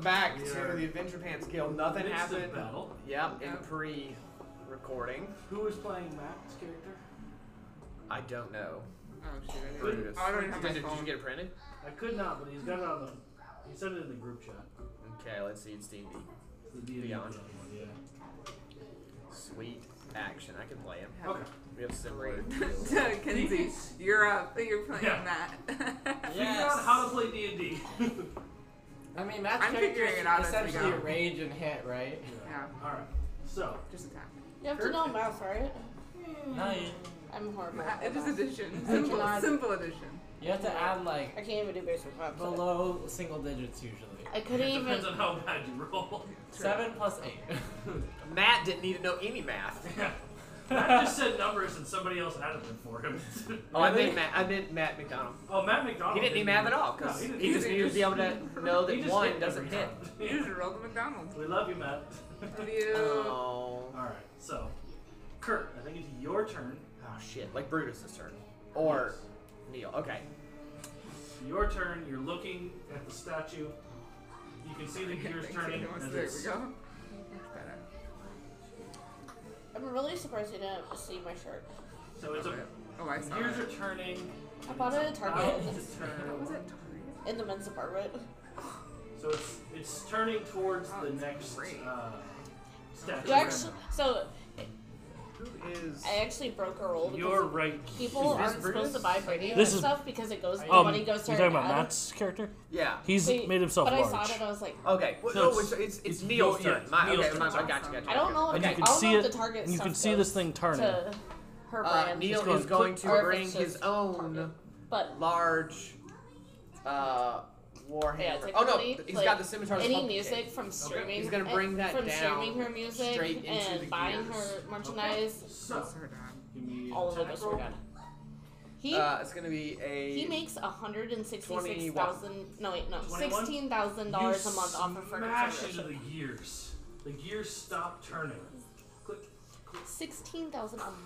to the Adventure Pants Guild. Nothing Mixed happened. battle. Yep, in Yeah. pre-recording. Who was playing Matt's character? I don't know. Oh shit! I didn't- Brutus. I don't even Did, have my it- did you phone. get it printed? I could not, but he's got it on the. He sent it in the group chat. Okay, let's see. It's D&D. The D&D Beyond. one, yeah. Sweet action. I can play him. Have Okay. We have similar. So, Kenzie, you're up. You're playing Yeah. Matt. Figure out how to play D&D. I mean, Matt's I'm character figuring is it out as we essentially go. rage and hit, right? yeah, All right. So, just attack. You have to know math, right? No, you, I'm horrible. Uh, at It is math. addition. Simple, Addition. simple addition. you have to add I like can't even do basic math. so- below single digits usually. I couldn't it even. depends on how bad you roll. Seven plus eight. Matt didn't need to know any math. Matt just said numbers and somebody else added them for him. Oh, I Really? meant Matt. I meant Matt McDonald. oh, Matt McDonald. He didn't need math at all because No, he he, didn't. just He needed to be able to know He that just one hit doesn't every hit. time. You just rolled the McDonald's. We love you, Matt. What do you? Oh. All right. So, Kurt, I think it's your turn. Oh shit! Like Brutus' turn, or Neil. Okay. Your turn. You're looking at the statue. You can see the gears Thank turning you. as There it's we go. That's better. I'm really surprised you didn't see my shirt. So it's a Oh, I saw gears it. are turning. I bought it at Out Target to What was turn. it? Target? in the men's department. So it's it's turning towards Oh, the it's next great. uh, statue. You actually, so Who is? I actually broke a rule because You're right. people Is this aren't supposed to Brutus? buy video This and is- stuff because it goes. the Um, money goes to you're her talking about dad. Matt's character? Yeah. He's Wait, made himself But large. I saw it and I was like, Okay. Well, So no, it's- it's it's, it's it's Neil's Neil's- turn. yeah, My, Neil's okay, my, turn. my, gotcha, gotcha. I don't know. And If, you can I don't see know it- if the Target. you stuff can see this goes thing turning. To her Uh, brand, Neil going is going click. Or to if bring it's his just own Target. but large uh, Yeah, warhammer. typically, oh no, th- he's like, got the scimitar. any music from streaming. He's gonna bring that from down streaming her music straight into and the buying gears. her merchandise. So That's her dad. give me an All of it attack goes for roll. God. He Uh, it's gonna be a. he makes hundred and sixty six thousand no wait no 21? sixteen thousand You dollars a month off of Smash furniture. into the gears. The gears stop turning. Click. Sixteen thousand a month.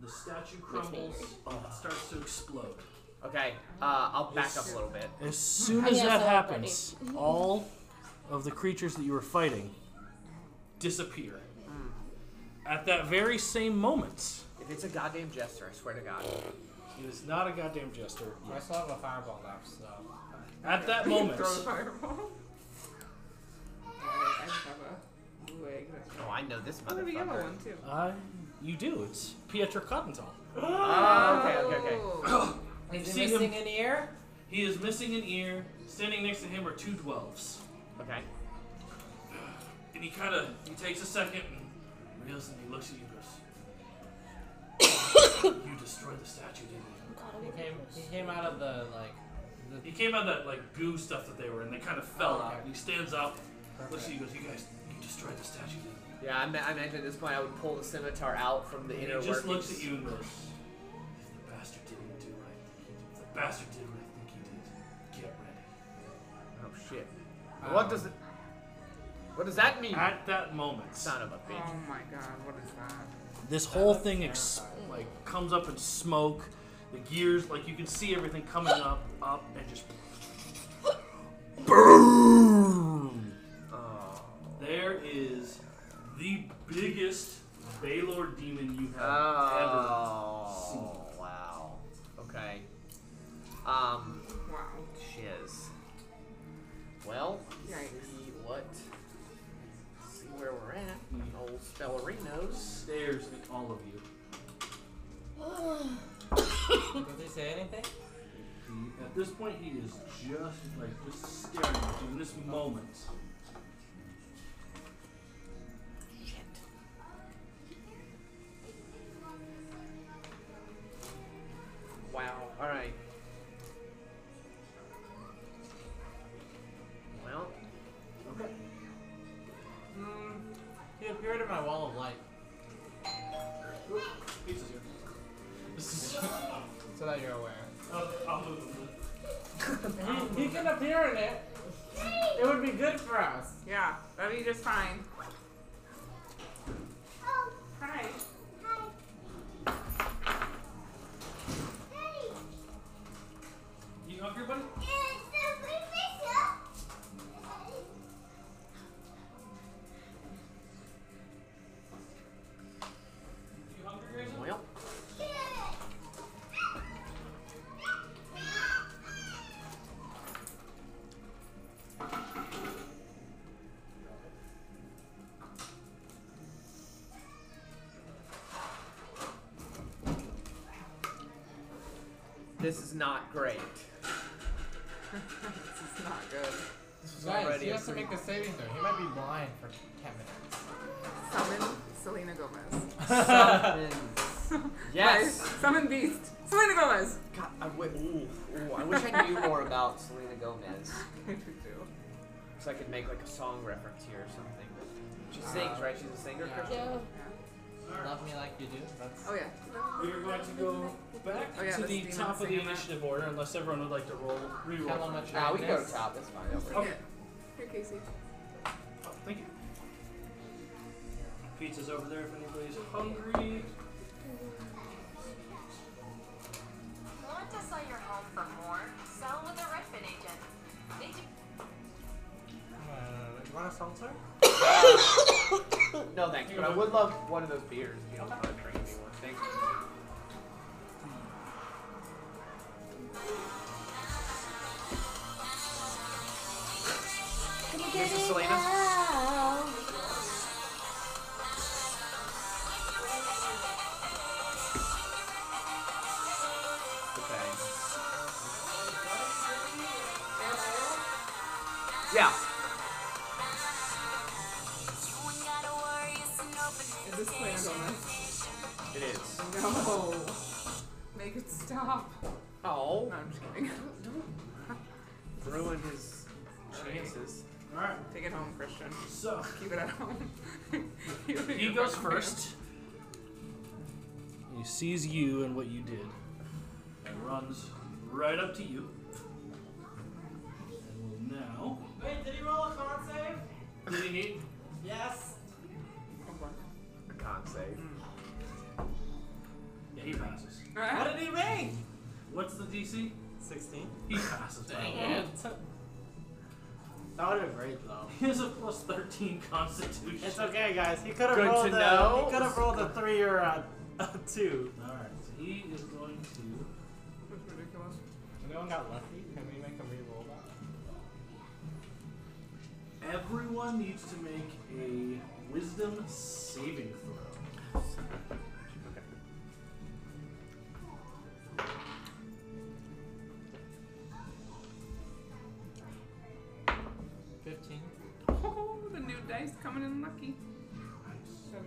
The statue crumbles. It starts to explode. Okay, uh, I'll back up a little bit. As soon I as guess that I'll happens, all of the creatures that you were fighting disappear. Mm. At that very same moment, If it's a goddamn jester, I swear to God. it is not a goddamn jester. I still have a fireball left, so. At that moment, Throw the fireball. I just have a. Ooh, egg. Oh, I know this I'm gonna be yellow motherfucker. one too. I you do. It's Pietro Cottontail. Oh, okay, okay, okay. Is see he him- missing an ear? He is missing an ear. Standing next to him are two dwelves. Okay. And he kind of he takes a second and reels and he looks at you and goes, "You destroyed the statue, didn't you?" He came, he came out of the like. The, He came out of that like goo stuff that they were in. They kind of fell Oh, out. okay. And he stands up, looks at Perfect. you, and goes, "You guys, you destroyed the statue, didn't you?" Yeah, I, ma- I imagine at this point I would pull the scimitar out from the And inner he just workings. looks at you and goes, "If the bastard didn't do what I think he did, if the bastard did what I think he did, get ready." Oh shit. what does it? What does that mean? At that moment, Son of a bitch. Oh my god, what is that? This whole thing ex- like comes up in smoke. The gears, like you can see everything coming up, up, and just boom. Oh. there is the biggest Baylor demon you have Ah. Oh. Wow. Okay. Um. Wow. Shiz. Well, Yikes. see what. See where we're at. Old Spellerinos. ever stares at all of you. does he say anything? He- At this point, he is just like just staring at you in this moment. Shit. Wow. All right. Well, Okay. He appeared in my wall of light. Pizza's here. So that you're aware. I'll, I'll move them. He, he can appear in it. It would be good for us. Yeah, that'd be just fine. Hi. You hungry, buddy? This is not great. This is not good. This is Guys, already he a has to creep. make a saving throw. He might be blind for 10 minutes. Summon Selena Gomez. Yes. Guys, Summon Beast. Selena Gomez. God, I w- ooh, ooh, I wish I knew more about Selena Gomez, I do too. so I could make like a song reference here or something. But she sings, right? She's a singer. Yeah. Christian? Yeah. Love me like you do. That's Oh yeah. We are going to go back Oh, yeah, to that's the demon top of the seeing that. initiative order, unless everyone would like to roll reroll. how much Nah, we can go to madness. top. That's fine. Don't worry. Okay. Here, Casey. Oh, thank you. Pizza's over there if anybody's hungry. Want to sell your home for more? Sell with a Redfin agent. They do Uh, you want a seltzer? Oh, No thanks, but I would love one of those beers if you don't mind bringing me one. Thank you. Mrs. Selena? Okay. Yeah. Is this Selena Gomez? It is. No. Make it stop. Oh, No, I'm just kidding. ruin his chances. Alright, Take it home, Christian. so Keep it at home. he goes first. He sees you and what you did and runs right up to you. And will now. Wait, did he roll a con save? Did he need? Yes. I can't say. Yeah, he passes. What did he make? What's the DC? 16. He passes. by a lot. That would have been great though. He has a plus 13 constitution. It's okay, guys. He could have Good rolled to a know. he could have rolled a three or a, a two. Alright, so he is going to. ridiculous. Anyone got lucky? Can we make him re-roll that? Everyone needs to make a wisdom saving throw. Fifteen. Oh, the new dice coming in lucky. 17.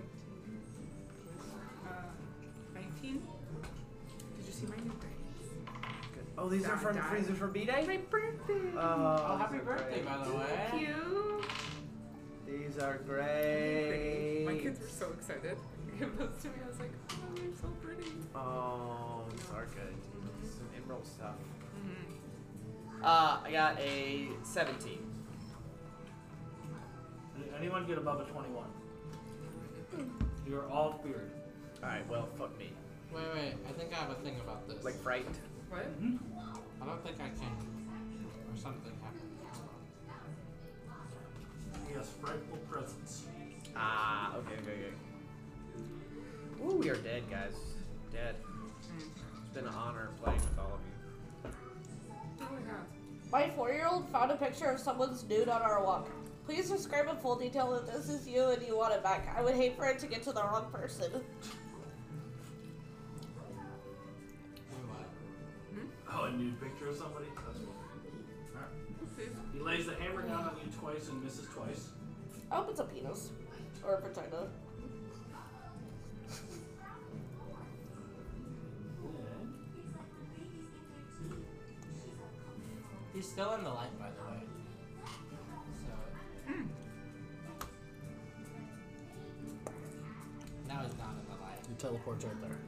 Uh, 19. Did you see my new dice? Oh, these are from Dun, dun. these are from B Day. My birthday! Oh, happy birthday, by the way. Thank you! These are great. My kids were so excited. They gave those to me. I was like, oh, they're so pretty. Oh, these are good. Some emerald stuff. Uh, I got a 17. Did anyone get above a 21? You're all feared. Alright, well, fuck me. Wait, wait. I think I have a thing about this. Like, fright. What? Mm-hmm. I don't think I can. Or something happened. He has frightful presence. Ah, okay, okay, okay. Ooh, we are dead, guys. Dead. It's been an honor playing with all of you. Oh my god. My four-year-old found a picture of someone's nude on our walk. Please describe in full detail if this is you and you want it back. I would hate for it to get to the wrong person. Wait, what? Oh, a nude picture of somebody? That's cool. Alright. He lays the hammer down on you twice and misses twice. I hope it's a penis or a vagina. He's still in the light, by the way. So. Now he's not in the light. He teleports right there.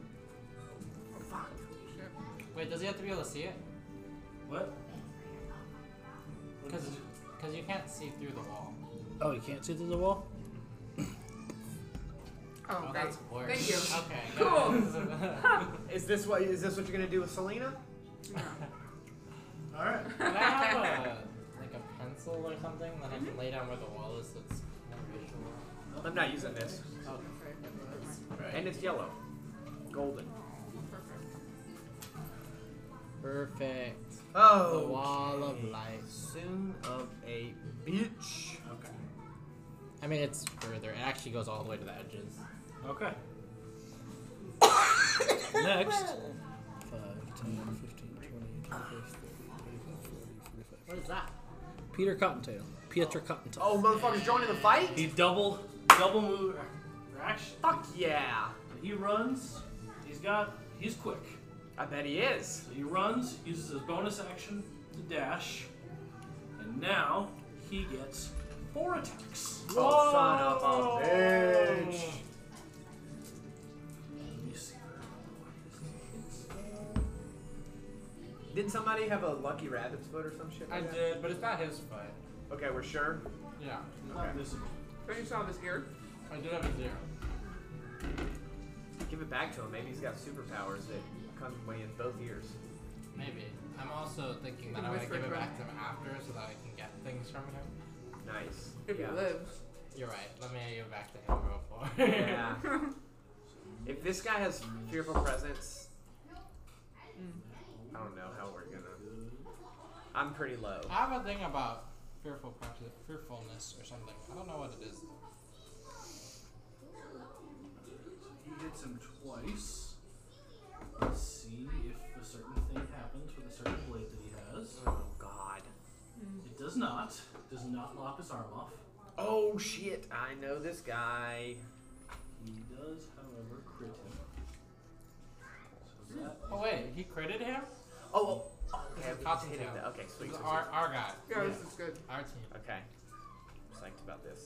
Oh, fuck. Shit. Oh, Wait, does he have to be able to see it? What? Because because you can't see through the wall. Oh, you can't see through the wall? Oh, Oh, great. that's worse. Thank you. Okay. Cool. guys. Is this what is this what you're gonna do with Selena? Alright. Can I have a, like a pencil or something that I Mm-hmm. can lay down where the wall is so it's more visual? I'm not using this. And it's yellow. Golden. Perfect. Oh. The wall of light. Soon of a bitch. Okay. I mean, it's further. It actually goes all the way to the edges. Okay. Next. 5, 10, 15, What is that? Peter Cottontail. Pietra Cottontail. Oh, motherfuckers joining the fight? He double double move or action. Fuck yeah. He runs. He's got. He's quick. I bet he is. So he runs, uses his bonus action to dash, and now he gets four attacks. Oh, son of a bitch. Let me see. Didn't somebody have a lucky rabbit's foot or some shit? I Like that? did, but it's not his foot. Okay, we're sure. Yeah. Not visible. Don't you saw this ear? I did have a zero. Give it back to him. Maybe he's got superpowers that come when he has both ears. Maybe. I'm also thinking that Can I'm gonna whisper give to it him. back to him after so that I can get things from him. Nice. If yeah. he lives. You're right. Let me give it back to him real quick. Yeah. if this guy has fearful presence, I don't know how we're gonna. I'm pretty low. I have a thing about fearful practice, fearfulness or something. I don't know what it is. He hits him twice. Let's see if a certain thing happens with a certain blade that he has. Oh God. It does not. Does not lop his arm off. Oh shit! I know this guy. He does, however, crit him. So that Oh wait, he critted him? Oh. oh okay, This is we just hit him. Cottontail. Okay, sweet. He's sweet, our, our guy, Yeah, this is good. our team. sweet. Okay. Psyched about this.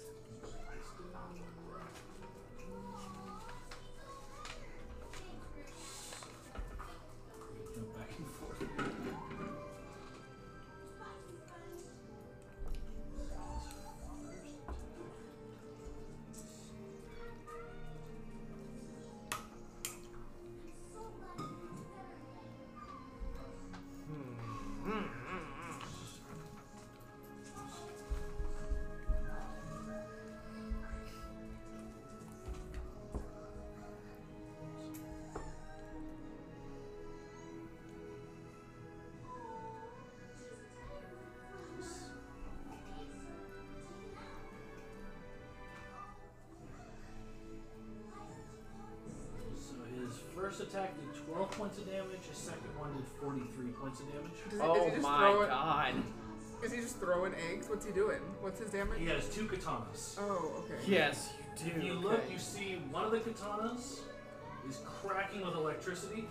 go back and forth. So his first attack did 12 points of damage, his second one did 43 points of damage. Does he, is Oh he just my throwing, God. Is he just throwing eggs? What's he doing? What's his damage? He has two katanas. Oh, okay. Yes, you If do. you look, you see one of the katanas is cracking with electricity.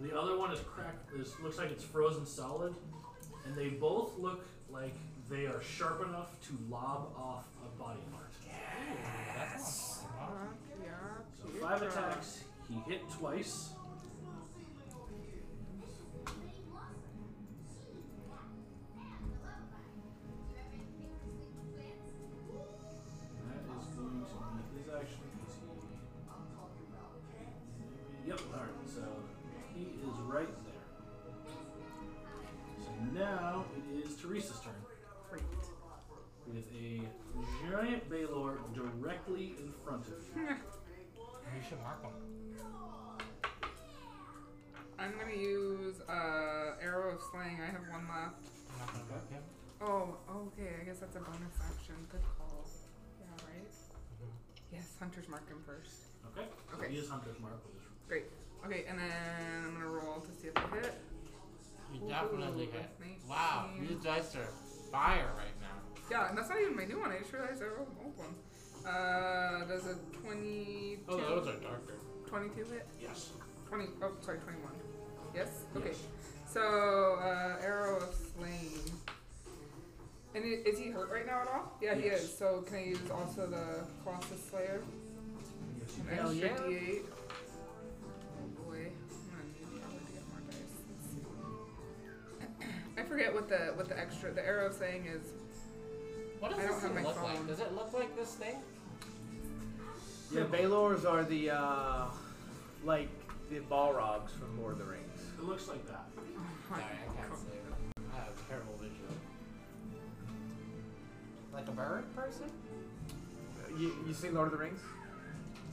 The other one is cracked. This looks like it's frozen solid, and they both look like they are sharp enough to lob off a body part. That's not Fuck yeah, So Pietra. five attacks. He hit twice. That is going to be his action. because he- Yep. All right. So he is right there. So now it is Teresa's turn Great. with a giant Baylor directly in front of you. You should mark him. I'm gonna use uh, Arrow of Slaying. I have one left. I'm not gonna mark him. Oh, okay. I guess that's a bonus action. Good call. Yeah, right? Mm-hmm. Yes, Hunter's Mark him first. Okay. Okay. He is Hunter's Mark. with his- Great. Okay, and then I'm gonna roll to see if I hit. You definitely Ooh, hit. that's Wow, nineteen. your dice are fire right now. Yeah, and that's not even my new one. I just realized I rolled an old one. Uh, does a 22, Oh, those are darker. 22 hit? Yes. 20, oh, sorry, 21. Yes? Okay. So, uh, Arrow of Slain. And i- is he hurt right now at all? Yeah, he Yes. is. So, can I use also the Colossus Slayer? Yes, An Hell extra yeah. D8. Oh boy. I'm gonna need probably to get more dice. Let's see. I forget what the what the extra the arrow saying is. What does I don't this have thing my look phone. like? Does it look like this thing? Yeah, Baylors are the uh, like the Balrogs from Lord of the Rings. It looks like that. Sorry, I can't see. it. I have terrible vision. Like a bird person? You, you seen Lord of the Rings?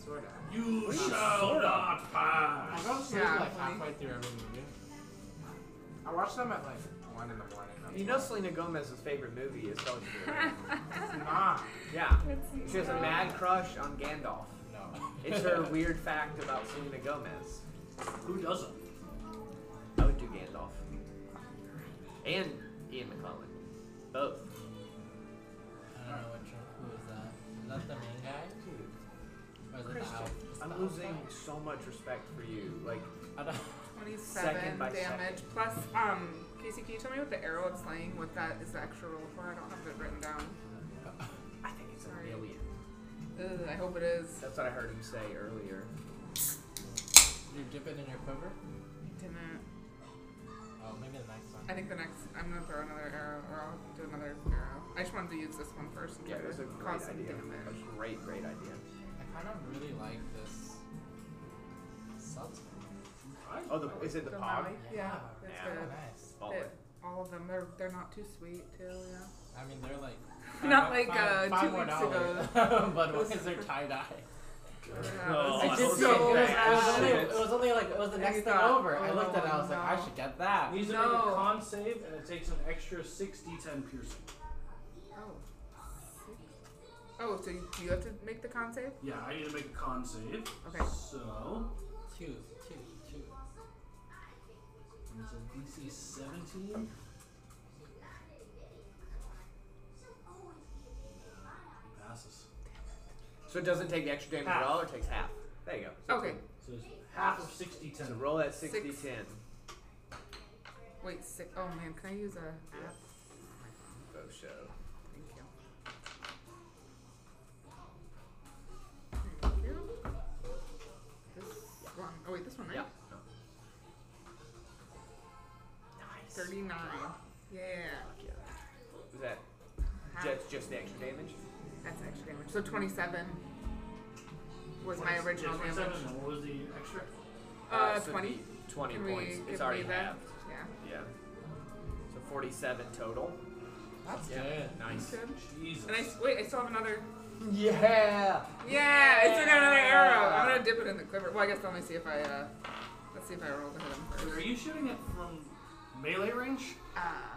Sort of. You shall not I pass. go to sleep Yeah, like funny. halfway through every movie. I watch them at like one in the morning. I'm You know like, Selena Gomez's favorite movie is Soldier Boy. it's not. yeah, It's she has a mad crush on Gandalf. No. It's her weird fact about Selena Gomez. Who doesn't? I would do Gandalf. And Ian McClellan. Both. I don't know which one. Who is that? Is that the main guy? Or is it the Christian, owl? Is it the I'm owl losing guy? so much respect for you. Like, I don't. 27 Second by damage. Plus, um, Casey, can you tell me what the arrow of slaying, what that is the extra roll for? I don't have it written down. I think it's a Sorry. million. Ugh, I hope it is. That's what I heard him say earlier. You dip it in your quiver? Didn't. Oh, maybe the next one. I think the next, I'm gonna throw another arrow, or I'll do another arrow. I just wanted to use this one first and try Yeah, that's to a great cause some idea. damage. A great, great idea. I kind of really like this substance. Oh, the, is it the Don't pog? mind. Yeah, that's Yeah. good. Oh, Nice. Ball It- all of them, they're, they're not too sweet, too, yeah. I mean, they're like. Not like, five- five- uh, two five more weeks dollars. but what is their tie dye? Uh, I Oh, did so see it. It was, it, was bad. only, it was only like it was the And next you thing thought, over. I looked at it. I was like, oh, I should get that. Needs to make No. a con save, and it takes an extra 6d10 piercing. Oh. Oh, so you, you have to make the con save? Yeah, I need to make a con save. Okay. So, Two, two, two. and it's a DC 17. Passes. So it doesn't take the extra damage Half. at all, or it takes half? There you go. So Okay, So it's half of 6d10. So roll that 60 Oh. Six. 10. wait, six, oh man, can I use a app? Bo Oh, show. Thank you. Thank you. This one. Oh wait, this one, right? Yeah. Nice. Thirty-nine. Yeah, Yeah. Is that Half. just, just the extra damage? that's extra damage. So twenty-seven was my Twenty- original yeah, 27, damage. and What was the extra? Uh, so it'd 20. be 20 Can we points. give It's already me that? halved. Yeah. Yeah. So 47 total. That's good. Nice. Good. Jesus. And I s- wait, I still have another. Yeah. Yeah, I still got another arrow. I'm gonna dip it in the quiver. Well, I guess let me see if I uh, let's see if I roll to hit him first. Are you shooting it from melee range? Ah,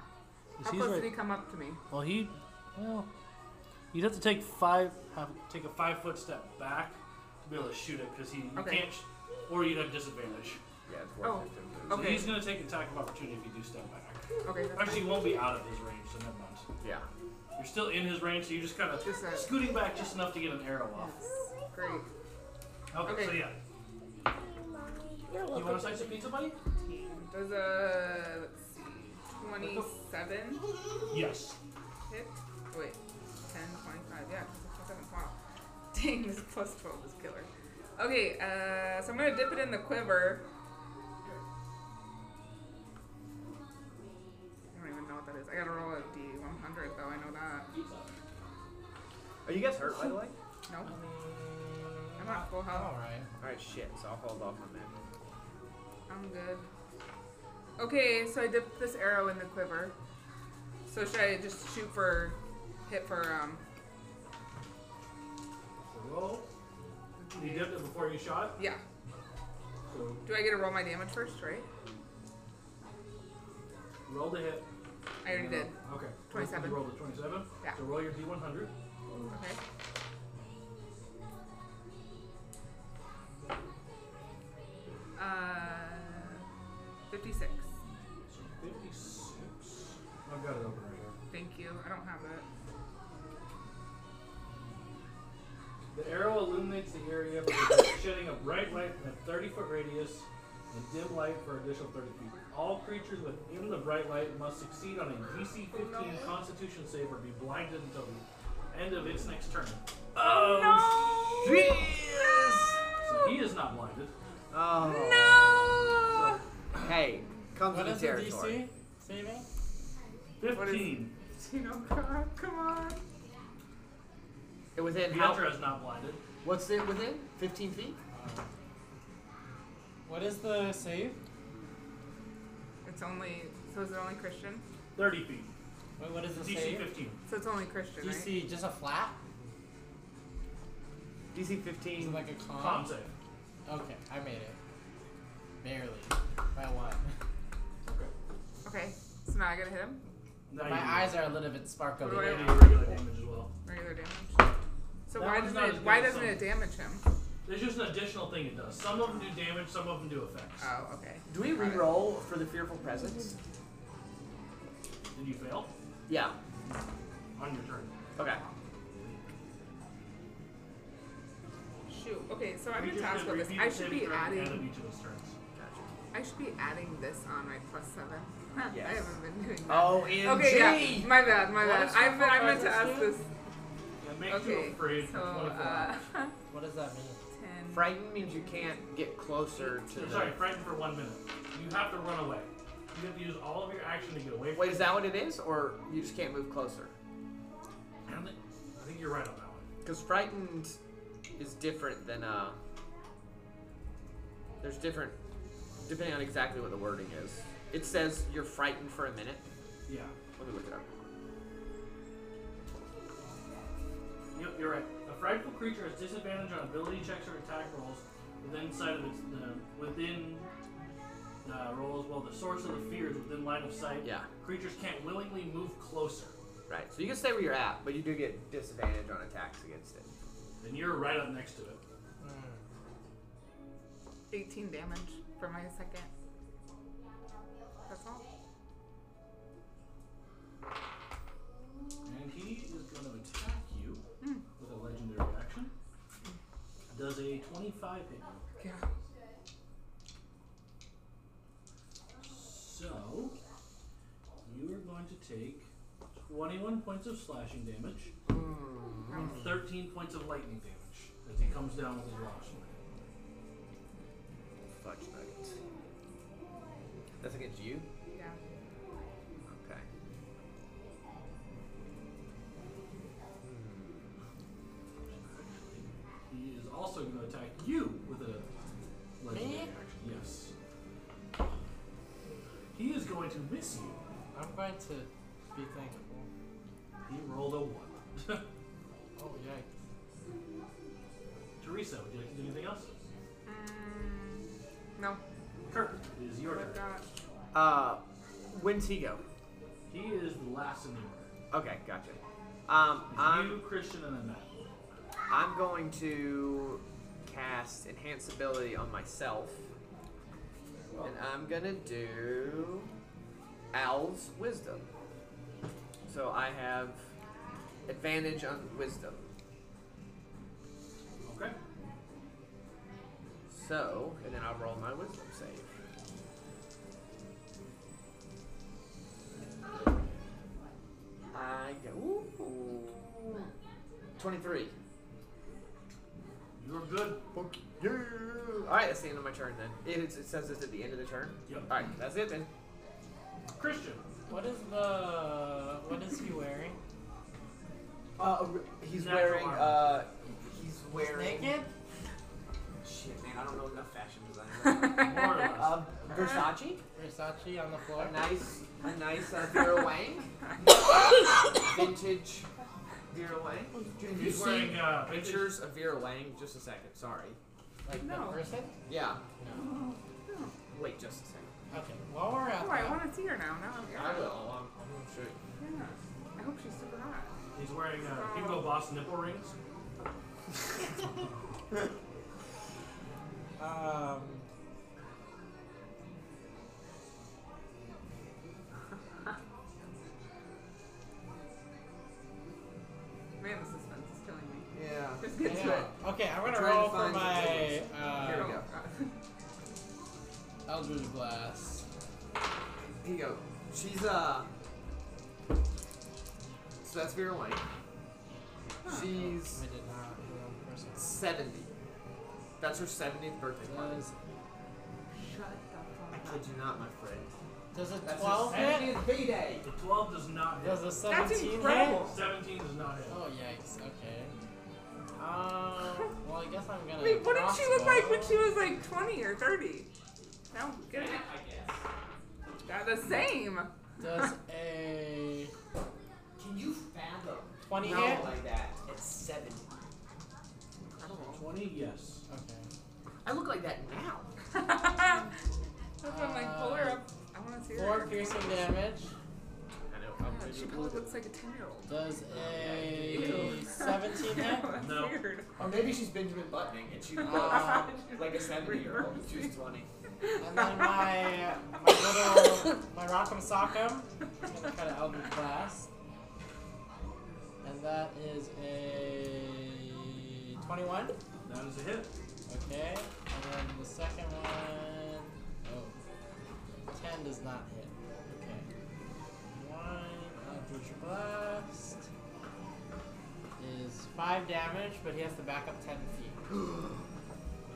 Is how he close right- did he come up to me? Well, he. Well, you'd have to take five. Have, Take a five foot step back to be able to shoot it because he you Okay. can't, sh- or you'd have disadvantage. Yeah, it's Oh. worth it to move. So Okay. he's going to take an attack of opportunity if you do step back. Okay, that's Actually, he won't be out of his range, so never mind. Yeah. You're still in his range, so you're just kind of Just that- scooting back just enough to get an arrow off. fine. great. Okay, so Okay. yeah. You want to slice a pizza, buddy? Does a let's see, 27 Yes. hit? Wait, 10, 25, yeah, 27, wow. Dang, this plus 12 is killer. Okay, uh, so I'm gonna dip it in the quiver. I don't even know what that is. I gotta roll a d100 though, I know that. Are you guys hurt, by the way? Nope, I'm I'm at full health. All right. Alright, shit. So I'll hold off on that. I'm good. Okay, so I dipped this arrow in the quiver. So should I just shoot for, hit for, um, So roll. You dipped it before you shot. yeah. So Do I get to roll my damage first, right? roll the hit. I already did. Okay. 27. You rolled a 27. Yeah. So roll your d100. Okay. Uh, 56. 56. I've got it open right here. Thank you. I don't have it. The arrow illuminates the area, by shedding a bright light in a 30 foot radius and dim light for an additional 30 feet. All creatures within the bright light must succeed on a DC 15 Constitution save or be blinded until the end of its next turn. Oh, So he is not blinded. Oh. no! Hey, comes What with is the the territory. DC saving? 15. Tino, God, come on. It Within how? Pietro is not blinded. What's it within? 15 feet? What is the save? It's only, so is it only Christian? 30 feet. Wait, what is the DC save? 15. So it's only Christian, right? DC just a flat? DC Is it 15. like a Con con? save. Okay, I made it. Barely. By one. Okay, so now I gotta hit him. Now My you eyes are a little bit sparkly. What do I right do now. regular damage as well. Regular damage. That So why one's doesn't not as it, good why as doesn't some. it damage him? There's just an additional thing it does. Some of them do damage, some of them do effects. Oh, okay. Do we Got it. re-roll for the fearful presence? Did you fail? Yeah. on your turn. Okay. Shoot. Okay, so I'm You gonna just task did with this. repeat I the same should be turn at the end of adding. each of his turns. I should be adding this on my plus seven. Huh, I Yes. haven't been doing Uh, that. Oh, in okay, yeah. My bad. My What bad. is- I've been, what I meant to does this ask do? this. Yeah, make you Okay. afraid So for 24 hours. uh, What does that mean? ten. Frightened means you can't get closer to I'm the. sorry, frightened for one minute. You have to run away. You have to use all of your action to get away from Wait, is that what it is, or you just can't move closer? I don't think- I think you're right on that one. Because frightened is different than uh. There's different, depending on exactly what the wording is. It says you're frightened for a minute. Yeah. Let me look it up. Yep, you're right. A frightful creature has disadvantage on ability checks or attack rolls within sight of its the, within uh, rolls while the source of the fear is within line of sight. Yeah, Creatures can't willingly move closer. right. So you can stay where you're at, but you do get disadvantage on attacks against it. And you're right up next to it. Mm. 18 damage for my second. That's all. And he is going to attack you with a legendary action. Does a 25 hit you? Yeah. So, you are going to take 21 points of slashing damage and 13 points of lightning damage as he comes down with his lash. Fudge nuggets. That's against you. Yeah. Okay. He is also going to attack you with a legendary action. Yes. He is going to miss you. I'm going to be thankful. He rolled a 1. Oh, yikes. Teresa, would you like to do anything else? Mm, no. Kirk, it is your I've turn. got. Uh, when's he go? He is the last in the order. Okay, gotcha. Um, It's I'm you, Christian, and Annette. I'm going to cast enhance ability on myself, and I'm gonna do Al's wisdom. So I have advantage on wisdom. Okay. So, and then I'll roll my wisdom save. I go ooh, 23. You're good. Yeah. All right, that's the end of my turn then. It, it's- it says it's at the end of the turn. Yep. All right, that's it then. Christian. What is the. What is he wearing? Uh, he's Natural wearing. armor. Uh, he's wearing. Naked? Shit, man, I don't know enough fashion design. More or less. um, Versace. Versace on the floor? A nice, a nice uh, Vera Wang. Vintage Vera Wang. Dude, He's wearing uh, vintage. pictures of Vera Wang. Just a second, sorry. Like No. the person? Yeah. No. Wait, just a second. Okay, while we're at Oh, I that. want to see her now. Now I'm Uh-huh. I yeah. will. I'm, I'm sure. yeah. I hope she's super hot. He's wearing uh, Hugo Boss nipple rings. Um. Man, the suspense is killing me. Yeah. Just get to yeah. it. Oh, Okay, I'm gonna Trying to roll for find the my good Here uh, we go. Eldritch Blast. Here you go. She's uh. So that's Vera Wang. She's I did not hit on the person. 70. That's her 70th birthday party. Does, Shut the I fuck up. kid you not, my friend. does a That's 12 her hit? 70th B-Day. The 12 does not hit. Does a 17 That's hit? incredible. 17 does not hit. Oh, yikes, okay. Um, well, I guess I'm gonna. Wait, what did she look like when she crossbow. was like 20 or 30? Now get it. They're the same. Does a Can you fathom? 20 No, hit? like that. It's 70. 20, yes. Okay. I look like that now. That's why I'm like, pull her up. I want to see her. 4 piercing damage. I know. Yeah, she probably looks like a 10 year old. Does a Ew. 17 hit? That's No. weird. Or maybe she's Benjamin Buttoning and she looks Uh, like a 70 year old. She was 20. And then my my little my Rock'em Sock'em. I'm gonna try to Eldritch Blast. And that is a 21. That is a hit. Okay. And then the second one. Oh. 10 does not hit. Okay. One. Eldritch Blast. Is 5 damage, but he has to back up 10 feet.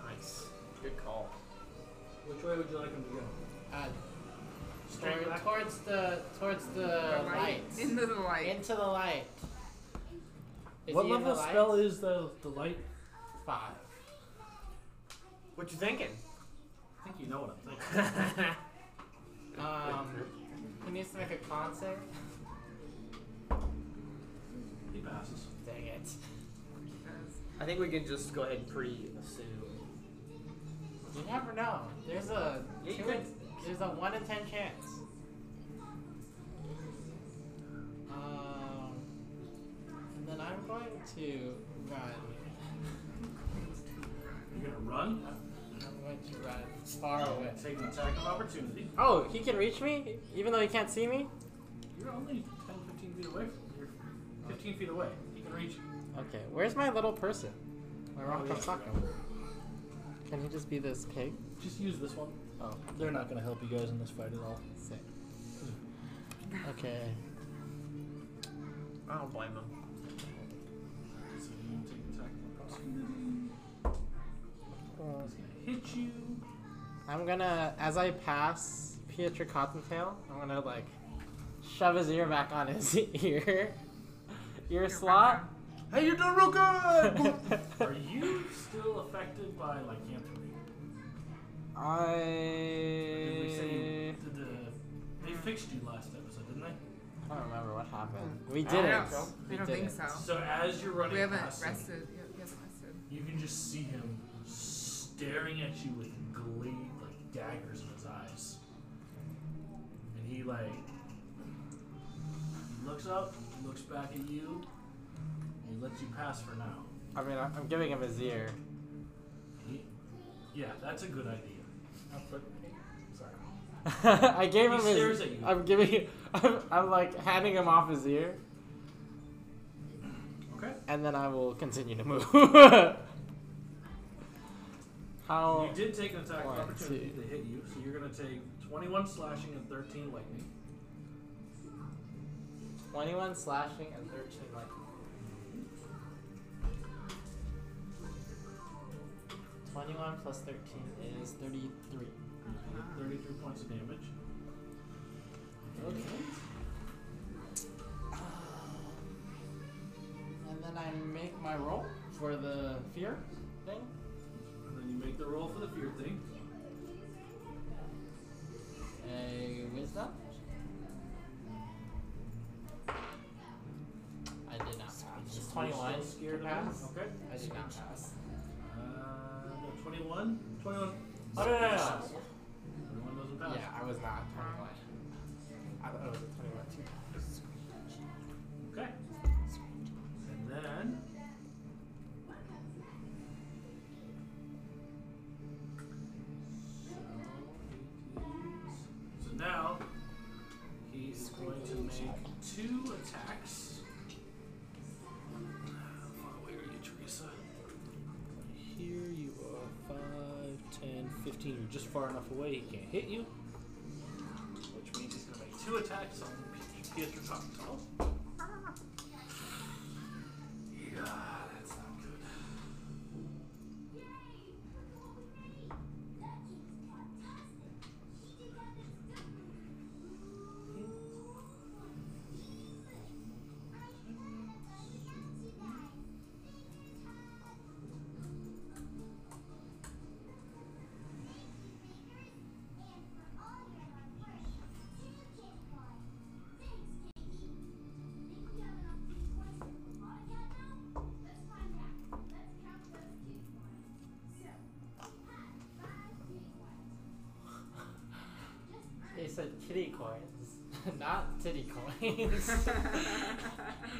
Nice. Good call. Which way would you like him to go? Uh, Straight toward, back. towards the towards the lights. Into the light. Into the light. Is what he in level the spell lights? is the the light? Five. What you thinking? I think you know what I'm thinking. Um, he needs to make a con save. He passes. Dang it. I think we can just go ahead and pre-assume. You never know. There's a Yeah, you two could- in, there's a one in ten chance. Um, and then I'm going to run. You're gonna run. I'm going to run far away. Take an attack of opportunity. Oh, he can reach me even though he can't see me. You're only 10, 15 feet away. From, you're 15 feet away. He can reach. you. Okay, where's my little person? My rock yeah. Can he just be this pig? Just use this one. Oh, They're not gonna help you guys in this fight at all. sick. Okay. I don't blame him. So you take an attack of opportunity. He's gonna hit you. I'm gonna, as I pass Pietro Cottontail, I'm gonna like shove his ear back on his ear, ear slot. Hey, you're doing real good. Are you still affected by lycanthropy? Did we say I you, did the, they fixed you last episode, didn't they? I don't remember what happened. We I did it. don't know. We I don't did think it. so. So as you're running We haven't past him, rested. Yeah, we haven't rested. you can just see him staring at you with glee, like daggers in his eyes. And he like he looks up, looks back at you, and he lets you pass for now. I mean, I- I'm giving him his ear. He, yeah, that's a good idea. But, sorry. I gave He him stares his. at you. I'm giving. I'm, I'm like handing him off his ear, Okay. and then I will continue to move. How? Um, You did take an attack of One, opportunity two. to hit you, so you're gonna take 21 slashing and 13 lightning. 21 slashing and 13 lightning. 21 plus 13 is 33. You get 33 points of damage. Okay. And then I make my roll for the fear thing. And then you make the roll for the fear thing. A wisdom. I did not pass. It's 21. Still scared to of pass. it? Okay. I did not pass. Uh, no, 21? 21. Oh, no, no, no, no. 21 doesn't pass. Yeah, I was not 21. I thought it was a 21 too. Okay. And then. So now, he is going to make two attacks. How far away are you, Teresa? Here you are 5, 10, 15. You're just far enough away he can't hit you. Which means he's going to make two attacks on P- Pietro Cocktail. Yeah, that's not good. They said kitty coins, not titty coins.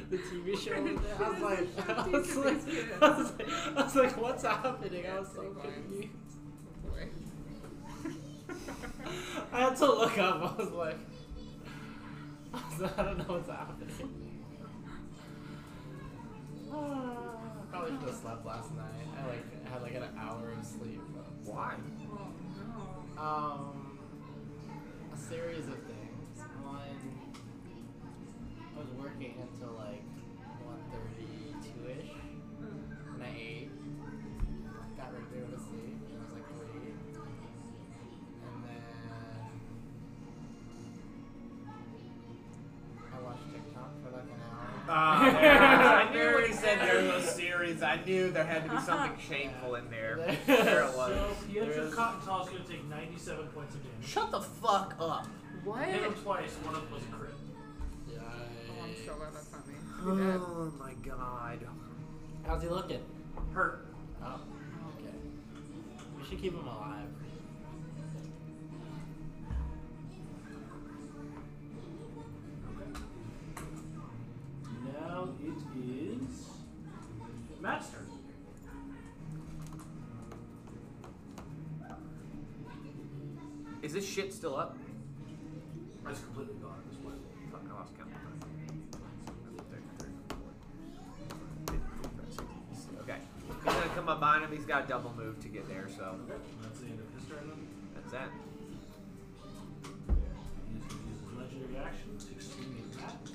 the TV show over there. I was like, I was like, I was like, I was like, what's happening? I was so confused. Boy. I had to look up. I was like, I, was, I don't know what's happening. Probably should have slept last night. I like had like an hour of sleep. Why? Well, no. Um, a series of things. One, I was working until like 1:32 ish, and I ate. Got right there to sleep, and I was like wait. And then I watched TikTok for like an hour. Ah, there it is. I knew when he said there was a series. I knew there had to be something shameful in there. There it So was. Pietro There's- Cottontail is going to take 97 points of damage. Shut the fuck up. What? Hit him twice, one of them was a crit. Oh, I'm so glad that's not me. He dead. Oh my god. How's he looking? Hurt. Oh, okay. We should keep him alive. Now it is Matt's turn. Is this shit still up? That's completely gone at this point. Fuck, I lost count. Okay. He's gonna come up behind him. He's got a double move to get there, so Okay, that's the end of his turn then. that's that. He's going to use his legendary action to exterminate Matt.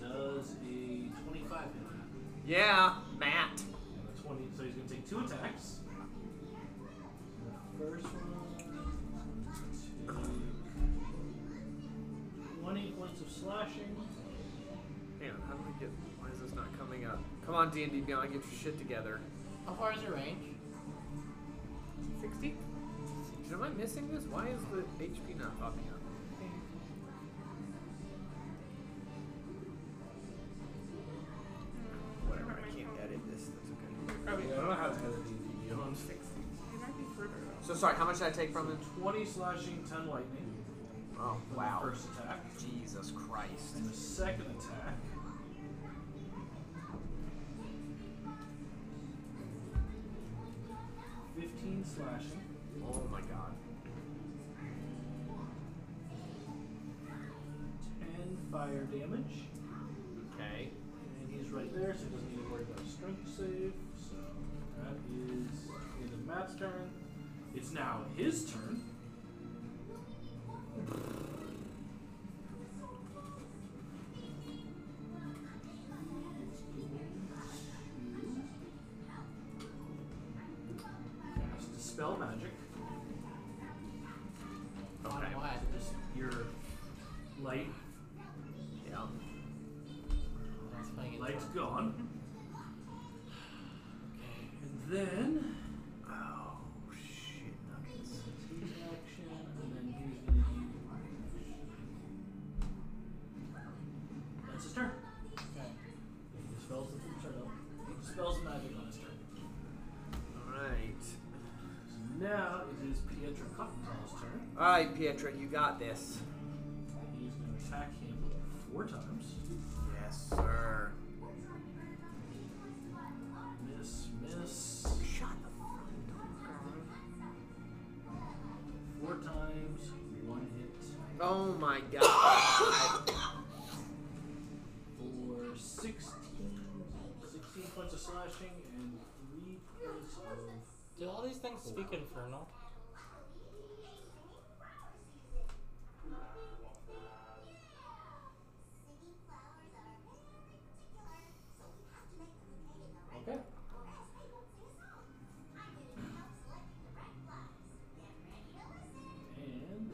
Does a 25 hit Matt? Yeah, Matt. And a 20, so he's going to take two attacks. The First one. take 20 points of slashing. Hang on, how do I get? Why is this not coming up? Come on, D and D Beyond, get your shit together. How far is your range? 60? Am I missing this? Why is the HP not popping up? Whatever, I can't edit this. That's Probably. I don't know how to edit these beyond. okay. He might be further though. So sorry, how much did I take from him? 20 slashing, 10 lightning. Oh for The wow! first attack. Jesus Christ! And the second attack. Fifteen slashing. Oh my God! Ten fire damage. Okay. And he's right there, so he doesn't need to worry about a strength save. So that is the end of Matt's turn. It's now his turn. Cast Dispel magic. On Okay. what? Just your light. Yeah. That's playing it. Light's gone. And then. Oh shit! Nuggets. action, and then he's gonna use- That's his turn. Okay. He dispels the sorry, no. He dispels the magic on his turn. All right. So now it is Pietro Cottontail's turn. All right, Pietra, you got this. He's gonna attack him four times. Yes, sir. Miss, miss. Shut the. Four times, one hit. Oh my God! For 16, 16 points of slashing and three points of Do all these things speak infernal? Okay. And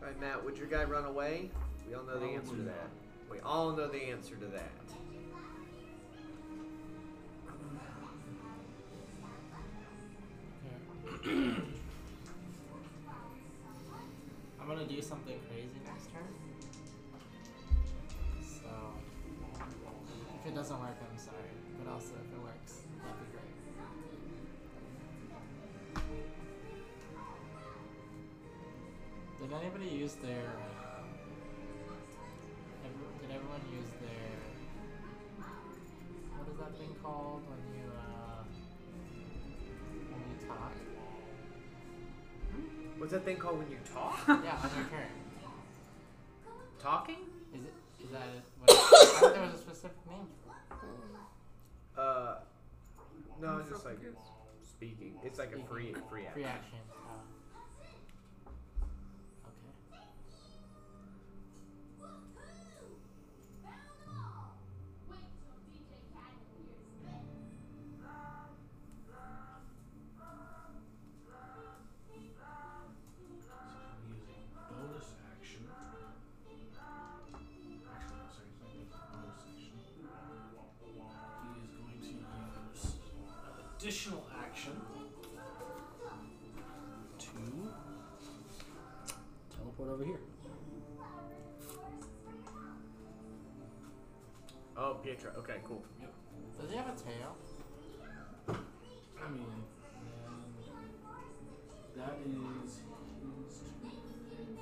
All right, Matt, would your guy run away? We all know the answer to that. We all know the answer to that. I'm gonna do something crazy next turn. So if it doesn't work, I'm sorry. But also if it works, that'd be great. Did anybody use their? Um, every, did everyone use their? What is that thing called when you uh, when you talk? What's that thing called when you talk? yeah, on your turn. Talking? Is it? Is that it? What, I thought there was a specific name. for it. Uh, no, it's just like speaking. It's like a free free action. Free action. Uh, okay. I'm using bonus action. Actually, no, sorry, it's not bonus action. He is going to use an additional action to teleport over here. Oh, Pietro. Okay, cool. Does he have a tail? I mean, then that is his turn.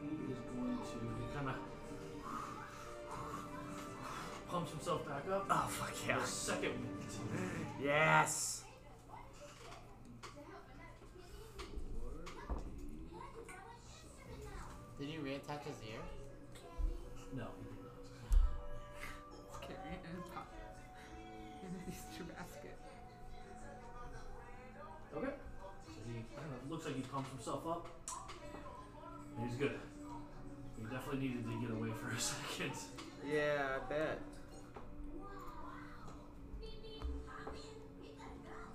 He is going to kind of pumps himself back up. Oh fuck The second wind. Yes. Did you reattach his ear? No, he did not. It's carrying it in his pocket. In an Easter basket. Okay. So he kind of looks like he pumps himself up. And he's good. He definitely needed to get away for a second. Yeah, I bet.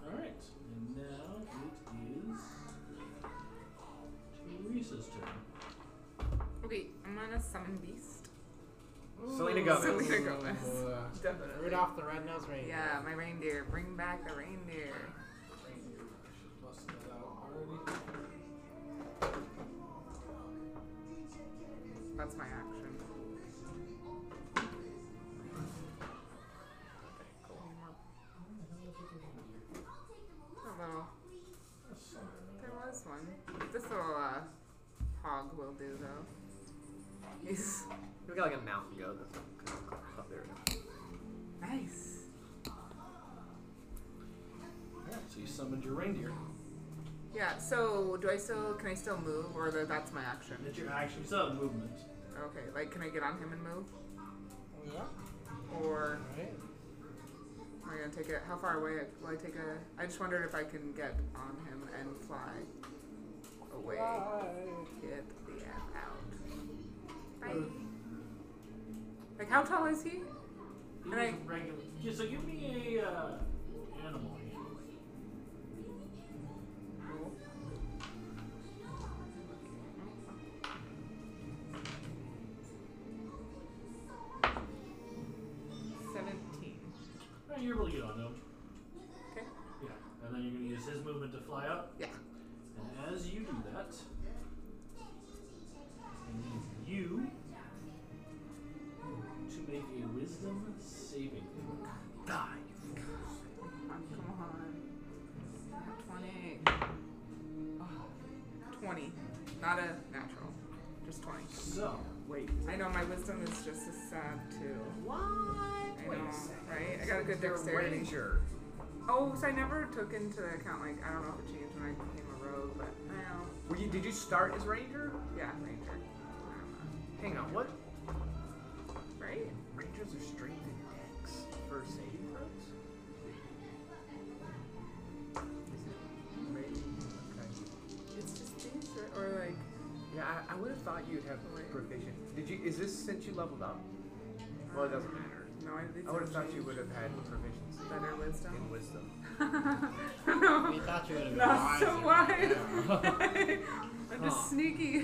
All right. And now it is Teresa's turn. Okay, I'm gonna summon Beast. Selena Gomez. Selena Gomez. Uh, Definitely. Rudolph the Red-Nosed Reindeer. Yeah, my reindeer. Bring back the reindeer. Bust that out already. That's my action. Hello. There was one. This little uh, hog will do though. He's We got like a mountain goat. That's up Oh, there. nice. Alright, so you summoned your reindeer. Yeah. So do I still? Can I still move, or the, that's my action? That's your action. You still have movement. Okay. Like, can I get on him and move, Yeah. or Alright. am I gonna take it? How far away will I take a? I just wondered if I can get on him and fly away. Get the app out. Bye. Like, how tall is he? He Alright. was regular. Yeah, so give me a uh, animal handling. Seventeen. Alright, Oh, you're able to get on him. Okay. Yeah. And then you're going to use his movement to fly up. Yeah. And as you do that, I need you to make a wisdom saving throw. Die. Come on, come on. Not Twenty. Oh, Twenty. Not a natural. Just twenty. So, Wait. I know my wisdom is just as sad too. What? I Wait know, a second. right? I got a good They're dexterity. Ranger. Oh, so I never took into account like I don't know if it changed when I became a rogue, but well, Were you? Did you start as Ranger? yeah, ranger. I don't Hang on. What? know. Right? Rangers are strength and dex for saving throws. Is it? Maybe. Okay. It's just these, or- or like Yeah, I, I would have thought you'd have Wait. proficient. Did you? Is this since you leveled up? Well, it doesn't matter. no, I, I would these don't have thought you change. would have had proficiency better in wisdom. wisdom. no, We thought you would have been not so wise. wiser. I'm just sneaky.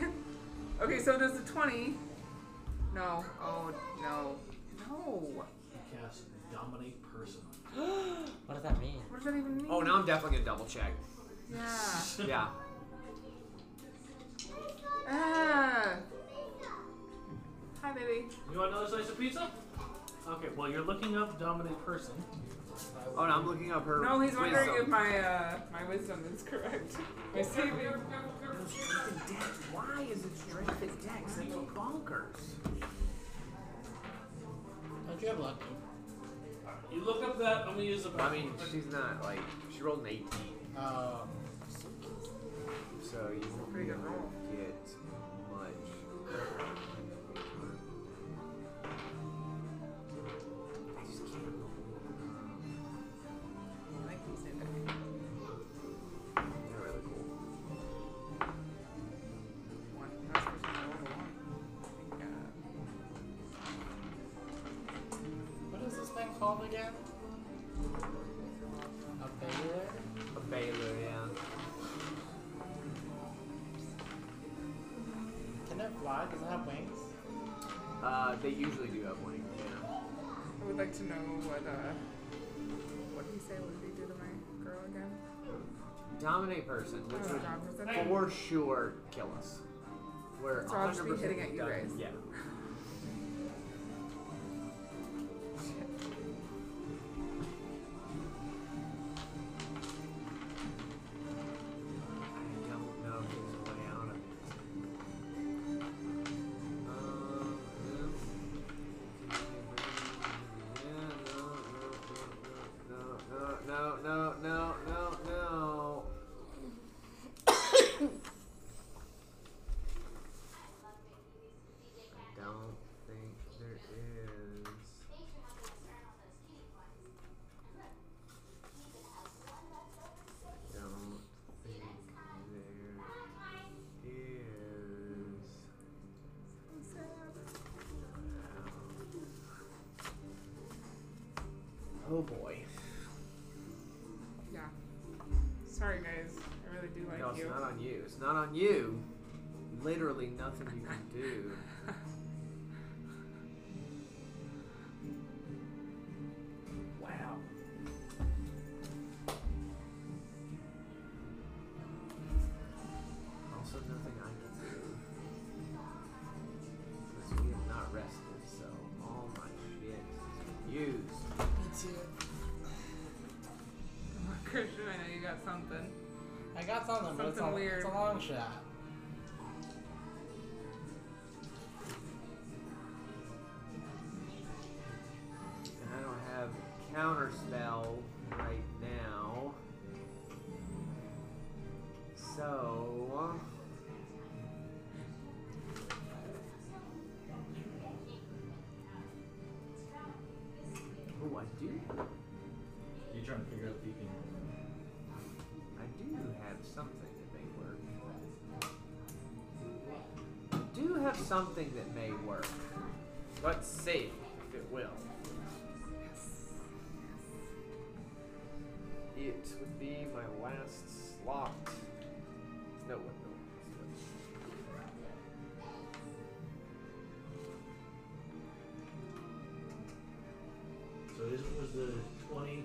Okay, so does the twenty? No. Oh no. No. you cast Dominate Person. what does that mean? What does that even mean? Oh, now I'm definitely gonna double check. Yeah. Yeah. Ah. Hi, baby. You want another slice of pizza? Okay, well, you're looking up dominant person. Oh, and I'm looking up her. No, he's wondering wisdom. if my uh, my wisdom is correct. My saving. Strength and dex. Why is it strength and dex? That's bonkers. Don't you have luck? You look up that, I'm gonna use the I mean, she's not like she rolled an 18, Uh, so you won't Pretty really good roll. get much. I just can't. I like these in there. They're really cool. One. I was supposed to roll the one. I think, uh, what is this thing called again? A Baylor? A Baylor, yeah. Can it fly? Does it have wings? Uh, they usually do have wings. Yeah. I would like to know what uh, what did he say? What did he do to my girl again? Dominate person, which Oh, would God, was that for sure kill us. We're So I'll just be 100% hitting at you done. guys. Yeah. I don't know if there's a way out of it. Um, yeah. No, no, no, no, no, no, no, no, no, no. Don't think there is. Don't think there is. Oh boy. Yeah. Sorry, guys. I really do like No, it's you. not on you. It's not on you. Literally nothing you can do. wow. Also, nothing I can do. Because we have not rested, so all my shit is used. Me too. Christian, I know you got something. I got something, but it's Something a, weird. it's a long shot. And I don't have counter spell right now. So Oh I do You're trying to figure out if you can. I do have something that may work. I do have something that may work. Let's see if it will. It would be my last slot. No, what no. So this was the 20.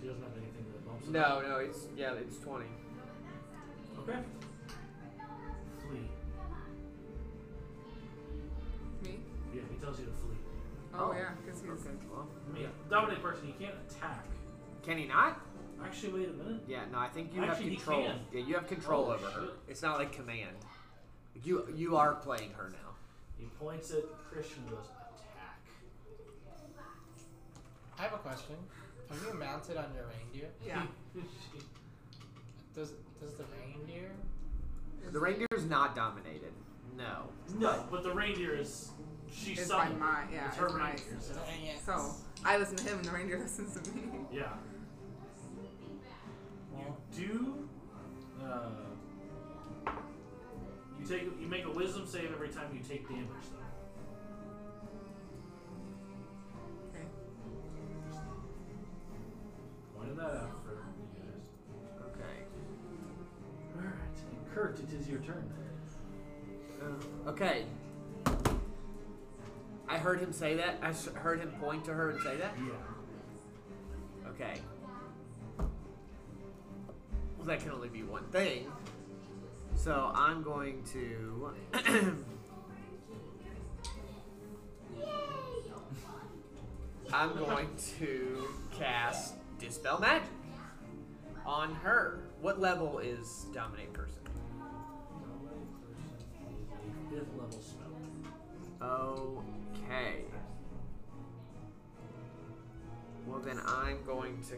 She doesn't have anything that bumps it up. No, no, it's yeah, it's twenty. Okay. Flee. Me? Yeah, he tells you to flee. Oh, Oh. yeah, because he's. Okay, well. Yeah, dominate person, you can't attack. Can he not? Actually, wait a minute. Yeah, no, I think you Actually, he have control. can. Yeah, you have control Oh, over her. shit. It's not like command. You you are playing her now. He points at Christian and goes, attack. I have a question. Are you mounted on your reindeer? Yeah. Does does the reindeer? The reindeer is not dominated. No. no, but the reindeer is. She It's by summoned. my. Yeah, it's it's her my. reindeer. so- Dang it. So, I listen to him and the reindeer listens to me. Yeah. You do. Uh, you take. You make a wisdom save every time you take damage, though. Okay. Pointing that out for you guys. Okay. All right, and Kurt, it is your turn. Uh, Oh. okay. I heard him say that. I s- heard him point to her and say that. Yeah. Okay. Okay. Well, that can only be one thing. So I'm going to. I'm going to cast Dispel Magic on her. What level is Dominate Person? Fifth level spell. Okay. Well, then I'm going to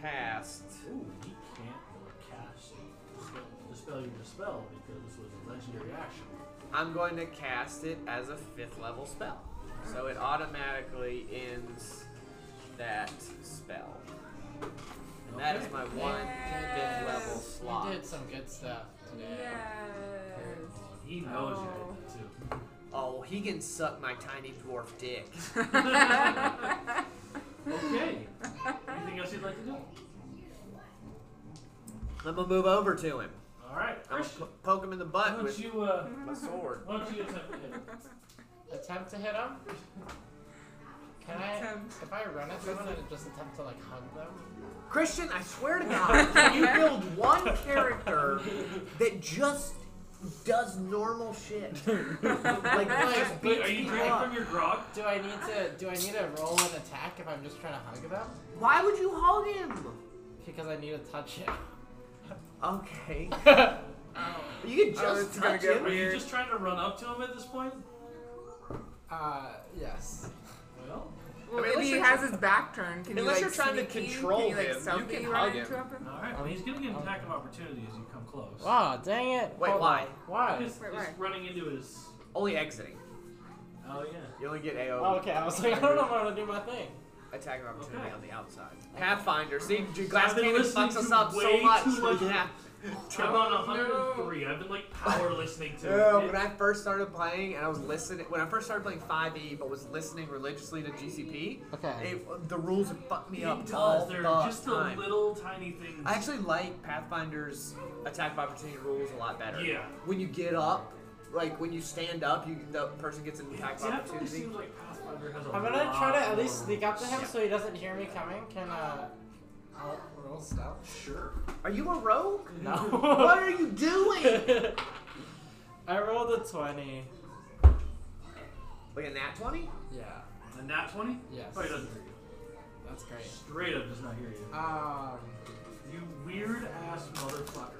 cast. Ooh, he can't cast dispel, dispel your dispel because this was a legendary action. I'm going to cast it as a fifth level spell. So it automatically ends that spell. And that is my one fifth level slot. You did some good stuff. He knows Oh. you did that too. Oh, he can suck my tiny dwarf dick. Oh. Okay. Anything else you'd like to do? I'm gonna move over to him. All right, I'm gonna Christian. po- poke him in the Why butt don't with you uh, my sword. why don't you attempt to hit him? Attempt to hit him? Can I, Attempt. if I run at someone, and just attempt to like hug them? Christian, I swear to God, can you build one character that just does normal shit? like, just Wait, are beats you people drinking up. from your grog? Do I need to, do I need to roll an attack if I'm just trying to hug them? Why would you hug him? Because I need to touch him. Okay. I You can Oh, just it's gonna touch get him. Are you Weird. just trying to run up to him at this point? Uh, yes. Well, Well, I mean, if he unless has his back turned, can unless you, like, you're trying to sneaky- control can you, like, him, you stealthy can run hug into him. him? all right. Well, he's gonna get an attack of opportunity as you come close. Wow, dang it. Wait, Hold why? on. Why? He's, Wait, he's why? running into his. Only exiting. Oh yeah. You only get AO Oh, okay, I was like, I don't know if I'm gonna do my thing. attack of opportunity Okay. on the outside. Pathfinder. See, I've Glass been Cannon listening fucks us to up so way much. too much- Yeah. I'm on 103. I've been like power listening to Dude, it. when I first started playing and I was listening, when I first started playing 5e but was listening religiously to GCP, Okay. it, the rules would fuck me He up does. all They're the just time. the little tiny things. I actually like Pathfinder's attack of opportunity rules a lot better. Yeah. When you get up, like when you stand up, you the person gets an it attack of definitely opportunity. seems like Pathfinder has a I'm gonna try to at lot least sneak up to him Yeah. so he doesn't hear me coming. Can, uh, I'll roll stealth? more- Sure. Are you a rogue? No. What are you doing? I rolled a 20. like a nat 20? Yeah, A nat 20? Yes. Oh, he doesn't hear you. that's great. Straight up does not hear you. Um, You weird ass motherfucker.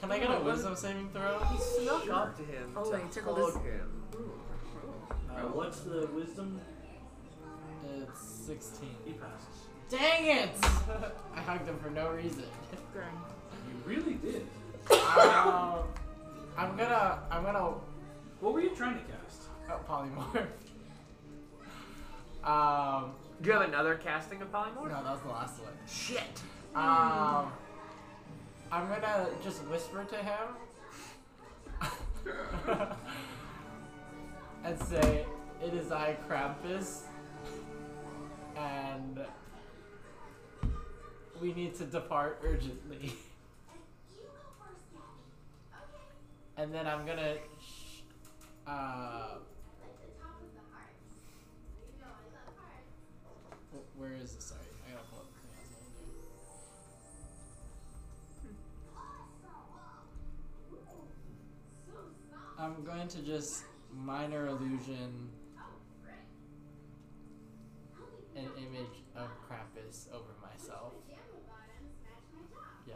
can I get a wisdom saving throw? He snuck up to him Oh, to wait, tickle hug this- him. Uh, what's the wisdom? It's 16. He passes. Dang it! I hugged him for no reason. You really did. um, I'm gonna, I'm gonna What were you trying to cast? Oh, polymorph. Um, Do you have another casting of Polymorph? no, that was the last one. Shit. Um, I'm gonna just whisper to him and say, "It is I, Krampus, and we need to depart urgently." and then I'm gonna. Sh- uh, wh- where is it? Sorry, I gotta pull up. the thing I was gonna do. I'm going to just minor illusion an image of Krampus over myself. Yeah.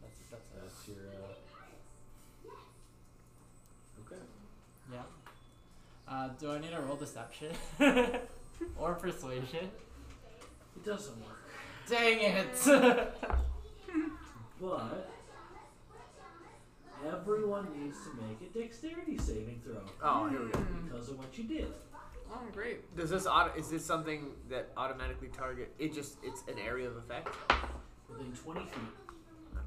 That's that's it. That's your. Uh, Okay. Yeah. Uh, do I need to roll deception or persuasion? It does some work. Dang it! But everyone needs to make a dexterity saving throw Oh, here we go. because of what you did. Oh, great. Does this auto, is this something that automatically target? It just it's an area of effect. Within 20 feet.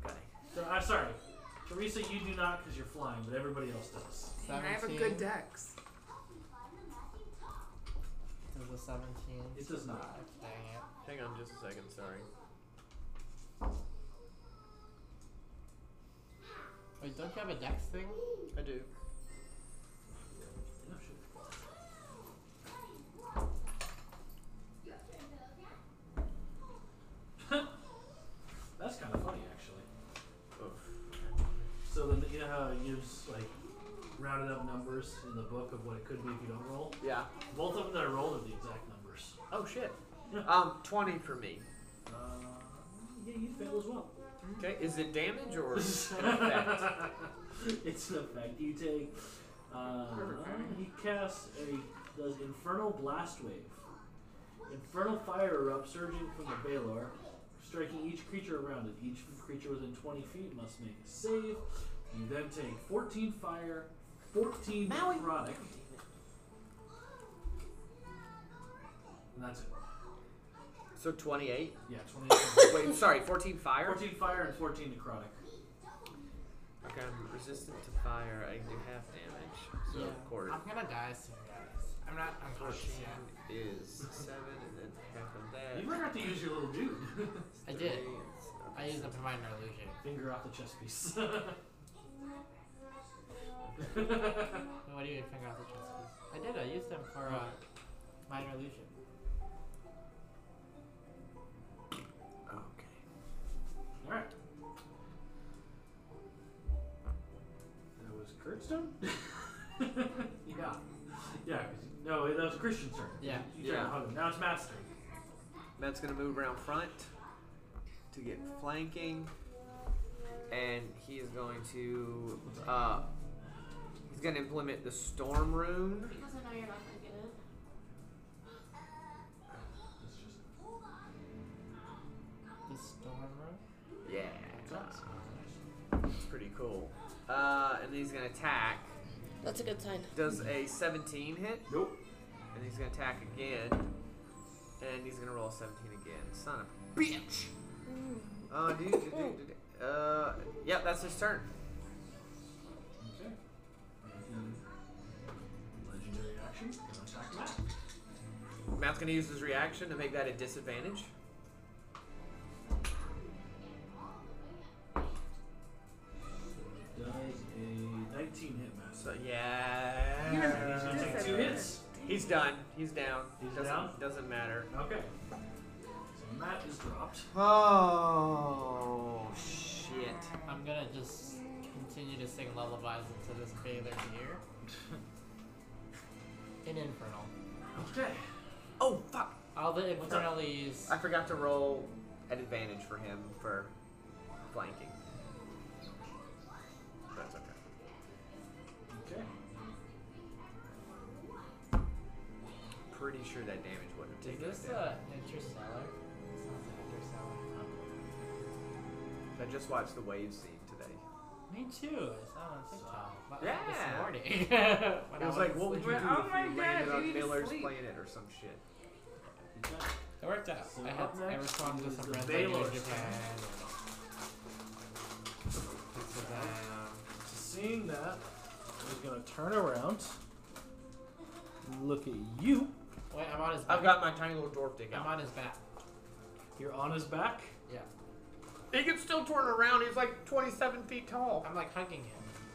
Okay. So, I'm sorry. Teresa, you do not because you're flying, but everybody else does. I have a good dex. Does a seventeen? It does not. survive? Dang it! Hang on just a second. Sorry. Wait, don't you have a dex thing? I do. No shit. numbers in the book of what it could be if you don't roll. Yeah. Both of them that I rolled are the exact numbers. Oh shit. Um, twenty for me. Uh, yeah, you fail as well. Okay, is it damage or an effect? it's an effect you take. Uh, Perfect. he casts a does infernal blast wave. Infernal fire erupts, surging from the Baylor, striking each creature around it. Each creature within 20 feet must make a save. You then take 14 fire, 14 necrotic, and that's it. So twenty-eight. Yeah, 28. Wait, sorry, fourteen fire. 14 fire and 14 necrotic. Okay, I'm resistant to fire. I do half damage. So Yeah. quarter I'm gonna die soon, guys. I'm not unconscious fourteen yet. is seven, and then half of that. You forgot to use your little dude. I three, did. it's- I okay, used up my minor illusion. Finger off the chess piece. What do you mean finger off the chest piece? I did. I used them for uh, minor illusion. Alright. That was Kurt's turn? yeah. Yeah, 'cause- no, that was Christian's turn. Yeah. You tried to Yeah. hug him. Now it's Matt's turn. Matt's gonna move around front to get flanking, and he is going to uh, he's gonna implement the storm rune. Because I know you're not gonna get it. It's just The storm room. Yeah, it's pretty cool. Uh, and he's gonna attack. That's a good sign. Does a 17 hit? Nope. And he's gonna attack again, and he's gonna roll a 17 again. Son of a bitch. Oh, dude, dude, dude, dude. Uh, yeah, that's his turn. Okay. And Legendary action. Gonna attack Matt. Matt's gonna use his reaction to make that a disadvantage. Does a 19 hit Matt. So yeah. And he's gonna take two hits. He's done. He's down. He's doesn't, down? Doesn't matter. Okay. So Matt is dropped. Oh shit! I'm gonna just continue to sing lullabies until this bather here. In Infernal. Okay. Oh fuck! All the What's up? Infernalies. I forgot to roll an advantage for him for flanking. That's okay. Okay. Pretty sure that damage would have Is taken. this it down. uh, Interstellar? It sounds like Interstellar. I just watched the wave scene today. Me too. I saw it on TikTok. But Yeah. This morning. When It I was like, what would you do asleep. if you Oh my landed God, on you need to Miller's sleep. planet or some shit? Okay. It worked out. So I had up I next responded to is some the red light Baylor in Japan. Seeing that, he's gonna turn around, look at you. Wait, I'm on his back. I've got my tiny little dwarf dick I'm out. on his back. You're on his back. Yeah. He can still turn around. He's like 27 feet tall. I'm like hugging him.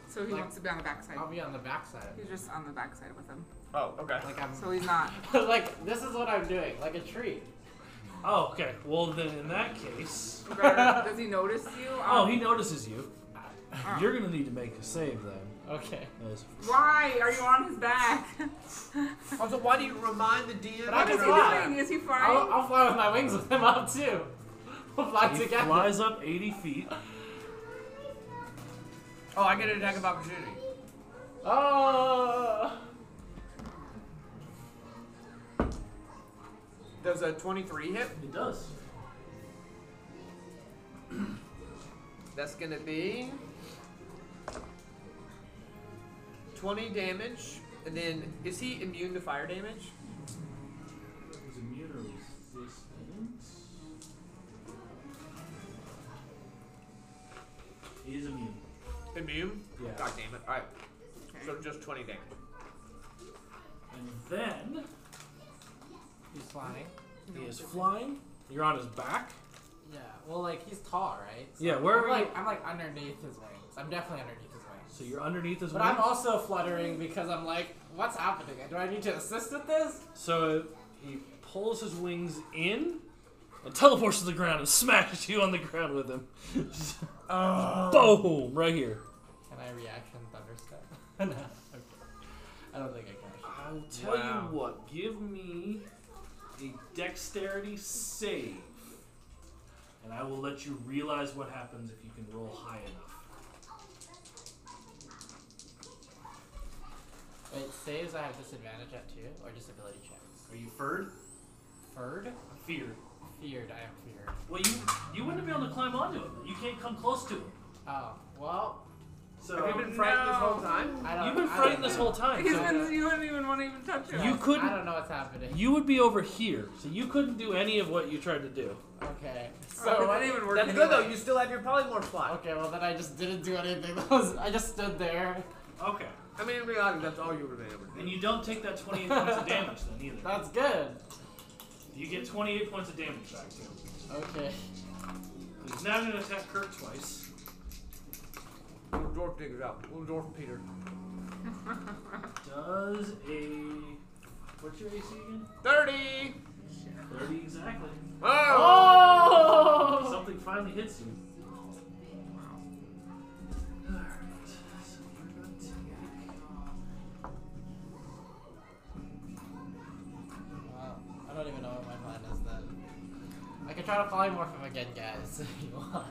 So he Like- wants to be on the backside. I'll be on the backside. He's just on the backside with him. Oh, okay. Like I'm So he's not. like this is what I'm doing, like a tree. Oh, okay. Well, then in that case, You better- Does he notice you? oh, Um, he notices you. You're gonna need to make a save then. Okay. as- Why are you on his back? Also, why do you remind the DM? I what can is he fly. doing? Is he flying? I'll, I'll fly with my wings with him up too. We'll fly He together. flies up 80 feet. Oh, I get an attack of opportunity. Oh. Does a 23 hit? It does. That's gonna be 20 damage, and then is he immune to fire damage? He's immune or resistant. He is immune. Immune? Yeah. God damn it! All right, so Okay. just 20 damage. And then He's flying. he is flying. You're on his back. Yeah. Well, like he's tall, right? Yeah, where I'm are like I'm like underneath his wings. I'm definitely underneath his wings. So you're underneath his But wings. I'm also fluttering because I'm like, what's happening? Do I need to assist with this? So he pulls his wings in and teleports to the ground and smashes you on the ground with him. Boom! Right here. Can I reaction thunderstep? no. Okay. I don't think I can. I will tell Wow. you what. Give me a dexterity save, and I will let you realize what happens if you can roll high enough. Wait, saves I have disadvantage at two, or just ability checks. Are you furred? Third? Feared. Feared. I am feared. Well, you you wouldn't be able to climb onto it. You can't come close to it. Oh well, So Have you been frightened this whole time? I don't. You've been Uh, I frightened don't this know. whole time. Oh, He's so been, you wouldn't even want to even touch him. You couldn't- I don't know what's happening. you would be over here, so you couldn't do any of what you tried to do. Okay. Oh, So it what? didn't even work That's good though. anyway. You still have your polymorph slot. Okay, well then I just didn't do anything. That was, I just stood there. Okay. I mean, in reality, that's all you were able to And do. you don't take that 28 points of damage then either. That's good. You get 28 points of damage back too. Okay. He's now going to attack Kirk twice. Little dwarf diggers out. Little dwarf Peter. Does a. What's your AC again? Thirty. 30 exactly. Oh! Something finally hits you. Alright, so you're gonna take- Wow. I don't even know what my plan is then. I could try to polymorph him again, guys, if you want.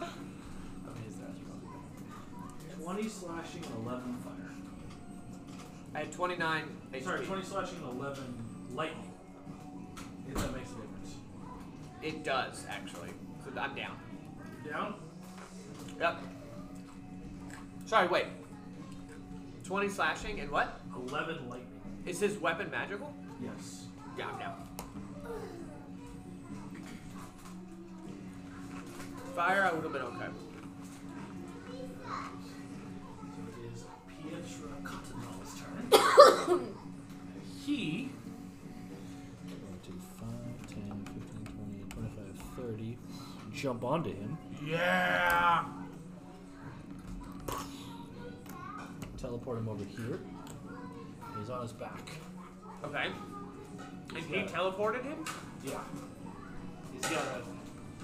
I'm gonna use the magical. 20 slashing and 11 fire. I had 29 HP. Sorry, 20 slashing and 11 lightning. If that makes a difference. It does, actually. So I'm down. You're down? Yep. Sorry, wait. 20 slashing and what? 11 lightning. Is his weapon magical? Yes. Yeah, I'm down. Fire, I would have been okay. So it is Pietro Cottonelle's turn. he. 5, 10, 15, 20, 25, 30. Jump onto him. Yeah. Teleport him over here. He's on his back. Okay. And he Yeah. teleported him? Yeah. He's got a,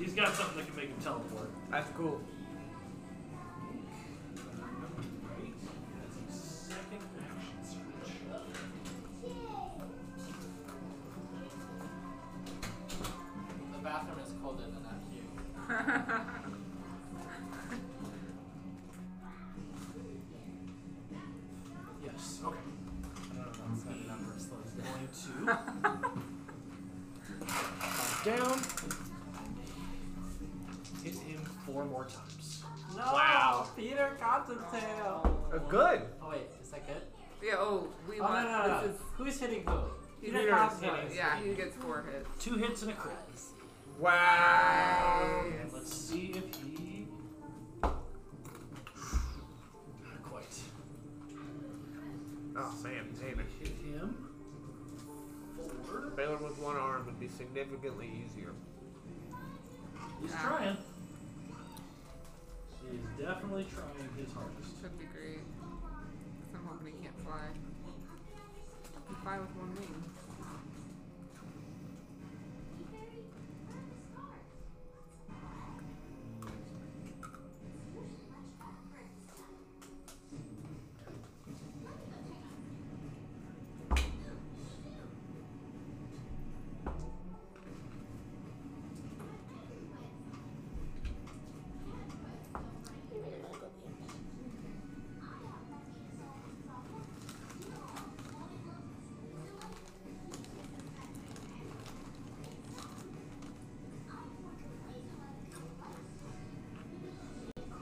he's got something that can make him teleport. That's cool. Right? That's a second action switch. The bathroom is colder than that here. Yes. Okay. I don't know if that's good enough for a slow start. Going to Back down. Hit him four more times. No! Peter Cottontail! Uh, good. Oh wait, is that good? Yeah, oh, we Oh no, want. no, no. This Who's hitting who? You Peter don't have is one. is, yeah, he gets four hits. Two hits and a crit. Wow. And let's see if he. Not quite. Oh man, damn it. Hit him. Four. Baylor with one arm would be significantly easier. He's Yeah. trying. He is definitely trying his hardest. Should be great. I'm hoping he can't fly. I can fly with one wing.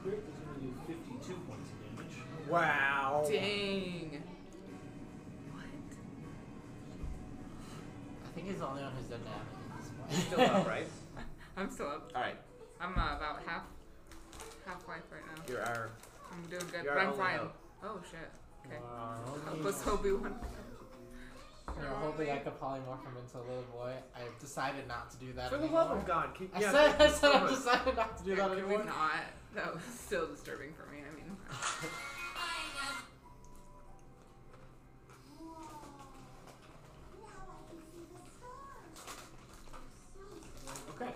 Crit is going to do 52 points of damage. Wow. Dang. I think he's the only one who's done damage. at this Still point. up, right? I'm still up. All right. I'm uh, about half half life right now. You're our. I'm doing good, You're but I'm only flying. up. Oh shit. Okay. Wow. Let's hope we won. You know, hopefully I could polymorph him into a little boy. I've decided not to do that For the anymore. love of God, keep. I yeah, said, keep- I said I've keep- decided not to do that Can we anymore. not? That was still disturbing for me. I mean, Okay.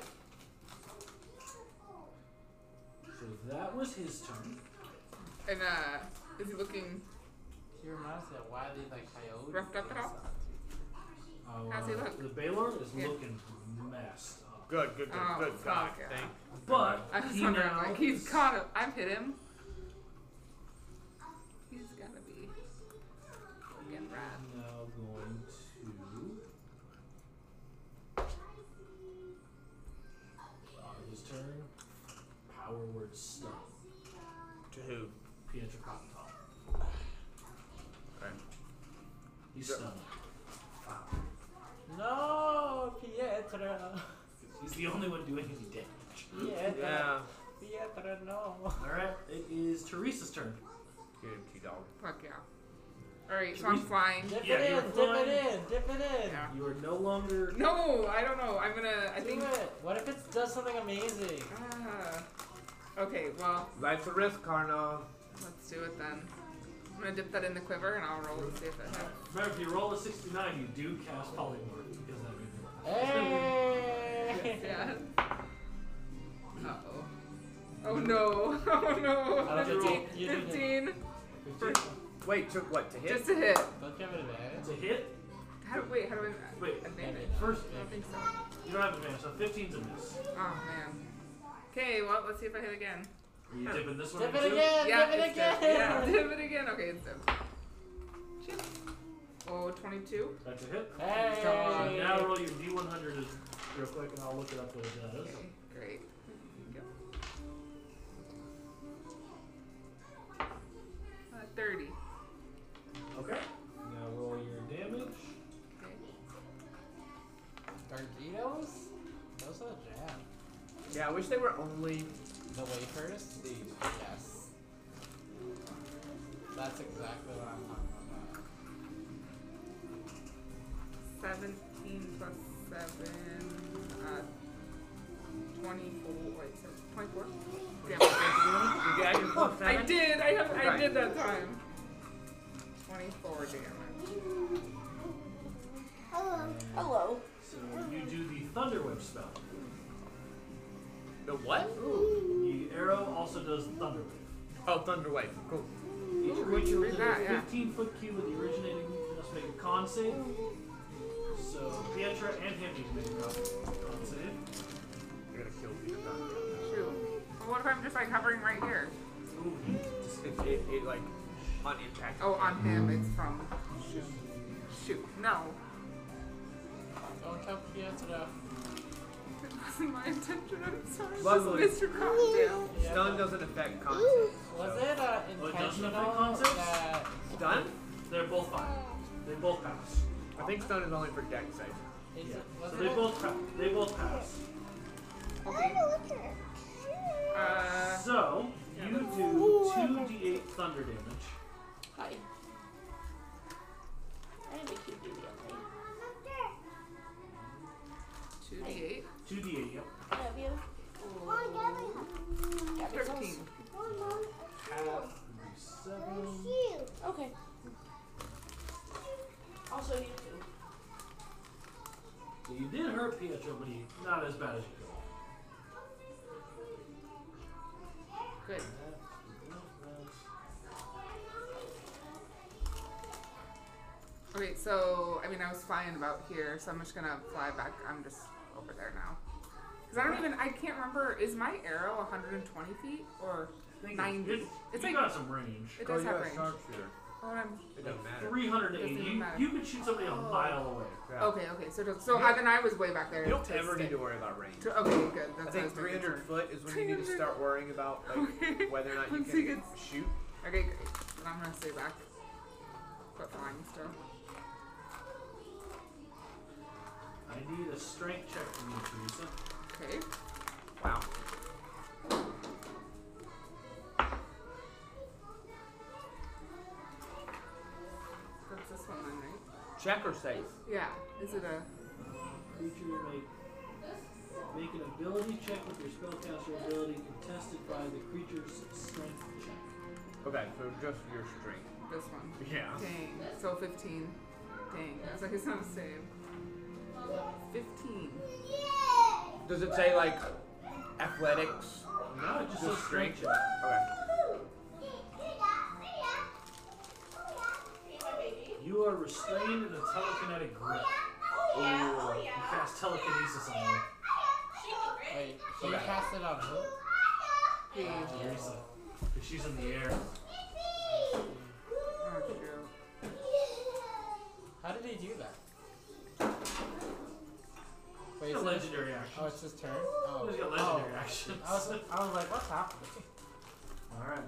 So that was his turn. and uh, is he looking She reminds me of Wiley the Coyote. Rough cut that off? Oh, How's he uh, look? The Baylor is Yeah. looking messed up. Good, good, good, Oh, good. God, fuck yeah. thank But I was he wondering, now like, he's is- caught him. I've hit him. He's gotta be looking He's rad. now going to. Uh, his turn. Power word stun. To who? Pietro Cotton Okay. He's Yeah. stunned. No, Pietro. He's the only one doing any damage. Pietro. Yeah. Pietro, no. Alright, it is Teresa's turn. Get him, T Dog. Fuck yeah. Alright, so I'm flying. Dip Yeah, it you're in, dip it fine. in, dip it in. Yeah. You are no longer. No, I don't know. I'm gonna. I Do think. it. What if it does something amazing? Ah. okay, well, Life's a risk, Carno. let's do it then. I'm gonna dip that in the quiver and I'll roll to see if it hits. Remember, if you roll a 69, you do cast polymorph because that would be- Hey! Yeah. Uh oh. Oh no. Oh no. I don't think 15. you did it. 15. For, Wait, took what to hit? just a hit. Don't give it It's advantage. a hit. How do, wait, how do Wait, I. Advantage? first, I don't think so. you don't have advantage, so 15's a miss. Oh man. Okay, well, let's see if I hit again. Are you dipping this one Dip in it too? again, yeah, dip it it's dead. again! Yeah, dip it again. Okay, it's dead. Shit. Oh, 22. That's a hit. So Hey! now roll your D100 is real quick and I'll look it up what it Okay, does. great. There you go. Uh, 30. Okay. Now roll your damage. Okay. Darditos? Those are the jam. Yeah, I wish they were only. The wafers? These. Yes. That's exactly what I'm talking about. 17 plus 7, uh, 24, wait, so 24? Damn. You got your plus I seven? did, I, have, I Right. did that time. 24 damage. Hello. Hello. So you do the Thunder Whip spell. The what? The arrow also does Thunder Wave. Oh, Thunder Wave. Cool. Each creature within that, a yeah. 15 foot cube of the originating must make a con save. So Pietra and him need to make a con con save. You're gonna kill Peter Pan. Shoot. Well, what if I'm just like hovering right here? Ooh, he- It, it, it, like, on impact. Oh, on him, it's from. Shoot. Shoot. No. Don't kill Pietro. It wasn't my intention, I'm sorry. Luckily- Mr. Cocktail. Stun doesn't affect concept. Was it uh, Oh, it doesn't affect intentional concepts? that Stun? They're both fine. They both pass. I think stun is only for deck saves. is Yeah. it, was So it they a- both pa- they both pass. Okay. Uh, So you do two d8 thunder damage. Hi. I didn't make you do the other. 2d8. Two d8. Yep. I love you. Got me 13. close. Half would be seven. Okay. Also, you too. So you did hurt Pietro, but he not as bad as you could. Good. Okay, so I mean, I was flying about here, so I'm just gonna fly back. I'm just over there now. Cause I don't even, I can't remember. Is my arrow 120 feet or I think 90? It's, It's you like- got some range. it does have range? Oh, sharpshooter. I'm, It doesn't matter. 380. Doesn't You, matter. you could shoot somebody a mile away. Yeah. okay, okay. So it does- so I, then I was way back there. You don't to ever need stick. to worry about range. To, okay, good. I That's think what I was making 300 sure. foot is when you need to 300. start worrying about Okay. like whether or not you Once can he gets- shoot. Okay, great. Then I'm gonna stay back. Quit flying still. I need a strength check from you, Teresa. Okay. Wow. That's this one then, right? Check or save. Yeah. Is it a? Creature make make an ability check with your spellcaster ability contested by the creature's strength check. Okay, so just your strength. This one. Yeah. Dang. So 15. Dang. I was like, it's not a save. 15. Does it say like athletics? No, it just a strength check. Okay. You are restrained in a telekinetic grip. Oh, yeah, You cast telekinesis on her. Wait, can you cast it on her? Teresa, 'cause she's in the air. Oh, shoot. How did he do that? She's got Wait, is it- legendary action. Oh, it's his turn? Oh. She's got oh. legendary action. I was, I was like, what's happening? Alright.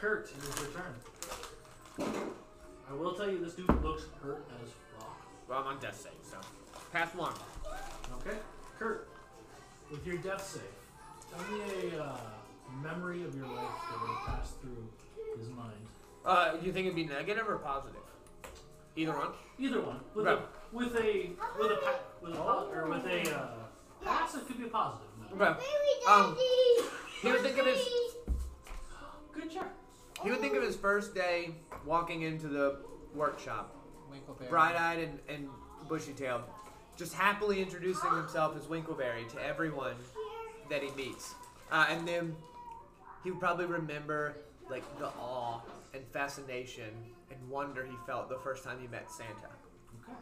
Kurt, it is your turn. I will tell you, this dude looks hurt as fuck. Well, I'm on death save, so. Path one. Okay? Kurt, with your death save, tell me a uh, memory of your life that would have passed through his mind. Uh, you think it'd be negative or positive? Either one. Either one. With Right. a with a with a pa- with a po- or with a uh, pass, it could be a positive. No. Okay. Um, he would think of his Good job. he would think of his first day walking into the workshop, Winkleberry. bright-eyed and, and bushy-tailed, just happily introducing himself as Winkleberry to everyone that he meets, uh, and then he would probably remember like the awe and fascination and wonder he felt the first time he met Santa. Okay.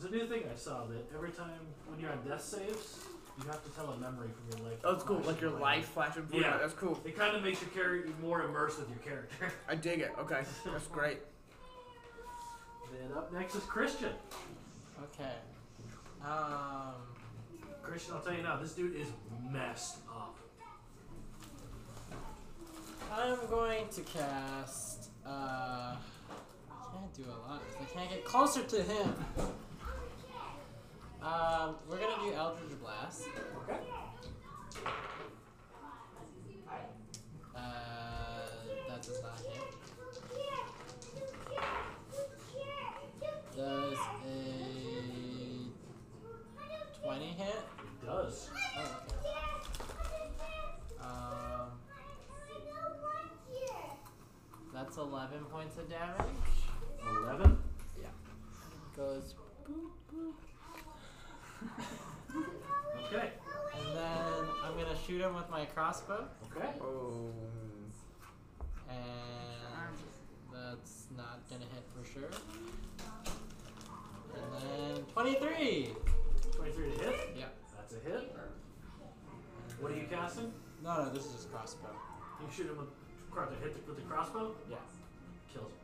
There's a new thing I saw that every time when you're on death saves, you have to tell a memory from your life. Oh, it's cool. Flash Like your in mind. life flashing forward. Yeah. That's cool. It kind of makes your character more immersed with your character. I dig it. Okay. That's great. then up next is Christian. Okay. Um, Christian, I'll tell you now, this dude is messed up. I'm going to cast. Uh, I can't do a lot. 'cause I can't get closer to him. Um, we're gonna do Eldritch Blast. Okay. Uh, that does not hit. Does a 20 hit? It does. Oh, okay. Um, that's 11 points of damage. 11. Goes, Okay. and then I'm gonna shoot him with my crossbow, Okay. Oh. and that's not gonna hit for sure. And then 23. 23 to hit. Yeah. That's a hit. What are you casting? No, no, this is just crossbow. You shoot him with, cro- to hit the, with the crossbow? Yeah. Kills him.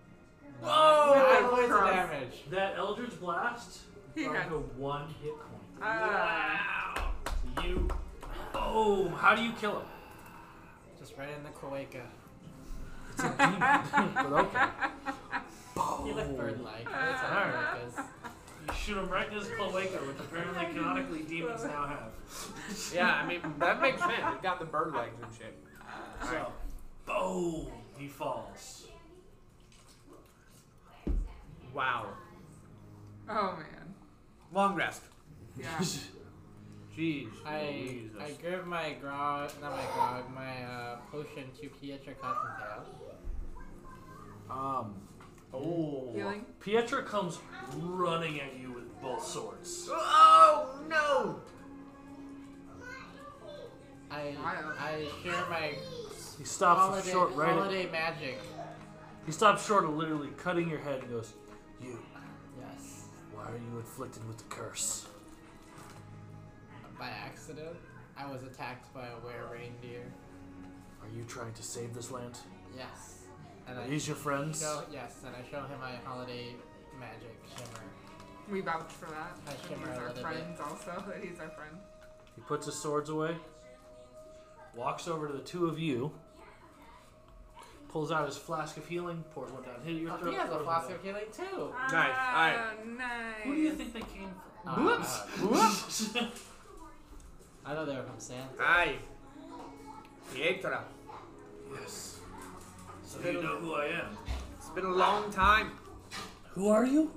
Nine Oh, points of Cross. damage. That Eldritch Blast He got got- to one hit point. Ah. So you. Oh, how do you kill him? Just right in the cloaca. but okay. He looked Oh. bird-like. That's how it is. You shoot him right in his cloaca, which apparently canonically demons now have. Yeah, I mean that makes sense. It got the bird legs and shit. So, boom, he falls. Wow. Oh, man. Long rest. Yeah. Jeez. I Jesus. I give my grog, not my grog, my uh, potion to Pietro Cottontail. Um, oh. Healing? Pietra comes running at you with both swords. Oh no! I Wow. I share my he stops holiday, short right at, holiday magic. He stops short of literally cutting your head and goes, You, Yes, why are you inflicted with the curse? by accident, I was attacked by a were reindeer. Are you trying to save this land? Yes, and Are I these your friends? show yes, and I show him my holiday magic shimmer. We vouch for that. I That shimmer he's a our little friend, also. That he's our friend. He puts his swords away, walks over to the two of you, pulls out his flask of healing, pours one down his your Oh, throat. he has a pours one flask down- of healing too. Nice. alright. Ah, nice. Who do you think they came Uh, Whoops. from? I know they were from Santa. Hi. Pietra. yes. So you know who I am. It's been a long time. Who are you?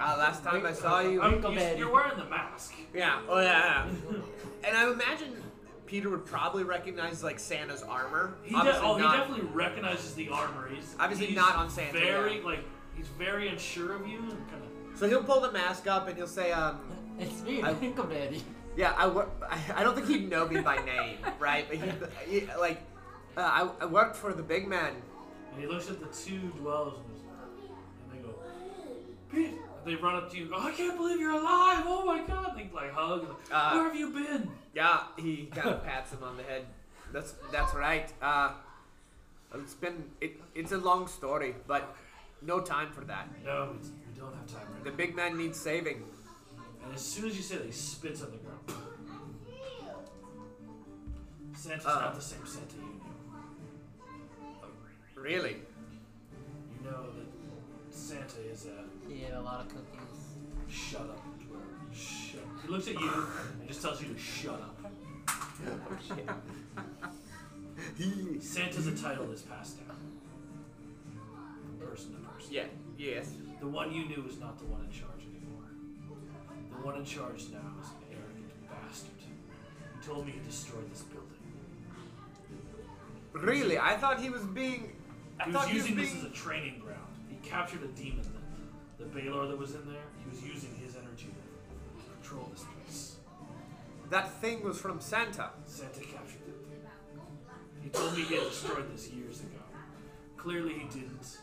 Uh, last time I saw you. I'm, you, Winkleberry. you're wearing the mask. Yeah. Oh yeah. yeah. And I imagine Peter would probably recognize like Santa's armor. He de- Obviously oh, not. he definitely recognizes the armor. He's Obviously he's not on Santa, Very yeah. like he's very unsure of you and kind of. So he'll pull the mask up and he'll say, um, It's me, I- Winkleberry. Yeah, I, wor- I, I don't think he'd know me by name, right? But he, he like, uh, I, I worked for the big man. And he looks at the two dwellers and, goes, and they go, They run up to you. Oh, I can't believe you're alive! Oh my god! They like hug. Like, Uh, Where have you been? Yeah, he kind of pats him on the head. That's that's right. Uh, it's been it, it's a long story, but no time for that. No, we we don't have time right The big man needs saving. now. And as soon as you say that, he spits on the ground. Santa's Uh. not the same Santa you knew. Really? You know that Santa is a He ate a lot of cookies. shut up. dwarf. Shut. He looks at you and just tells you to shut up. Santa's a title that's passed down, person to person. Yeah. Yes. The one you knew is not the one in charge anymore. The one in charge now is an arrogant bastard. He told me he destroyed this building. Really? I thought he was being. I He thought was he was using this being- as a training ground. He captured a demon, the, the Baylor that was in there. He was using his energy to control this place. That thing was from Santa. Santa captured it. He told me he had destroyed this years ago. Clearly he didn't.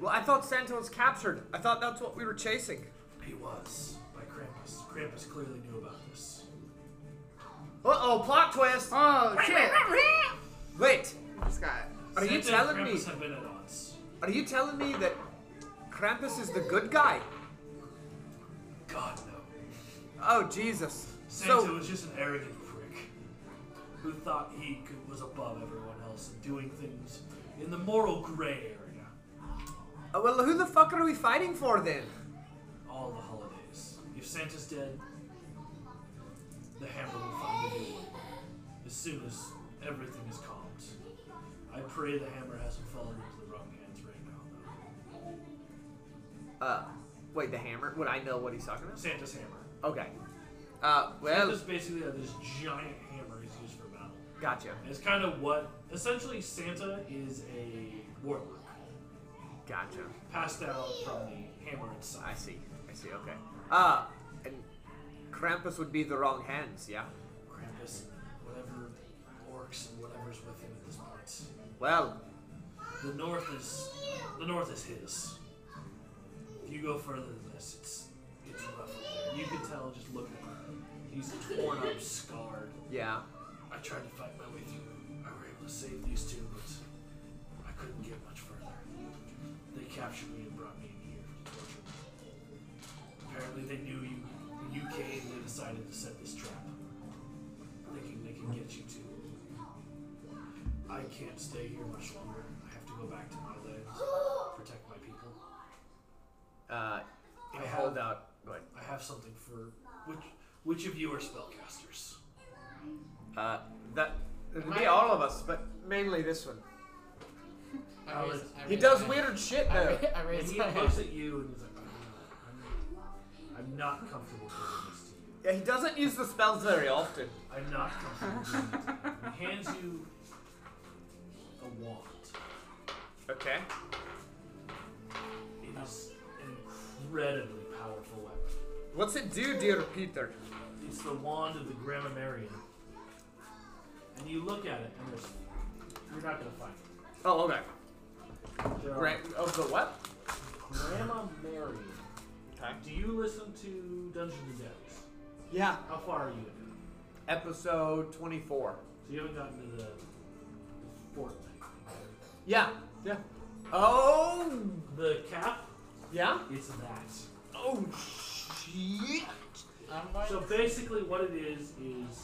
Well, I thought Santa was captured. I thought that's what we were chasing. He was by Krampus. Krampus clearly knew about this. Uh oh, plot twist! Oh shit! Wait, Scott. are Santa you telling and me? Krampus have been at odds. Are you telling me that Krampus is the good guy? God no. Oh Jesus! Santa So was just an arrogant prick who thought he could, was above everyone else and doing things in the moral gray area. Uh, well, who the fuck are we fighting for then? All the holidays. If Santa's dead, the hammer will find a new one as soon as everything is calmed. I pray the hammer hasn't fallen into the wrong hands right now, though. Uh, wait, the hammer. Would I know what he's talking about? Santa's hammer. Okay. Uh, well, Santa's basically uh, this giant hammer he's used for battle. gotcha, And It's kind of what essentially Santa is a warlock. gotcha. passed out from the hammer itself. I see, I see. Okay. Uh, and Krampus would be the wrong hands, yeah. Krampus, whatever orcs and whatever's with him at this point. Well, The north is the north is his. If you go further than this, it's it's rough. up there. You can tell just looking at him. He's torn up, scarred. yeah. I tried to fight my way through. I were able to save these two, but I couldn't get much further. They captured me and brought me in here to torture me. Apparently, they knew you. When you came, they decided to set this trap, thinking they can get you too. I can't stay here much longer. I have to go back to my land, protect my people. Uh, I have- hold out. But I have something for which which of you are spellcasters? uh, that it'd be all of us, but mainly this one. I raise- Alex. I He raise does my- weird shit I, though. ra- I And raise he my looks hand. at you and he's like, "I'm- I'm, I'm not comfortable doing this to you. Yeah, he doesn't use the spells very often. I'm not comfortable. doing it. he hands you a wand. Okay. It is an incredibly powerful weapon. What's it do, dear Peter? It's the wand of the Grammarian. And you look at it, and there's. You're not going to find it. Oh, okay. There are Grant of the what? Grammarian. Okay. Do you listen to Dungeons and Dragons? Yeah. How far are you in it? Episode 24. So you haven't gotten to the, the fourth thing. Yeah. Yeah. Oh. The cap, Yeah. it's that. Oh shit. I'm like, So basically, what it is is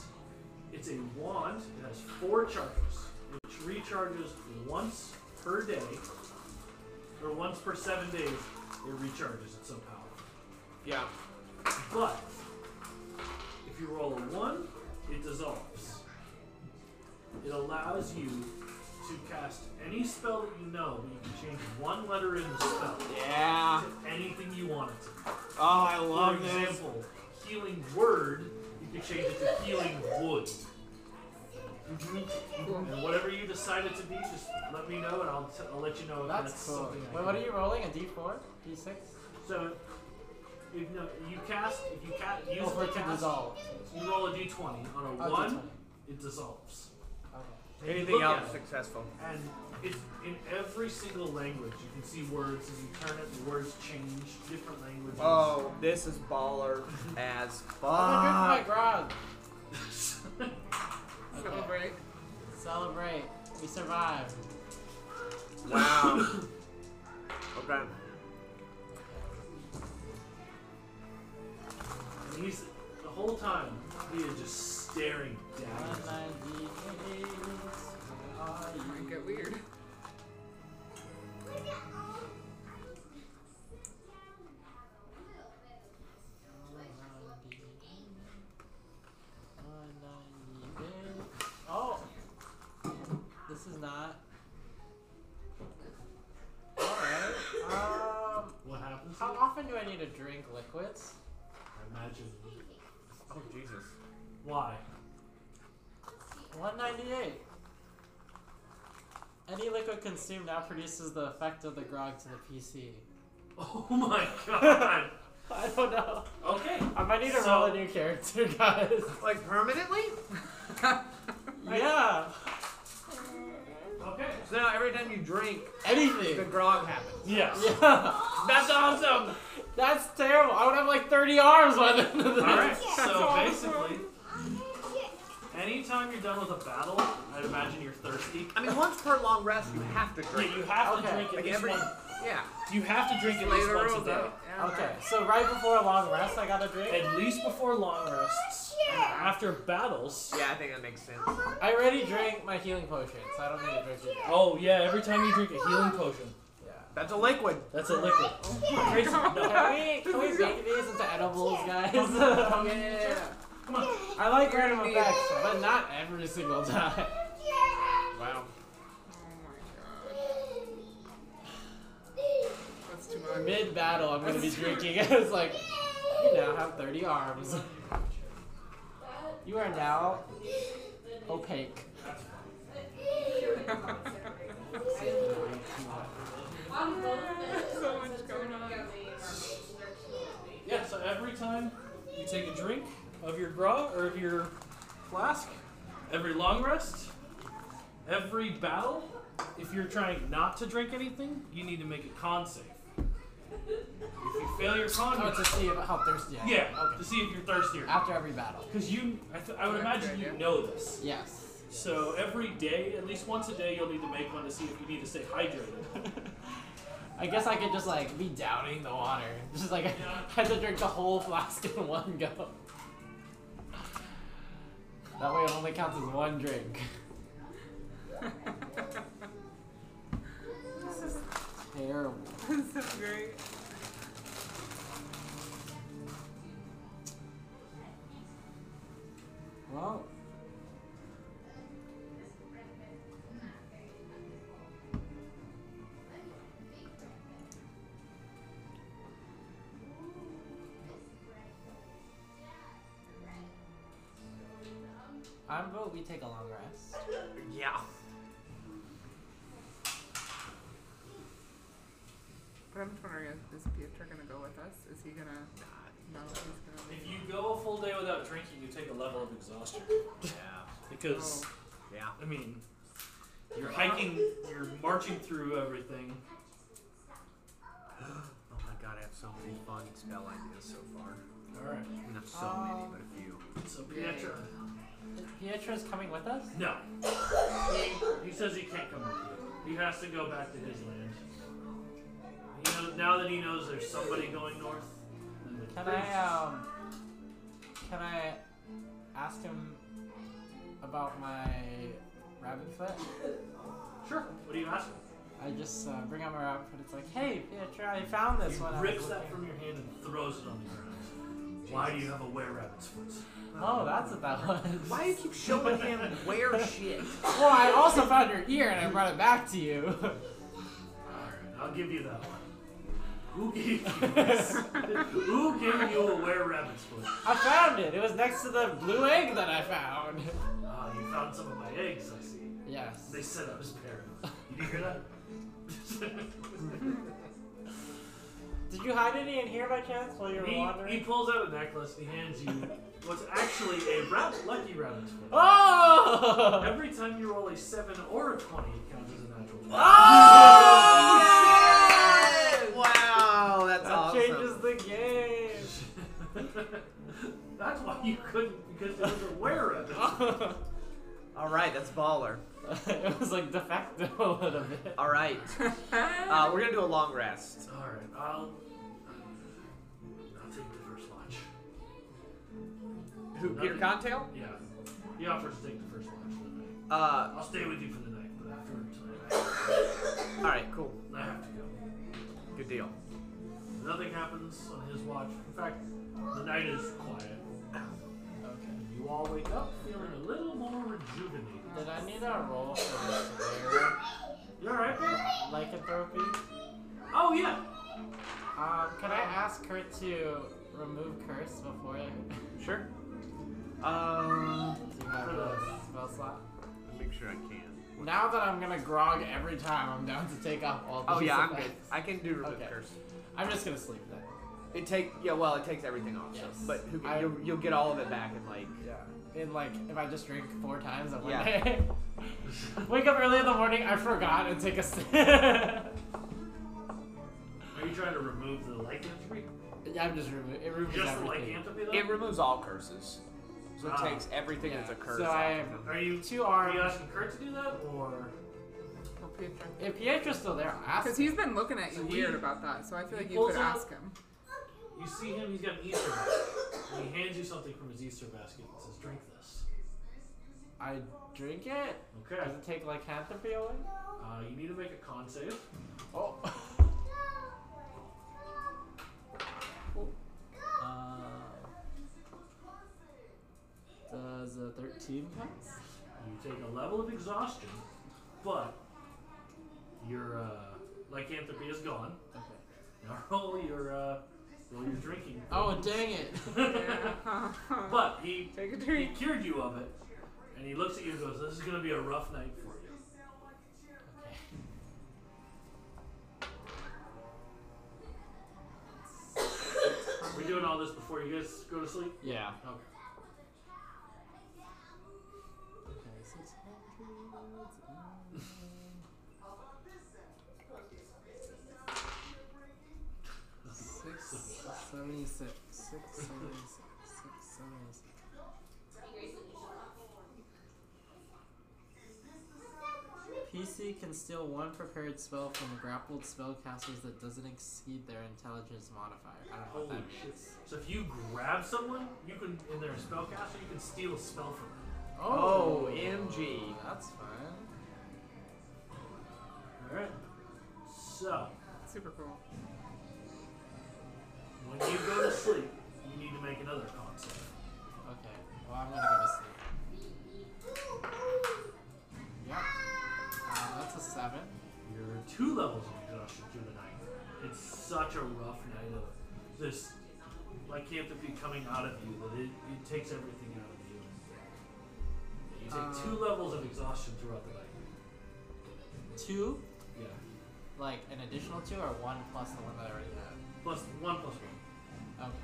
it's a wand. It has four charges, which recharges once per day, or once per seven days. It recharges at some power. Yeah. But if you roll a one, it dissolves. It allows you to cast any spell that you know. but You can change one letter in the spell Yeah. to anything you want it to. Oh, I For example, healing word, you could change it to healing wood. And whatever you decide it to be, just let me know and I'll, t- I'll let you know if that's, that's cool. something. I Wait, can what are do. you rolling? A D4? D6? So, if no, you cast, if you cast, use Oh, for the it to Oh, cast, dissolve. you roll a d20. On a Oh, 1, D20. it dissolves. Okay. Anything Look else at it. successful? And it's in every single language. You can see words as you turn it. The words change, different languages. Oh, this is baller as I'm Uh, fuck. my grog. Celebrate. Celebrate. We survived. Wow. okay. And he's the whole time he is just staring down. at you. Might get weird. Oh, this is not. Alright. Um, What happens? how often do I need to drink liquids? I imagine. Oh Jesus. Why? 198. Any liquid consumed now produces the effect of the grog to the PC. Oh my god. I don't know. Okay. I might need to So- roll a new character, guys. Like permanently? yeah. Okay. So now every time you drink, the Anything. grog happens. Yes. Yeah. That's awesome. That's terrible. I would have like 30 arms by the end of this. All right. So basically, anytime you're done with a battle, I imagine you're thirsty. I mean, once per long rest, you have to Yeah, drink. you have Okay. to drink at Like least every, one. yeah. You have to drink at Play least the once a rules day. out. Yeah, Okay, alright. so right before a long rest, I got a drink. At least before long rests. and after battles. Yeah, I think that makes sense. I already drank my healing potion, so I don't need to drink it. again. Oh yeah, every time you drink a healing potion, Yeah. That's a liquid. that's a liquid. Tracy, no. Can we, can we make these into edibles, Yeah. guys? Come on. I like You're random neat. effects, but not every single time. Wow. Oh my god. That's too much. Mid battle, I'm gonna be drinking. it's like, you now have 30 arms. You are now opaque. so much going on. Yeah. So every time you take a drink of your grog or of your flask, every long rest, every battle, if you're trying not to drink anything, you need to make a con save. If you fail your con, Oh, to see how thirsty I am. yeah, to Okay. see if you're thirsty or After every battle. Because you, I, th- I would That's a imagine good you idea. know this. Yes. So every day, at least once a day, you'll need to make one to see if you need to stay hydrated. I guess I could just like be downing the water. Just like I had to drink the whole flask in one go. That way it only counts as one drink. Terrible. This is great. Well. I'm vote we take a long rest. Yeah. But I'm just wondering, is, is Pieter gonna go with us? Is he gonna? No, he's gonna if leave. you go a full day without drinking, you take a level of exhaustion. Yeah. Because, Oh, Yeah. I mean, you're hiking, you're marching through everything. Oh my god, I have so many fun spell ideas so far. All right. Not so many, but a few. So Pietro, Pietro's coming with us? no, he, he says he can't come with you. He has to go back to his land. He knows, now that he knows there's somebody going north. and the Can priests- I um can I ask him about my rabbit foot? Sure. What do you ask? him? I just uh, bring out my rabbit foot. It's like, hey, Pietro, I found this one. I He was rips that looking- from your hand and throws it on the ground. Why do you have a were rabbit's foot? Oh, that's what that was. Why do you keep showing him where shit? Well, I also found your ear and I brought it back to you. I'll give you that one. Who gave you this? Who gave you a were rabbit's foot? I found it. It was next to the blue egg that I found. Ah, you found some of my eggs, I see. Yes. They said I was paranoid. You hear that? Did you hide any in here by chance while you were he, he wandering? pulls out a necklace and he hands you what's actually a route, lucky route. Oh! Every time you roll a 7 or a 20, it counts as a natural. Oh, Wow, that's that awesome. changes the game. That's why you couldn't, because it was aware of it. All right, that's baller. it was like de facto a little bit. All right, uh, we're gonna do a long rest. Alright, I'll. I'll take the first watch. Who, Peter Contail? Yeah. He offers to take the first watch for the night. Uh, I'll stay with you for the night, but after tonight, all right, cool, I I have to go. good deal. Nothing happens on his watch. In fact, the night is quiet. Okay. You all wake up feeling a little more rejuvenated. Did I need a roll for severe You alright, babe? lycanthropy? Oh, yeah! Um, can I ask her to remove curse before I Sure. Uh, Um, do have a spell slot? let me make sure I can. Now that I'm gonna grog every time, I'm down to take off all. Oh these yeah, I'm effects. good. I can do remove Okay. curse. I'm just gonna sleep then. It take yeah, well, it takes everything off. So, Yes. but who, I- you'll, you'll get all of it back in like Yeah. And like, if I just drink four times on one Yeah. day, wake up early in the morning, I forgot and take a sip. yeah, Are you trying to remove the lycanthropy? I'm just removing. It removes Just the everything. lycanthropy, though? it removes all curses. So it Ah. takes everything Yeah, that's a curse. so off I- of them. Are you, Two are you arms. asking Kurt to do that, or. Or Pietro. If Pietro's still there, I'll ask. Because him. he's been looking at you So he- weird about that, so I feel he like you pulls could out- ask him. You see him, he's got an Easter basket. And he hands you something from his Easter basket and says, Drink this. I drink it. Okay. Does it take lycanthropy away? Uh, you need to make a con save. Oh. Uh, Does uh, a 13 count? you take a level of exhaustion, but your uh, lycanthropy is gone. Okay. Now roll your uh, roll your drinking. Oh, dang it. but he Take a he drink. cured you of it, and he looks at you and goes, "This is gonna be a rough night for you." We're doing all this before you guys go to sleep. Yeah. Okay. Six, seventy-six, six, seventy-six, six, seventy-six. PC can steal one prepared spell from grappled spellcasters that doesn't exceed their intelligence modifier. I don't know Holy what that shit! means. So if you grab someone, you can in their spellcaster, you can steal a spell from them. Oh, MG. That's fun. All right. So Super cool. when you go to sleep, you need to make another con save. Okay. Well, I'm gonna go to sleep. Yep. Um, that's a seven. You're two levels of exhaustion through the night. It's such a rough night of this lycanthropy coming out of you that it, it takes everything out of you. You take Uh. two levels of exhaustion throughout the night. Two, Yeah. like an additional two, or one plus the one that I already had. Plus one plus one. Okay.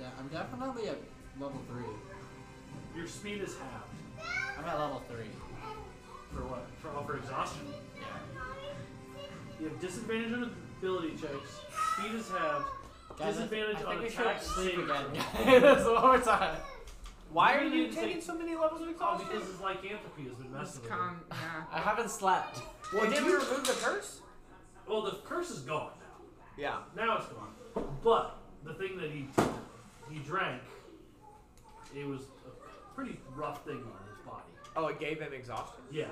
Yeah, I'm definitely at level three. Your speed is halved. I'm at level three. For what? For all for exhaustion. Yeah. You have disadvantage on ability checks. Speed is halved. Guys, I- disadvantage I think on we should attacks. sleep saving throws. again. guys. One more time. Why You are really you need to taking take- so many levels of Oh, exhaustion? because his lycanthropy has been messing Just with con, him. yeah. I haven't slept. Well, Did did we you- remove the curse? Well, the curse is gone now. Yeah. Now it's gone. But the thing that he he drank, it was a pretty rough thing on his body. Oh, it gave him exhaustion. Yeah.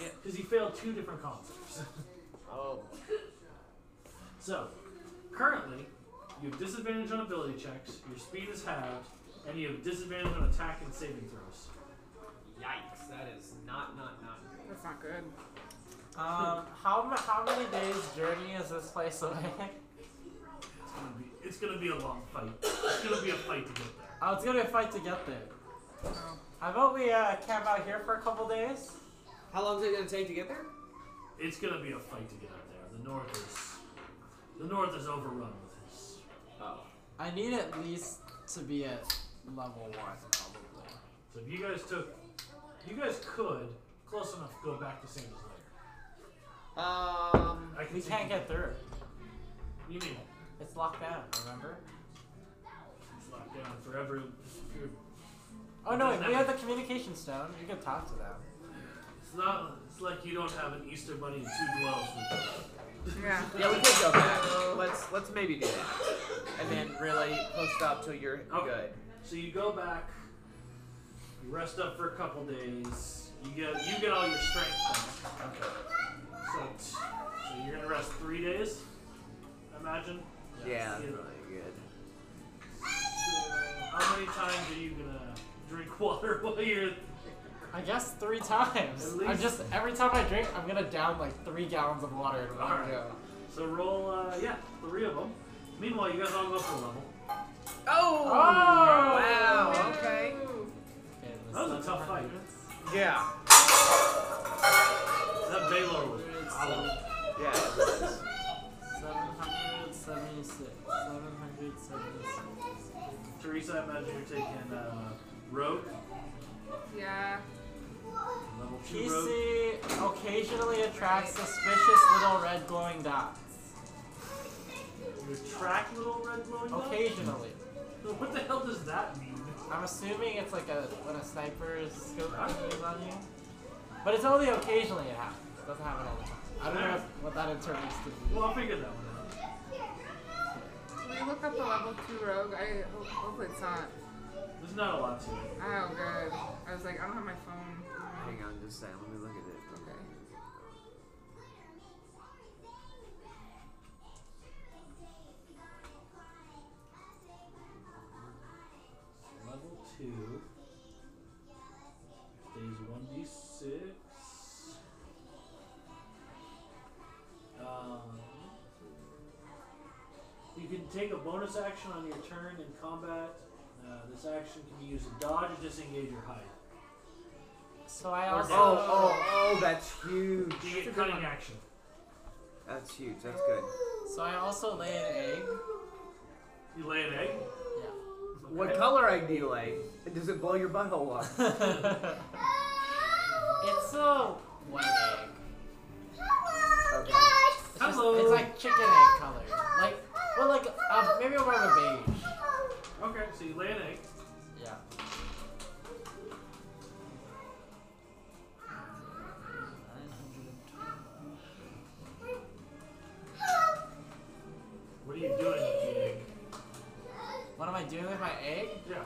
Because he failed two different concepts. Oh. so, currently, you have disadvantage on ability checks, your speed is halved, and you have disadvantage on attack and saving throws. Yikes! That is not not not. good. That's not good. Um, how m- how many days journey is this place away? It's gonna be it's gonna be a long fight. It's gonna be a fight to get there. oh, it's gonna be a fight to get there. Oh. How about we uh, camp out here for a couple days? How long is it gonna take to get there? It's gonna be a fight to get up there. The north is the north is overrun with his Oh. I need at least to be at level one, probably. So if you guys took, you guys could close enough go back to Santa's lair. Um, I can We see can't you- get through. What do you mean? It's locked down, remember? It's locked down forever. disappeared. Oh no, wait, Doesn't we have have- the communication stone. We can talk to them. It's not. It's like you don't have an Easter bunny and two dwells. Yeah. Yeah, we could go back. Let's let's maybe do that, and then really post up till you're Okay. good. So you go back. You rest up for a couple days. You get you get all your strength back. Okay. So, it's- so you're gonna rest three days, I imagine. Yeah, Yeah. that's really good. How many times are you gonna drink water while you're? I guess three times. At I'm least- just every time I drink, I'm gonna down like three gallons of water in one Alright. go. So roll. Uh, yeah, three of them. Meanwhile, you guys all go for a level. Oh! Wow. Okay. Okay, this That was a is tough fight. Yeah. That Baylor was solid. Yeah. it was. 776. 776. Teresa, I imagine you're taking uh, rogue, Yeah. level two rogue. PC occasionally attracts suspicious little red glowing dots. You track little red glowing dot? Occasionally. What the hell does that mean? I'm assuming it's like a when a sniper is scoping on you. But it's only occasionally it happens. It doesn't happen all the time. I don't know if- what that interprets to be. Well, I'll figure that one out. Can we look up the level two rogue? I ho- hope it's not. There's not a lot to it. Oh, good. I was like, I don't have my phone. Hang on just a second. Let me look at it. Okay. Level two. Days one d six. Um, you can take a bonus action on your turn in combat. Uh, this action can be used to dodge, disengage, or hide. So I Or also Oh, oh, oh, that's huge. You get cunning action. That's huge. That's good. oh. so I also lay an egg. You lay an egg. Yeah. What color egg do you lay? Does it blow your butthole up? it's a white egg. Okay. It's, just- Hello. it's like chicken egg color. Like well like uh, maybe more of a beige. Okay, so you lay an egg. Yeah. What are you doing with the egg? What am I doing with my egg? Yeah.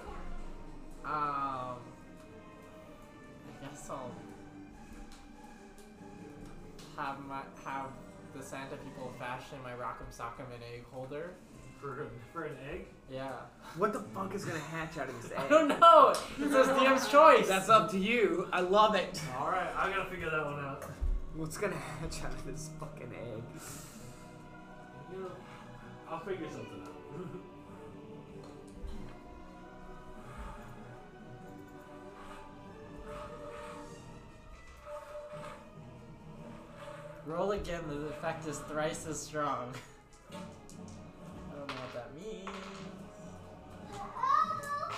Um, I guess I'll have my have the Santa people fashion my Rock'em Sock'em an egg holder. For, for an egg? Yeah. What the fuck is gonna hatch out of this I egg? don't know. It says DM's choice. That's up to you. I love it. Alright, I gotta figure that one out. What's gonna hatch out of this fucking egg? You know, I'll figure something out. Roll again. The effect is thrice as strong. I don't know what that means.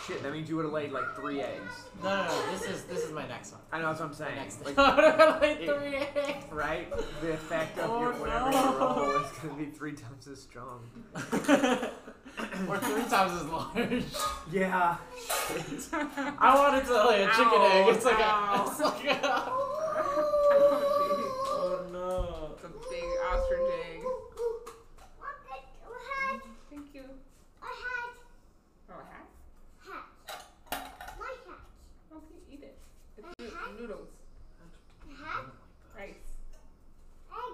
Shit, that means you would have laid like three eggs. No, no, no. This is this is my next one. I know that's what I'm saying. Next. Like, like it- three eggs. right? The effect of Oh, your whatever you no. roll is gonna be three times as strong. or three times as large. Yeah. I wanted to lay a chicken Ow, egg. It's like ow. a. It's like a Oh, oh no. jeez. It's a big ostrich egg. Thank you. Oh, a hat? Okay, Oh, eat it. It's noo- noodles. Rice. Huh?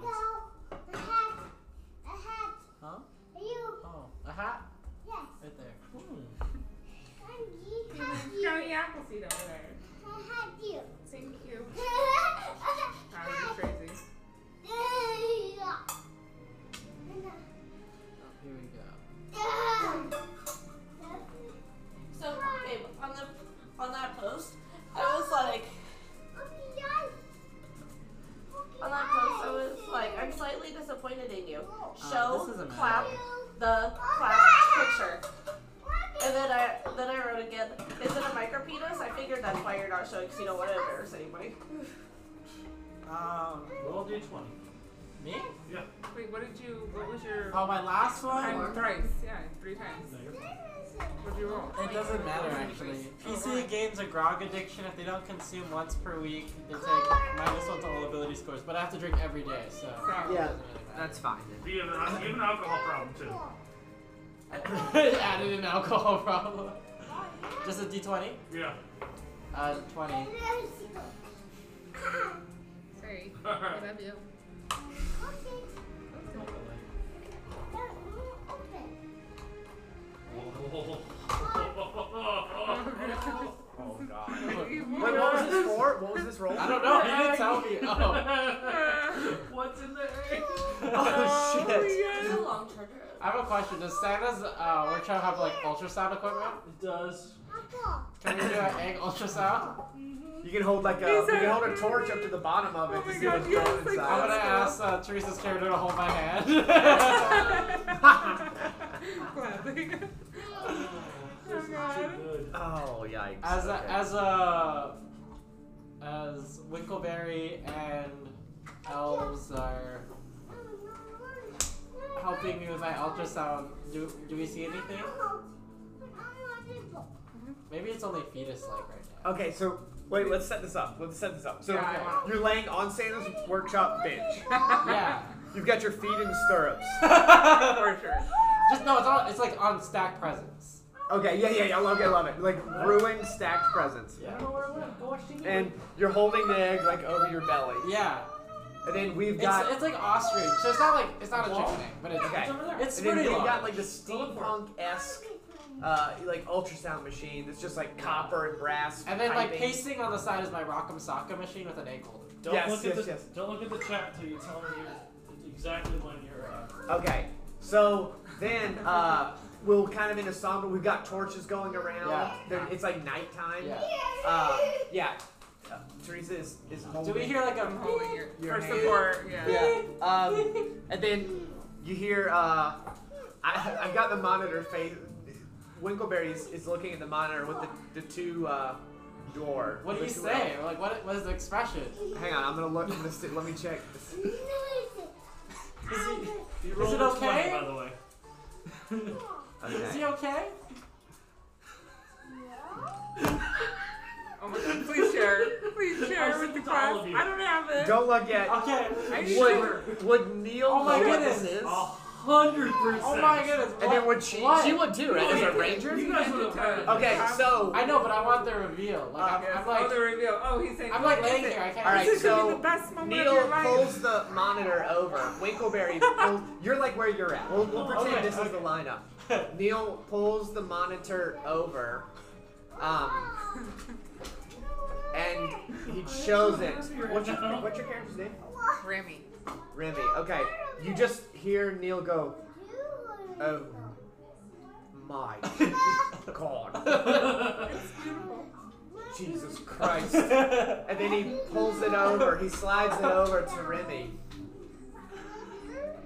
Oh, a hat right there. Hmm. Johnny Appleseed over there. Thank you. Wow, you're crazy. Oh, that that I wrote again. Is it a micro penis? I figured that's why you're not showing because you don't want to embarrass anybody. Um, Roll d twenty. me? Yeah. Wait, what did you? What was your? Oh, my last Times one? thrice, yeah, three times. No, you're fine. What did you roll? It doesn't matter actually. PC gains a grog addiction if they don't consume once per week. They take minus one to all ability scores, but I have to drink every day, so it Yeah. doesn't really matter. That's fine. then. You have, an, you have an uh, alcohol problem too. added an alcohol problem. Just a d20? Yeah. Uh, 20. Sorry. All I right. love you. Oh god. Wait, Wait, what was this for? What was this roll? I don't know, he didn't tell me. Oh. What's in there? oh, shit. It's a long charger. I have a question. Does Santa's uh, workshop have like ultrasound equipment? It does. Can we do an egg ultrasound? You can hold like a He's you can so hold a torch up to the bottom of it Oh my to see God, what's yes, going like- I'm inside. gonna ask uh, Teresa's character to hold my hand. Gladly. This is too God. good. Oh yikes. as a, okay. as a as Winkleberry and elves are helping me with my ultrasound. Do do we see anything? Maybe it's only fetus like right now. Okay, so wait, let's set this up. Let's set this up. So Yeah, I want- you're laying on Santa's workshop bench. yeah. You've got your feet in stirrups. For sure. Just no, it's on. It's like on stack presents. Okay, yeah, yeah, yeah, I love it, I love it. Like ruined stacked presents. Yeah. And you're holding the egg like over your belly. Yeah. And then we've It's, got it's like ostrich, so it's not like it's not a chicken egg, but it's Okay. it's, over there. it's and then pretty we've long. got like the steampunk esque uh, like ultrasound machine that's just like copper and brass. and then like piping. pasting on the side is my Rock'em Sock'em machine with an egg holder. Don't Yes, look at yes, the yes. don't look at the chat until you tell me you're- exactly when you're uh, at. Okay, so then uh, we're kind of in a somber. We've got torches going around. Yeah. There- It's like nighttime. Yeah. Uh, yeah. Uh, Teresa is, is holding. Do we hear like a I'm holding your, Your for hand. support. Yeah. Yeah. Um, and then you hear. Uh, I, I've got the monitor face. Winkleberry is, is looking at the monitor with the, the two uh, door. What do you the two say? Like what? What is the expression? elves. Hang on, I'm gonna look. I'm gonna sit, let me check. Is he, You Is rolled it a 20, okay? by the way. is Okay. he okay? Oh my god, please share. Please share I with the sent it to all class. of you. I don't have it. Don't look yet. Okay. I need sugar. Would, would Neil Oh my know what this goodness. is? A hundred percent. Oh my goodness. What? And then would she? What? She would too, right? As a ranger. You guys would have heard. it. Okay, so I know, but I want the reveal. Like I'm, Yes. Uh, I'm like oh, the reveal. Oh, he's saying. I'm like oh, laying is it- here. I can't. All right, This is gonna be so the best moment of Needle your life. pulls the monitor over. Winkleberry, well, you're like where you're at. We'll, we'll pretend Okay, this is the lineup. Neil pulls the monitor over, um, and he shows it. What's your, what's your character's name? Remy. Remy. Okay, you just hear Neil go, "Oh my God, Jesus Christ!" And then he pulls it over. He slides it over to Remy.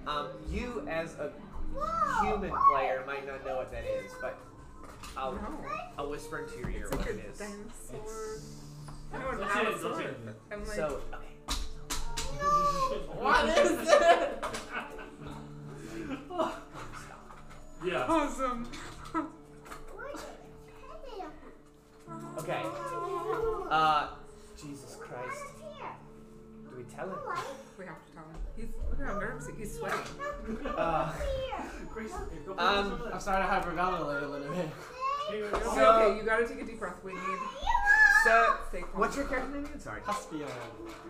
Um, you as a human player might not know what that is, but I'll, I'll whisper into your ear what it is. Dinosaur. It's- I know an That's it, that's it. allosaur. I'm like, So, okay. what is this? Yeah. awesome. Okay. Uh, Jesus Christ. Do we tell him? We have to tell him. He's look at how nervous he- he's sweating. Uh, Grayson, here, go put this Um, I'm over starting to have revelation a little bit. there. Here, So, go. So- okay, you gotta take a deep breath. We need. so, Stay calm. what's your character name again? Sorry. Caspian.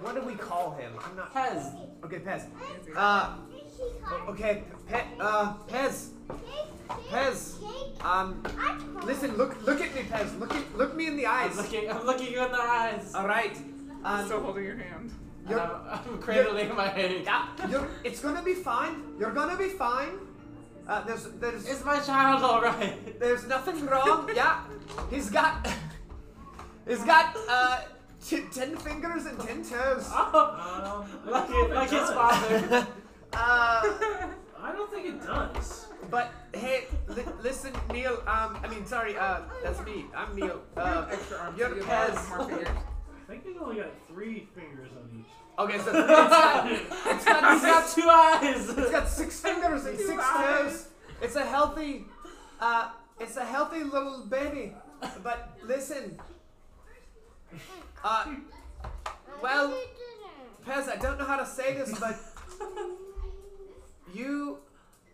What do we call him? I'm not. Pez. Okay, Pez. Um, Uh, okay, Pe- uh, Pez. Pez. Um, listen, look, look at me, Pez. Look at, look me in the I'm eyes. looking. I'm looking you in the eyes. All right. Um, Still holding your hand. And you're, I'm, I'm cradling my egg. yeah, you're, it's gonna be fine. You're gonna be fine. Uh, there's, there's. Is my child all right? There's nothing wrong. Yeah, he's got, he's got uh, t- ten fingers and ten toes. Oh, like, it, like his God. father. Uh, Um, I don't think it does. But hey, li- listen, Neil. Um, I mean, sorry. Uh, that's me. I'm Neil. Uh, Extra arm. your so you have More Pez. fingers. I think they've only got three fingers on each. Okay, so it's got, it's got, He's it's got, got two eyes. it's got six fingers and six toes. It's a healthy, uh, it's a healthy little baby. But listen, uh, well, Pez, I don't know how to say this, but you,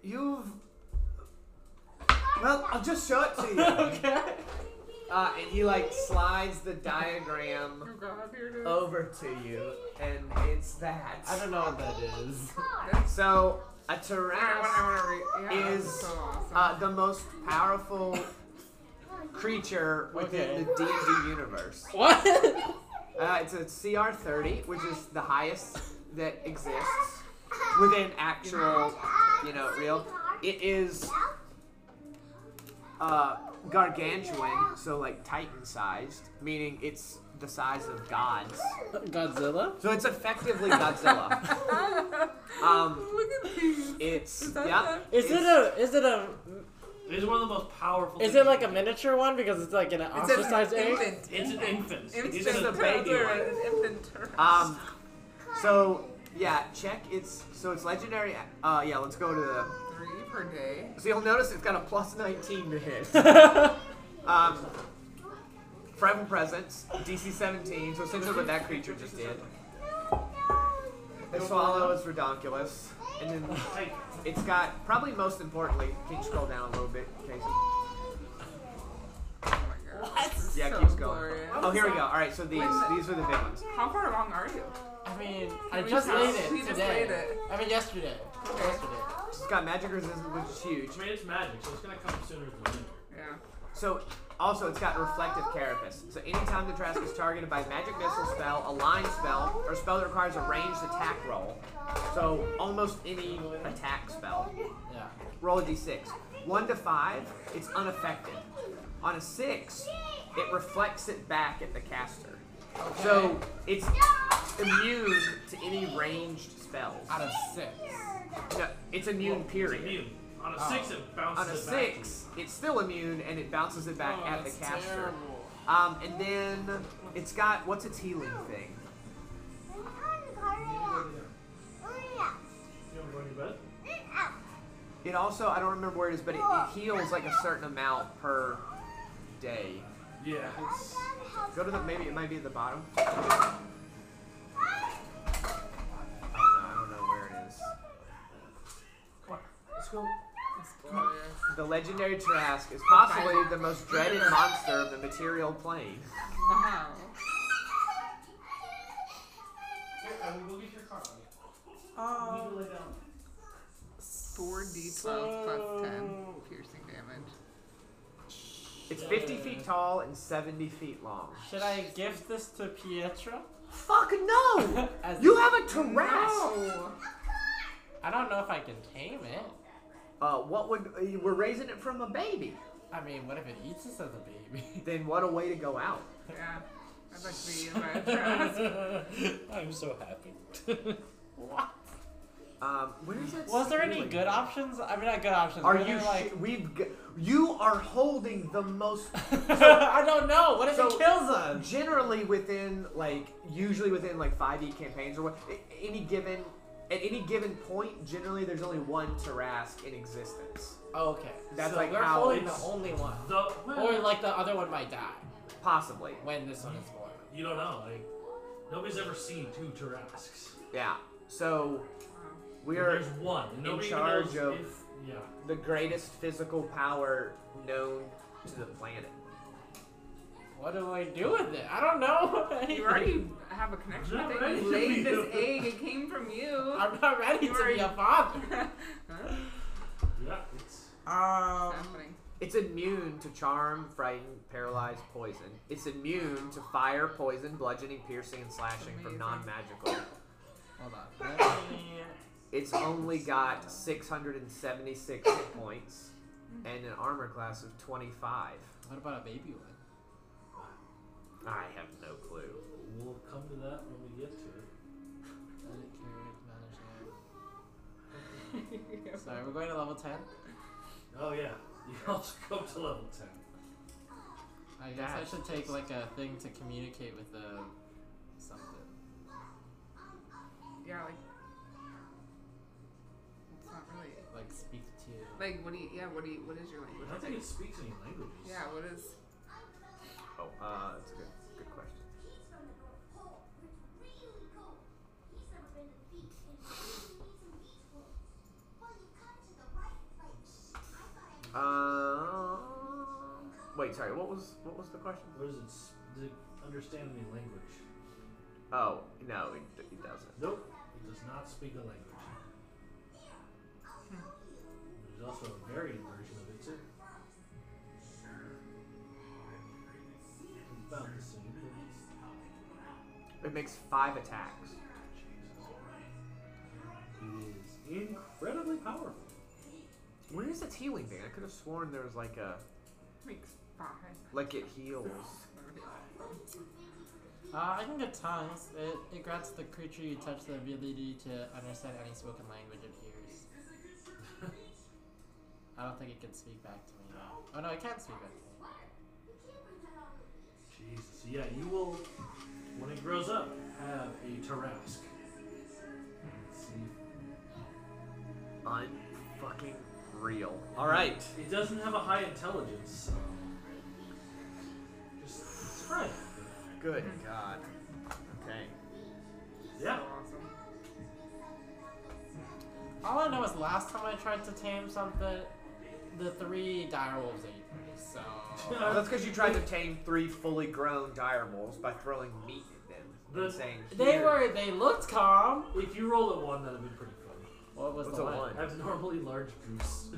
you've, well, I'll just show it to you. okay. Uh, and he like slides the diagram Oh god, here it is. over to you, and it's that. I don't know what that is. So a I wanna- I Taras wanna read- yeah, Is, that's so awesome. uh, the most powerful creature within the D&D universe. What? Uh, it's a CR30, which is the highest that exists within actual, you know, real. It is uh, gargantuan, so like Titan-sized, meaning it's the size of gods. Godzilla? So it's effectively Godzilla. Um, Look at these. it's Is that yeah. Is it a is it a It is one of the most powerful. is things. it like a miniature one because it's like an It's an ostracized egg? uh, infant. It's an infant. Infant It's just a a baby turtle, one. an infant turtle. Um, so yeah, check it's so it's legendary. Uh, yeah, let's go to the. Three per day. So you'll notice it's got a plus 19 to hit. um, Primal Presence, DC 17. So essentially what that creature just did. The swallow is redonkulous, and then Hey, it's got probably most importantly. Can you scroll down a little bit, Casey? Oh my god. Yeah, So keeps going. glorious. Oh, here we go. All right, so these these are the big ones. How far along are you? I mean, I we just just- laid it we today. just laid it. I mean yesterday. Yesterday. It's got magic resistance, which is huge. I mean, it's magic, so it's gonna come sooner than later. Yeah. So, also, it's got reflective carapace. So, anytime the Trask is targeted by a magic missile spell, a line spell, or a spell that requires a ranged attack roll, so almost any attack spell, Yeah. roll a d6. 1 to 5, it's unaffected. On a 6, it reflects it back at the caster. So, it's immune to any ranged spells. Out of six. Oh, No, it's immune, It's period. Oh. immune. On a six, it bounces On a it back to you. 6, it's still immune and it bounces it back Oh, at the that's caster. terrible. Um, and then it's got what's its healing thing? You wanna go in your bed? It also I don't remember where it is, but it, it heals like a certain amount per day. Yeah. It's, Go to the maybe it might be at the bottom. I don't know. I don't know where it is. come on, let's go. It's glorious. The legendary Trask is possibly the most dreaded monster of the material plane. Wow. Here, I will go get your car. Um, Oh. lay down. 4d12 So- plus 10 piercing damage. It's 50 feet tall and 70 feet long. Should I gift this to Pietro? Fuck no! As You have a Trask. No! I don't know if I can tame it. Uh, what would uh, we're raising it from a baby? I mean, what if it eats us as a baby? Then what a way to go out. Yeah. I'd like to be used by a Trask. I'm so happy. what? Um, where is it? Was there any healing? good options? I mean, not good options. Are were you there, like? sh- we've g- you are holding the most I don't know. What if So- it kills us? Uh, generally within like usually within like 5e campaigns or what a- any given at any given point generally there's only one Tarask in existence Okay. That's so like we're how holding the it's- only one. The, Or like the other one might die possibly when this one is born. you don't know. Like, nobody's ever seen two Tarasks. yeah so we are There's one. and in nobody charge knows of- If, yeah. the greatest physical power known to the planet What do I do with it? I don't know. You already have a connection Not with ready it. to You laid be- this egg, it came from you. I'm not ready You to be already- a father. Huh? Yeah. It's. Um, Happening. It's immune to charm, frighten, paralyze, poison. It's immune to fire, poison, bludgeoning, piercing, and slashing from Amazing. non-magical. hold on. Let me- It's only got 676 hit points and an armor class of 25. What about a baby one? I have no clue. We'll come to that when we get to it. Let it carry it, manage it. Yeah, Sorry, we're going to level 10. Oh yeah, you also go up to level ten. I guess I That's should take like a thing to communicate with the something. Yeah, like. It's not really. Like speak to. Like, what do you. Yeah, what do you. What is your I don't language? think it speaks any languages. Yeah, what is. Oh, uh, that's a good, good question. Um, wait, sorry. What was what was the question? What is it? s- Does it understand any language? Oh no, it, it doesn't. Nope. It does not speak a language. There's also a variant version of it too. It's About the same. but It makes five attacks. It is incredibly powerful. Where is its healing band? I could have sworn there was like a Makes five. like it heals. Uh, I can get tongues. It, it grants the creature you touch the ability to understand any spoken language it hears. I don't think it can speak back to me. though. Oh no, it can speak back to me. Jesus. Yeah, you will, when it grows up, have a Tarask. Let's see. Unfucking real. All right. It doesn't have a high intelligence. So. Just it's right. Good God. Okay. Yeah. Awesome. All I know is last time I tried to tame something, the three dire wolves ate me. So Well, that's because you tried to tame three fully grown dire wolves by throwing meat at them The- and saying they "Here." were they looked calm. If you roll a one, that'd be pretty fun. What was What's a the one? one? Abnormally large goose.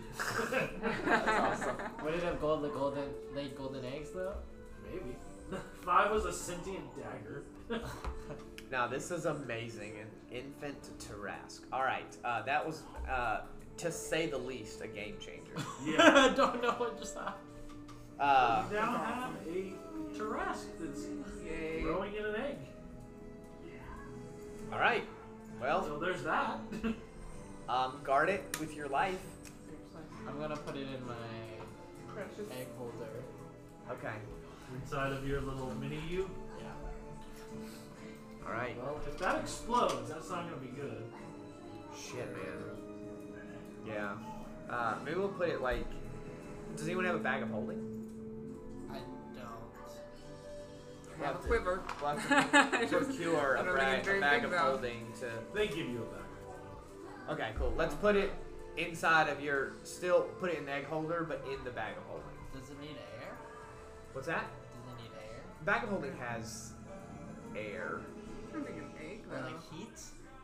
That's awesome. Would it have gold the golden laid golden eggs though? Maybe. Five was a sentient dagger. Now this is amazing. An infant Tarask. All right, uh, that was uh, to say the least a game changer. yeah. I don't know what just happened. Uh, You now have a Tarask that's Yay. growing in an egg. all right. Well, So there's that. um, guard it with your life. I'm gonna put it in my Precious. egg holder. Okay. Inside of your little mini you. All right. Well, if that explodes, that's not gonna be good. Shit, man. Yeah. Uh, maybe we'll put it like. Does anyone have a bag of holding? I don't. We'll Have have a to- quiver. We'll have I to procure I a, don't think bag, it's very a bag big, of though. holding to. They give you a back. Okay, cool. Let's put it inside of your. Still put it in the egg holder, but in the bag of holding. Does it need air? What's that? Does it need air? Bag of holding has air. don't think it's egg, Or like though. heat?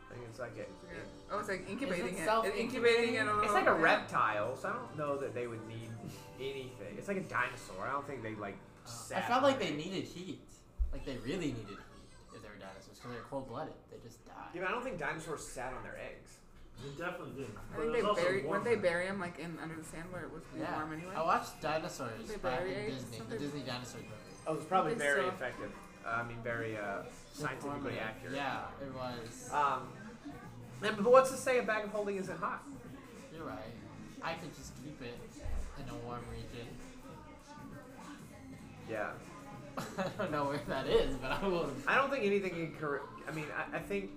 I think it's like it. Yeah. Oh, it's like incubating it. It's self-incubating? incubating it a little It's like a Oh, yeah. reptile, so I don't know that they would need anything. It's like a dinosaur. I don't think they like. I sat felt like they there. needed heat. Like they really needed heat if they were dinosaurs because they're cold blooded. They just Yeah, die. but I don't think dinosaurs sat on their eggs. They definitely did. I But it think was also they bury, warm. wouldn't they bury him like in under the sand where it was Yeah. warm anyway? I watched Dinosaurs They back bury in eggs? Disney, Don't the they- Disney dinosaur movie. Oh, it was probably Okay, very so- effective. Uh, I mean, very uh, scientifically Informative. accurate. Yeah, it was. Um, and, but what's to say a bag of holding isn't hot? You're right. I could just keep it in a warm region. Yeah. I don't know where that is, but I will. I don't think anything can. Cor- I mean, I, I think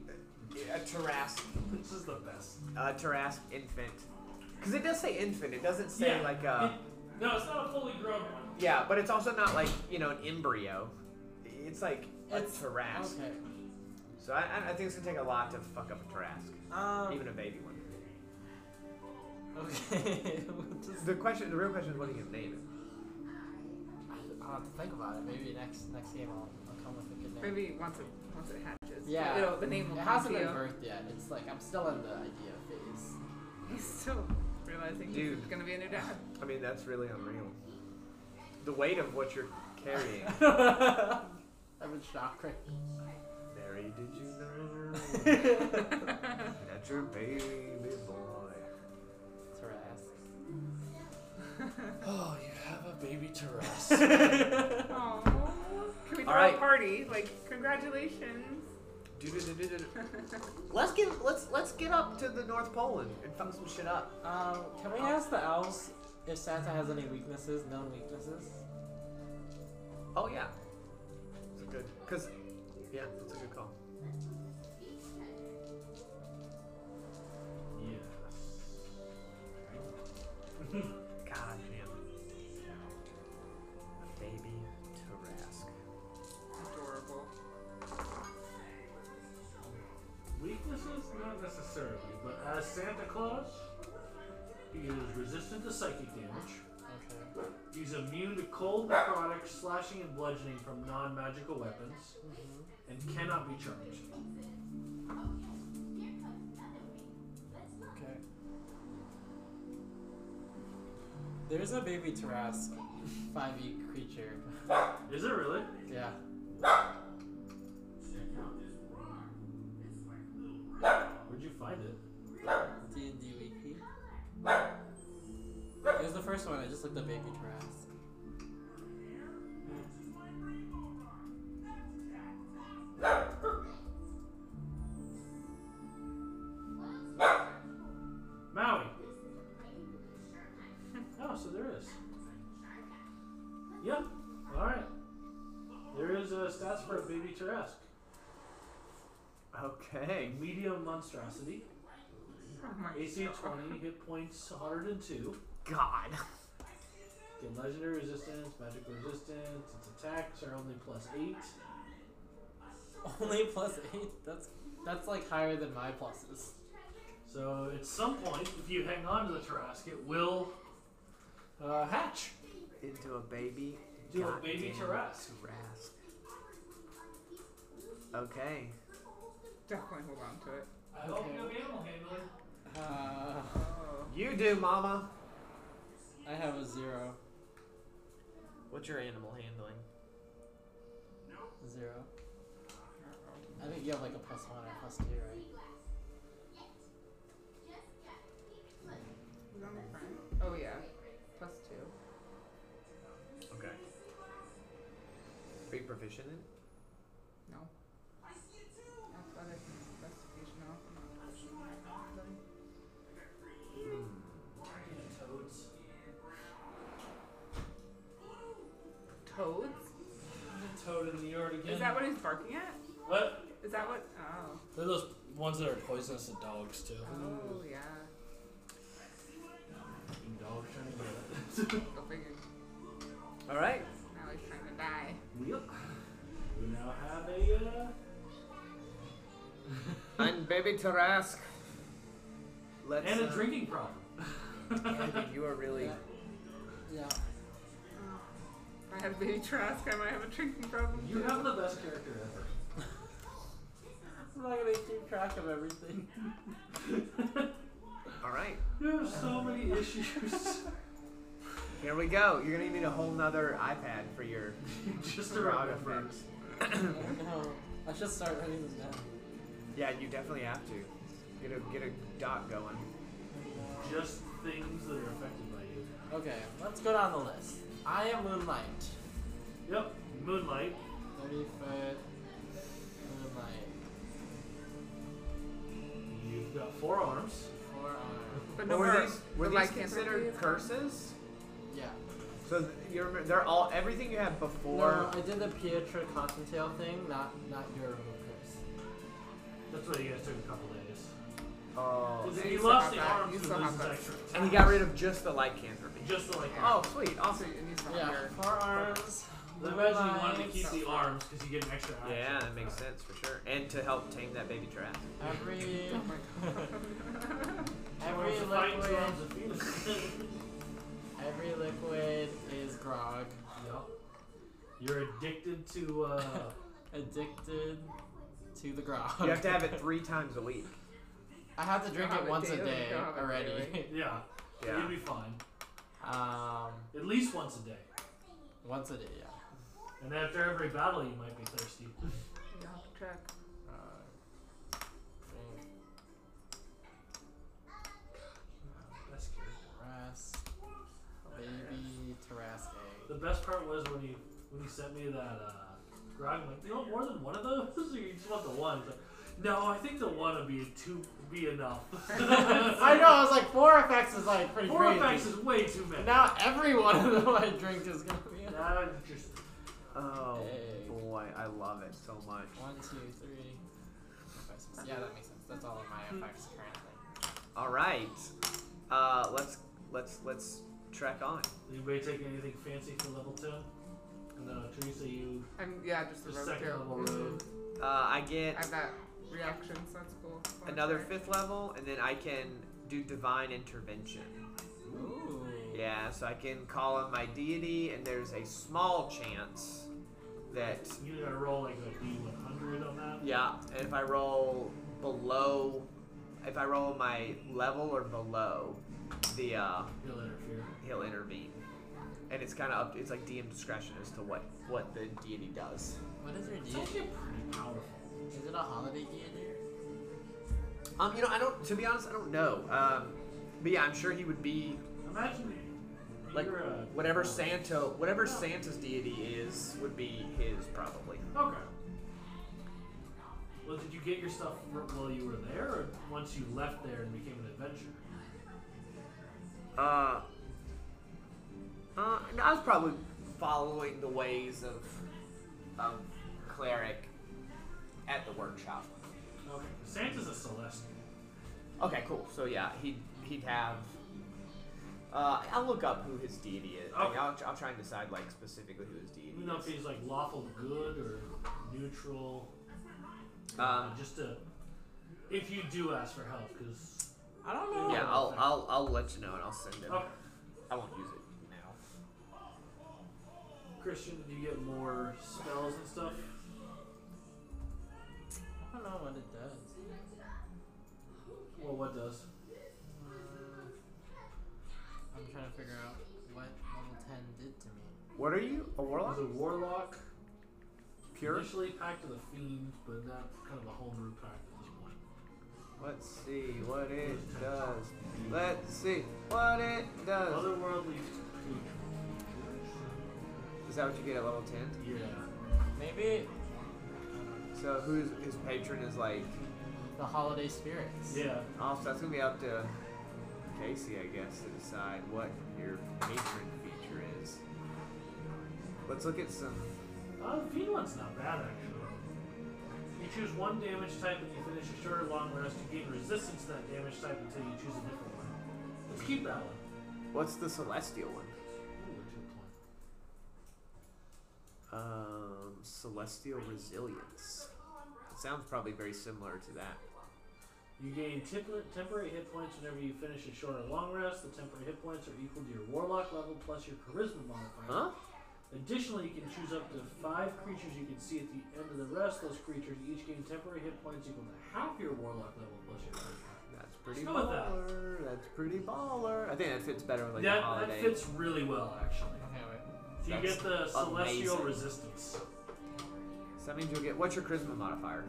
a Tarask, This is the best. a Tarask infant, because it does say infant. It doesn't say Yeah. like uh, a. It- no, it's not a fully grown one. Yeah, but it's also not like you know an embryo. It's like It's- a Tarask. Okay. So I, I- I think it's gonna take a lot to fuck up a Tarask, Um, even a baby one. okay. we'll just, The question, the real question is, what are you gonna name it? I'll have to think about it. Maybe next next game I'll, I'll come with a good name. Maybe once it once it hatches. Yeah. It'll, the name will It come hasn't to been you. birthed yet. It's like I'm still in the idea phase. He's still realizing he's Dude. gonna be a new dad. I mean, that's really unreal. The weight of what you're carrying. I'm in shock right Mary, did you know now. that your baby boy? Oh, you have a baby Taras. Aww. Can we throw All right. a party? Like, congratulations. Let's get let's let's get up to the North Pole and, and fuck some shit up. Um, can we ask the elves if Santa has any weaknesses, known weaknesses? Oh yeah, it's a good because yeah, that's a good call. Yes. God damn. A baby Tarask. Adorable. Weaknesses? Not necessarily, but as Santa Claus, he is resistant to psychic damage. Okay. He's immune to cold, necrotic, slashing, and bludgeoning from non magical weapons, Mm-hmm. and cannot be charged. Okay. There's a baby Tarrasque 5e creature. Is it really? Yeah. Where'd you find it? D&D Wiki. It was the first one. I just looked up baby Tarrasque. Maui. Oh, so there is. Yeah. All right. There is a stats for a baby Teresk. Okay. Medium monstrosity. Oh my AC God. 20, hit points 102. God. Again, legendary resistance, magic resistance. Its attacks are only plus 8. Only plus eight. That's that's like higher than my pluses. So at some point, if you hang on to the Teresk, it will uh, hatch. Into a baby. Do a baby goddamn Teresk. Tarask. Okay. Definitely hold on to it. I hope you have Oh, animal handling. Uh, Oh. You do, Mama. I have a zero. What's your animal handling? Zero. I think you have like a plus one or plus two, right? Is that my friend? Oh yeah. Plus two. Okay. Are you proficient in? it? No. Athletics and investigation. No, I'm not proficient in them. Toads. Toads? There's a toad in the yard again. Is that what he's barking at? What? Is that what? Oh. They're those ones that are poisonous to dogs too. Oh yeah. Dog trying to get it. Go figure. All right. Now he's trying to die. Yep. We now have a. Uh, And baby Tarask. Let's. and a uh, drinking problem. Andy, you are really. Yeah. Yeah. If I had a baby Trask, I might have a drinking problem. you too. have the best character ever. I'm not gonna keep track of everything. All right. You have so many issues. Here we go. You're gonna need a whole nother iPad for your Just a frog round effects. no. I should start writing this down. Yeah, you definitely have to. Get a get a dot going. Just things that are affected by you. Okay, let's go down the list. I am Moonlight. Yep. Moonlight. 30 foot. Moonlight. You've got four arms. Four arm. But But no were more. these were but these lycanthropy considered is gone. curses? Yeah. So th- you remember they're all everything you have No, before. I did the Pietro Cottontail thing, not not your remote curse. That's why you guys took a couple days. Oh. Because you you still lost have the that. arms You and still this have is that. extra. And he got rid of just the lycanthropy. Just the like Yeah. Oh, sweet. Also, Awesome. it needs to Yeah, higher. four arms. The guys you moonlight. wanted to keep the arms because you get an extra action. Yeah, that makes sense for sure. And to help tame that baby giraffe. Every Oh my god. every Arms of fighting, two liquid arms of feeling. every liquid is grog. Yep. You're addicted to uh, Addicted to the grog. You have to have it three times a week. I have to drink Have it it once a daily, day you have it already. daily. yeah. You'd Yeah. be fine. um, At least once a day. once a day, yeah. And after every battle, you might be thirsty. You have to check. Uh, drink, Best character. rest, baby Tarasque. The best part was when he when he sent me that uh, grog. I'm like, do you want more than one of those, or you just want the one? He's like, No, I think the one would be too be enough. I know. I was like, four effects is like pretty Four crazy. effects is way too many. And now every one of them I drink is gonna be. a- Now I'm just- Oh Hey. boy, I love it so much. One, two, three. four, five, six. Yeah, that makes sense. That's all of my effects currently. All right, uh, let's let's let's trek on. Anybody taking anything fancy for level two? And then uh, Teresa, you I'm yeah, just the the road second too. level Mhm. road. Uh, I get I've got reactions. That's cool. Well, another sorry. fifth level, and then I can do divine intervention. Ooh. Yeah, so I can call on my deity, and there's a small chance that You gotta roll like a D100 on that. yeah, and if I roll below, if I roll my level or below, the uh, He'll interfere. he'll intervene. And it's kind of up. It's like DM discretion as to what what the deity does. What is your It's actually deity? pretty powerful. Is it a holiday deity? Um, you know, I don't. To be honest, I don't know. Um, but yeah, I'm sure he would be Imagine like you're a, whatever Santo, whatever Santa's deity is, would be his probably. Okay. Well, did you get your stuff r- while you were there, or once you left there and became an adventurer? Uh, uh, no, I was probably following the ways of of cleric at the workshop. Okay. Santa's a Celestial. Okay, cool. So yeah, he he'd have. Uh, I'll look up who his deity is. Like, Okay. I'll, I'll try and decide like specifically who his deity You know if is. he's like lawful good or neutral. uh, Um, just to, if you do ask for help, because I don't know. yeah, I'll, I'll I'll let you know and I'll send him. okay. I won't use it now. Christian, do you get more spells and stuff? I don't know what it does. Well, what does? Uh, I'm trying to figure out what level 10 did to me. What are you? A warlock? There's a warlock. Pure? Initially packed with a fiend, but not kind of a homebrew pact at this point. Let's see what it does. Let's see what it does. Otherworldly. Is that what you get at level 10? Yeah. Maybe So who's his patron is like. the holiday spirits. Yeah. Oh, so that's gonna be up to Casey, I guess, to decide what your patron feature is. Let's look at some. Uh, the fiend one's not bad actually. You choose one damage type and you finish a short or long rest. You gain resistance to that damage type until you choose a different one. Let's keep that one. What's the celestial one? Ooh, a two point. Um, celestial resilience. It sounds probably very similar to that. You gain temp- temporary hit points whenever you finish a short or long rest. The temporary hit points are equal to your warlock level plus your charisma modifier. Huh? Additionally, you can choose up to five creatures you can see at the end of the rest. Those creatures each gain temporary hit points equal to half your warlock level plus your charisma. That's pretty Let's go with that. baller. That's pretty baller. I think that fits better with like a That, that holiday. fits really well, actually. Okay, wait. So you That's get the celestial amazing. resistance. So that means you'll get what's your charisma modifier?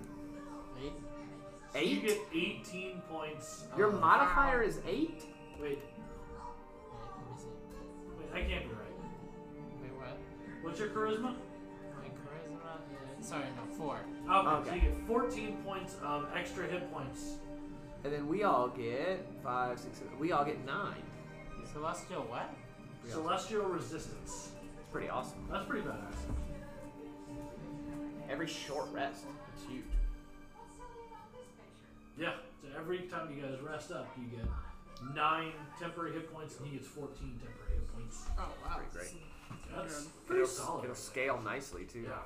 Eight? You Eight. get 18 points. Your Oh, modifier wow. is eight. Wait, Wait, let me see. wait, I can't be right. Wait, what? What's your charisma? My charisma is. Sorry, no, four. Oh, Okay, so Okay. you get 14 points of extra hit points. And then we all get five, six. Seven, we all get nine. Celestial what? Yeah. Celestial resistance. It's pretty awesome. That's pretty badass. Every short rest, it's huge. Yeah, so every time you guys rest up, you get 9 temporary hit points, and he gets 14 temporary hit points. Oh wow. Pretty great. That's It'll, pretty solid. it'll scale nicely too. Yeah.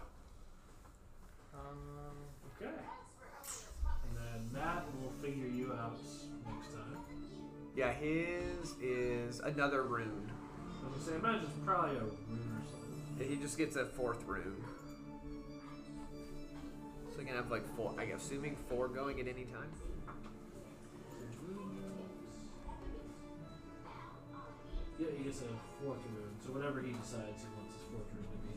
Um, Okay. And then Matt will figure you out next time. Yeah, his is another rune. I was gonna say, I imagine it's probably a rune or something. He just gets a fourth rune. So he can have like four. I guess assuming four going at any time. Yeah, he gets a fourth rune. So whatever he decides he wants his fourth rune to be.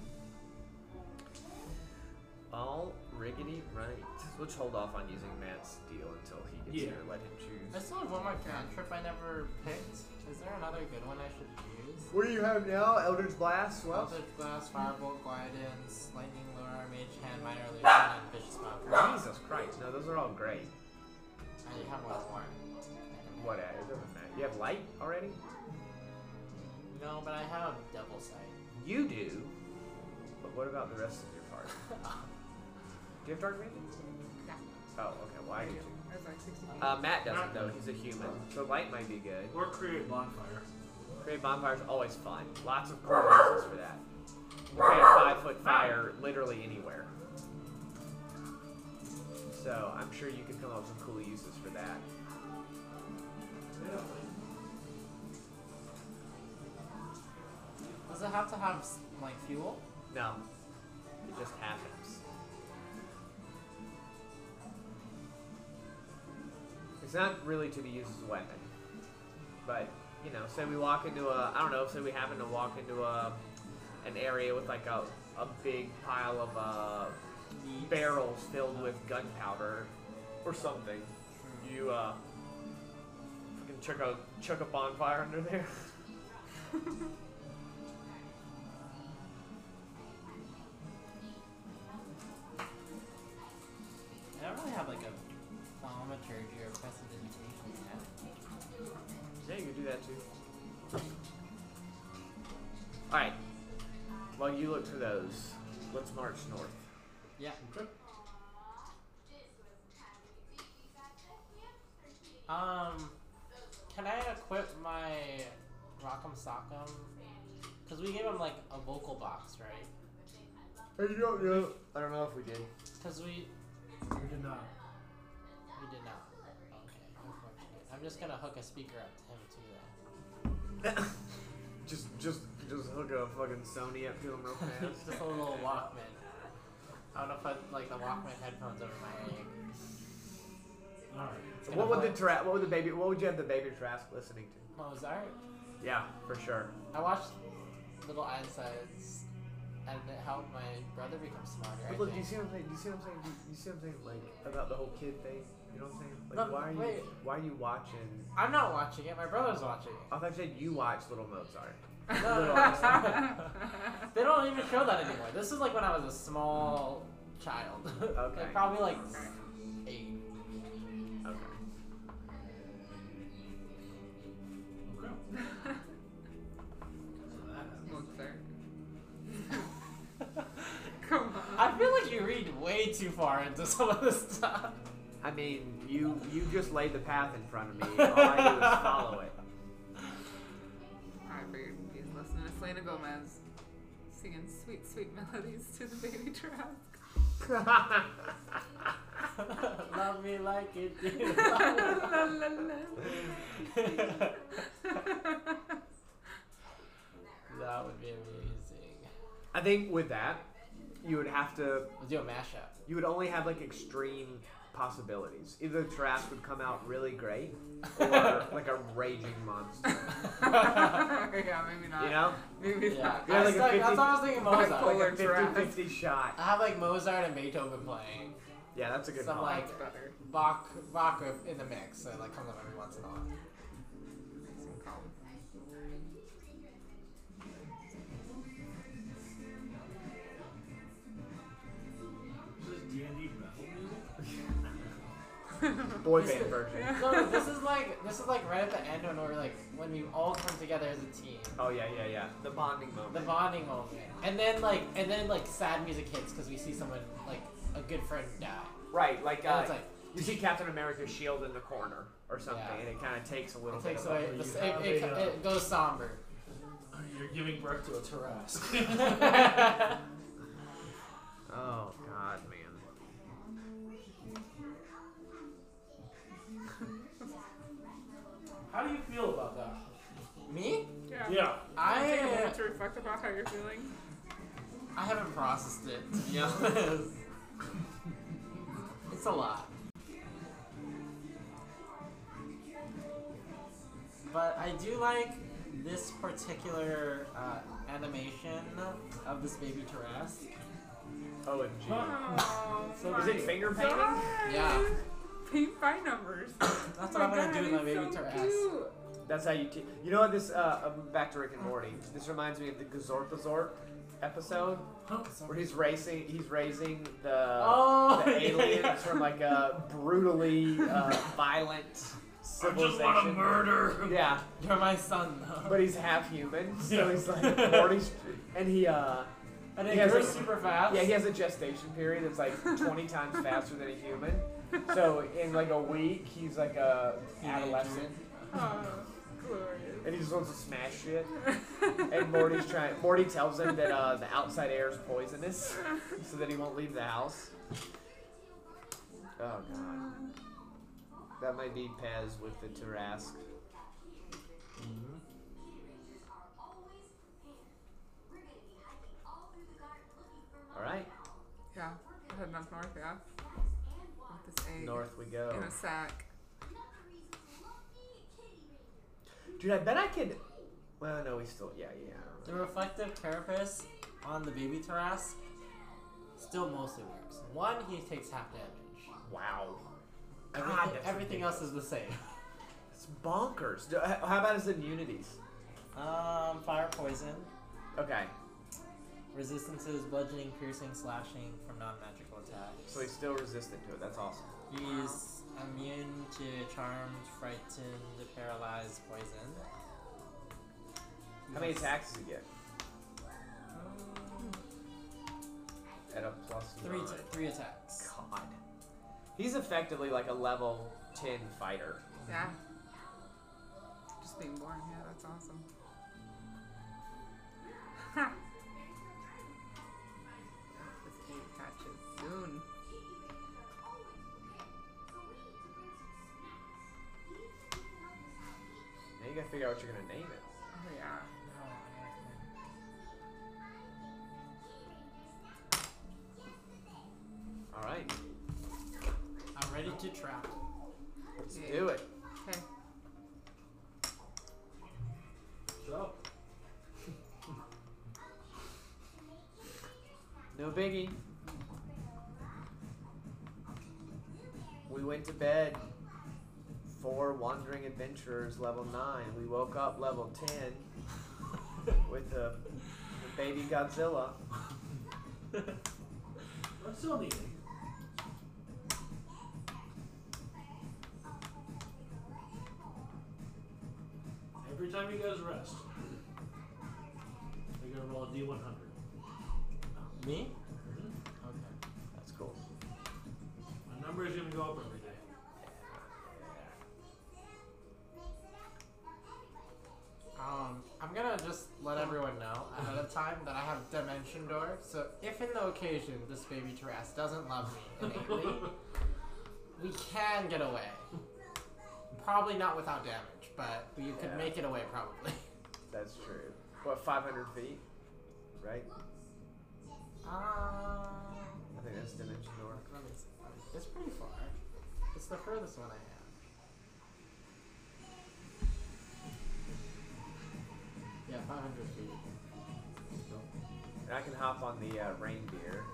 Uh, All riggedy right. We'll just hold off on using Matt's deal until he gets Yeah. here. Let him I choose. still have one more cantrip I never picked. Is there another good one I should use? What do you have now? Eldritch Blast? Well, Eldritch Blast, Firebolt, Guidance, Lightning, Lure, Mage Hand, Minor Illusion, and Vicious Mockery. I Jesus Christ. No, those are all great. have one more. What? It doesn't matter. You have light already? No, but I have Devil Sight. You do. But what about the rest of your party? do you have dark vision? No. Oh, okay. Well, I do. too. That's like 60 feet. Uh, Matt doesn't though. He's a human, so light might be good. Or create bonfire. Create bonfires always fun. Lots of purposes for that. You create a five foot fire literally anywhere. So I'm sure you could come up with some cool uses for that. Does it have to have s- like fuel? No, it just happens. It's not really to be used as a weapon, but you know, say we walk into a, I don't know, say we happen to walk into a, an area with like a, a big pile of uh, barrels filled with gunpowder or something. You uh, fucking chuck a chuck a bonfire under there. I don't really have like a thaumaturgy or prestidigitation yet. Yeah, you can do that too. Alright. While you look for those, let's march north. Yeah. Um, can I equip my Rock'em Sock'em? Because we gave him like a vocal box, right? you don't know. I don't know if we did. Because we You did not. we did not. Okay, unfortunate. I'm just gonna hook a speaker up to him too. Then. Just just just hook a fucking Sony up to them real It's just a little Walkman. I don't know if I like the Walkman headphones over my ear. Alright. It's gonna what would the play tra- what would the baby what would you have the baby Trask listening to? Mozart? Yeah, for sure. I watched Little Einsteins, and it helped my brother become smarter. I Look, do you think. see what I'm saying? Do you see what I'm saying? Do you, you see what I'm saying? Like about the whole kid thing. You know what I'm saying? Like But why are you wait. why are you watching? I'm not watching it. My brother's watching it. I thought you said you watch Little Mozart. No, no, no. they don't even show that anymore. This is like when I was a small child. Okay. like probably like eight. Okay. Okay. Mozart. Come on. I feel like you read way too far into some of this stuff. I mean, you you just laid the path in front of me. All I do is follow it. I figured he's listening to Selena Gomez singing sweet, sweet melodies to the baby truck. Love me like it is. La, la, la. that would be amazing. I think with that, you would have to. We'll do a mashup. You would only have like extreme possibilities. Either Trask would come out really great, or like a raging monster. yeah, maybe Uh, not. You know, Maybe Yeah. not. Yeah, I like a stuck- 50 that's what I was thinking Mozart. bipolar. like Or a Trask. 50-50 shot. I have like Mozart and Beethoven playing. Yeah, that's a good Some, call. like- That's better. Bach, Bach in the mix, so it like comes up every once in a while. Nice and calm. This is D&D metal music. boy band version. No, this is like this is like right at the end when we're like when we all come together as a team. Oh yeah, yeah, yeah. The bonding The moment. bonding moment. And then like and then like sad music hits because we see someone like a good friend die. right, like, And uh, it's like you see Captain America's shield in the corner or something, Yeah. and it kind of takes a little it takes bit. of away a- the, you it, have it, a, uh, it goes somber. You're giving birth to a Tarrasque. Oh God, man. How do you feel about that? Me? Yeah. Yeah. I Take a moment to reflect about how you're feeling. I haven't processed it to be honest. it's a lot. But I do like this particular uh, animation of this baby Tarrasque. OMG. Oh, Is it finger painting? Yeah. Paint by numbers. That's Oh what I'm gonna God, do with my it's baby so Taras. cute. That's how you. T- you know what this? Uh, um, back to Rick and Morty. This reminds me of the Gazorpazorp episode where he's racing. He's raising the, Oh, the yeah, aliens yeah. from like a brutally uh, violent I civilization. just want to murder. Yeah, You're my son, though. but he's half human, so Yeah. he's like Morty's, and he uh. and he then has you're a- super fast. Yeah, he has a gestation period that's like 20 times faster than a human. So in like a week, he's like a adolescent, Oh, glorious. and he just wants to smash shit. And Morty's trying. Morty tells him that uh, the outside air is poisonous, so that he won't leave the house. Oh god, that might be Pez with the Mm-hmm. Tarask. All right, Yeah, we're heading up north, yeah. With this egg north we go. in a sack. Dude, I bet I could. Well, no, we still. Yeah, yeah. I don't know. The reflective carapace on the baby Taras still mostly works. One, he takes half damage. Wow. Everything, God, that's everything else is the same. It's bonkers. Do- h- How about his immunities? Um, fire poison. Okay, Resistances, bludgeoning, piercing, slashing from non-magical attacks. so he's still resistant to it. That's awesome. He's immune to charmed, frightened, paralyzed, poison. How many Yes. Mm, attacks does he get? At a plus Three, nine. t- three attacks. God. He's effectively like a level 10 fighter. Yeah. Just being born, yeah, that's awesome. Ha! This egg hatches soon. Now you gotta figure out what you're gonna name it. Oh, yeah. Alright, I'm ready to trap. let's Yeah. do it. Okay. So, No biggie. We went to bed. Four wandering adventurers, level nine. We woke up level ten with a, a baby Godzilla. I'm still needing. Every time you guys rest, you're gonna roll a d100. Me? Mhm. Okay. That's cool. My number is gonna go up every day. Um, I'm gonna just let everyone know ahead of time that I have Dimension Door, so if in the occasion this baby Taras doesn't love me innately, we can get away. Probably not without damage, but we could Yeah. make it away probably. That's true. What, 500 feet? Right? Um, I think that's Dimension Door. Let me see. Let me see. It's pretty far. It's the furthest one I have. Yeah, 500 feet. And I can hop on the uh, reindeer,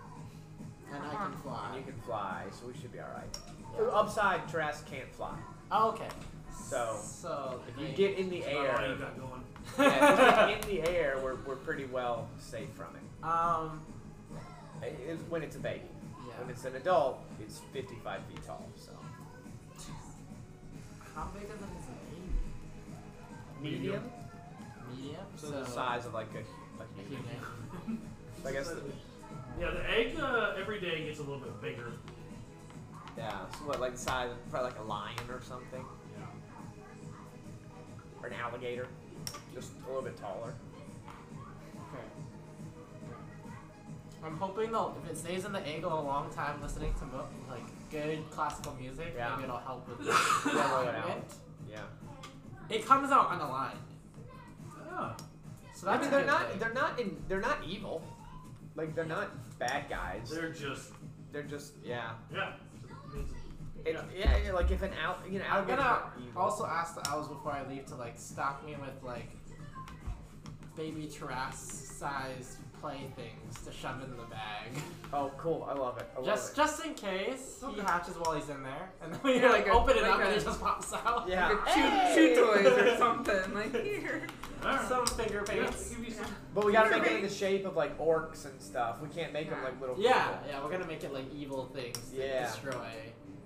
And I can and fly. you can fly, so we should be alright. Yeah. Upside, Trask can't fly. Oh, okay. So, So if you great. get in the That's about all air, you got going. yeah, if you get in the air, we're, we're pretty well safe from it. um, It- It's when it's a baby. When yeah. it's an adult, it's 55 feet tall. So How big of them is medium, a baby? Medium. so, the size of like a, a a human. human. I guess the, Yeah, the egg uh, every day gets a little bit bigger. yeah. So what, like the size of probably like a lion or something, Yeah. or an alligator, just a little bit taller. Okay. I'm hoping though, if it stays in the angle a long time, listening to mo- like good classical music, Yeah. maybe it'll help with Yeah, we'll the get out. movement. Yeah. It comes out unaligned. Ah, So I that's mean, a they're good not thing. they're not in they're not evil. Like they're not bad guys. They're, they're just just yeah. yeah. It, Yeah. yeah. yeah, Like if an out you know I'm alligator's gonna not evil. also ask the owls before I leave to like stock me with like baby Taras sized playthings to shove in the bag. Oh, cool. I love it. I love Just it. just in case he hatches while he's in there. And then we Yeah, like like a- open it like up and a- it just pops out. Yeah. Like a Hey! chew, chew toys or something. Like, here. Alright. Some finger Yeah, paints. give me some- But we gotta You're make it in right. the shape of like orcs and stuff. We can't make them like little. Yeah, people. yeah, we're gonna make it like evil things that Yeah. destroy.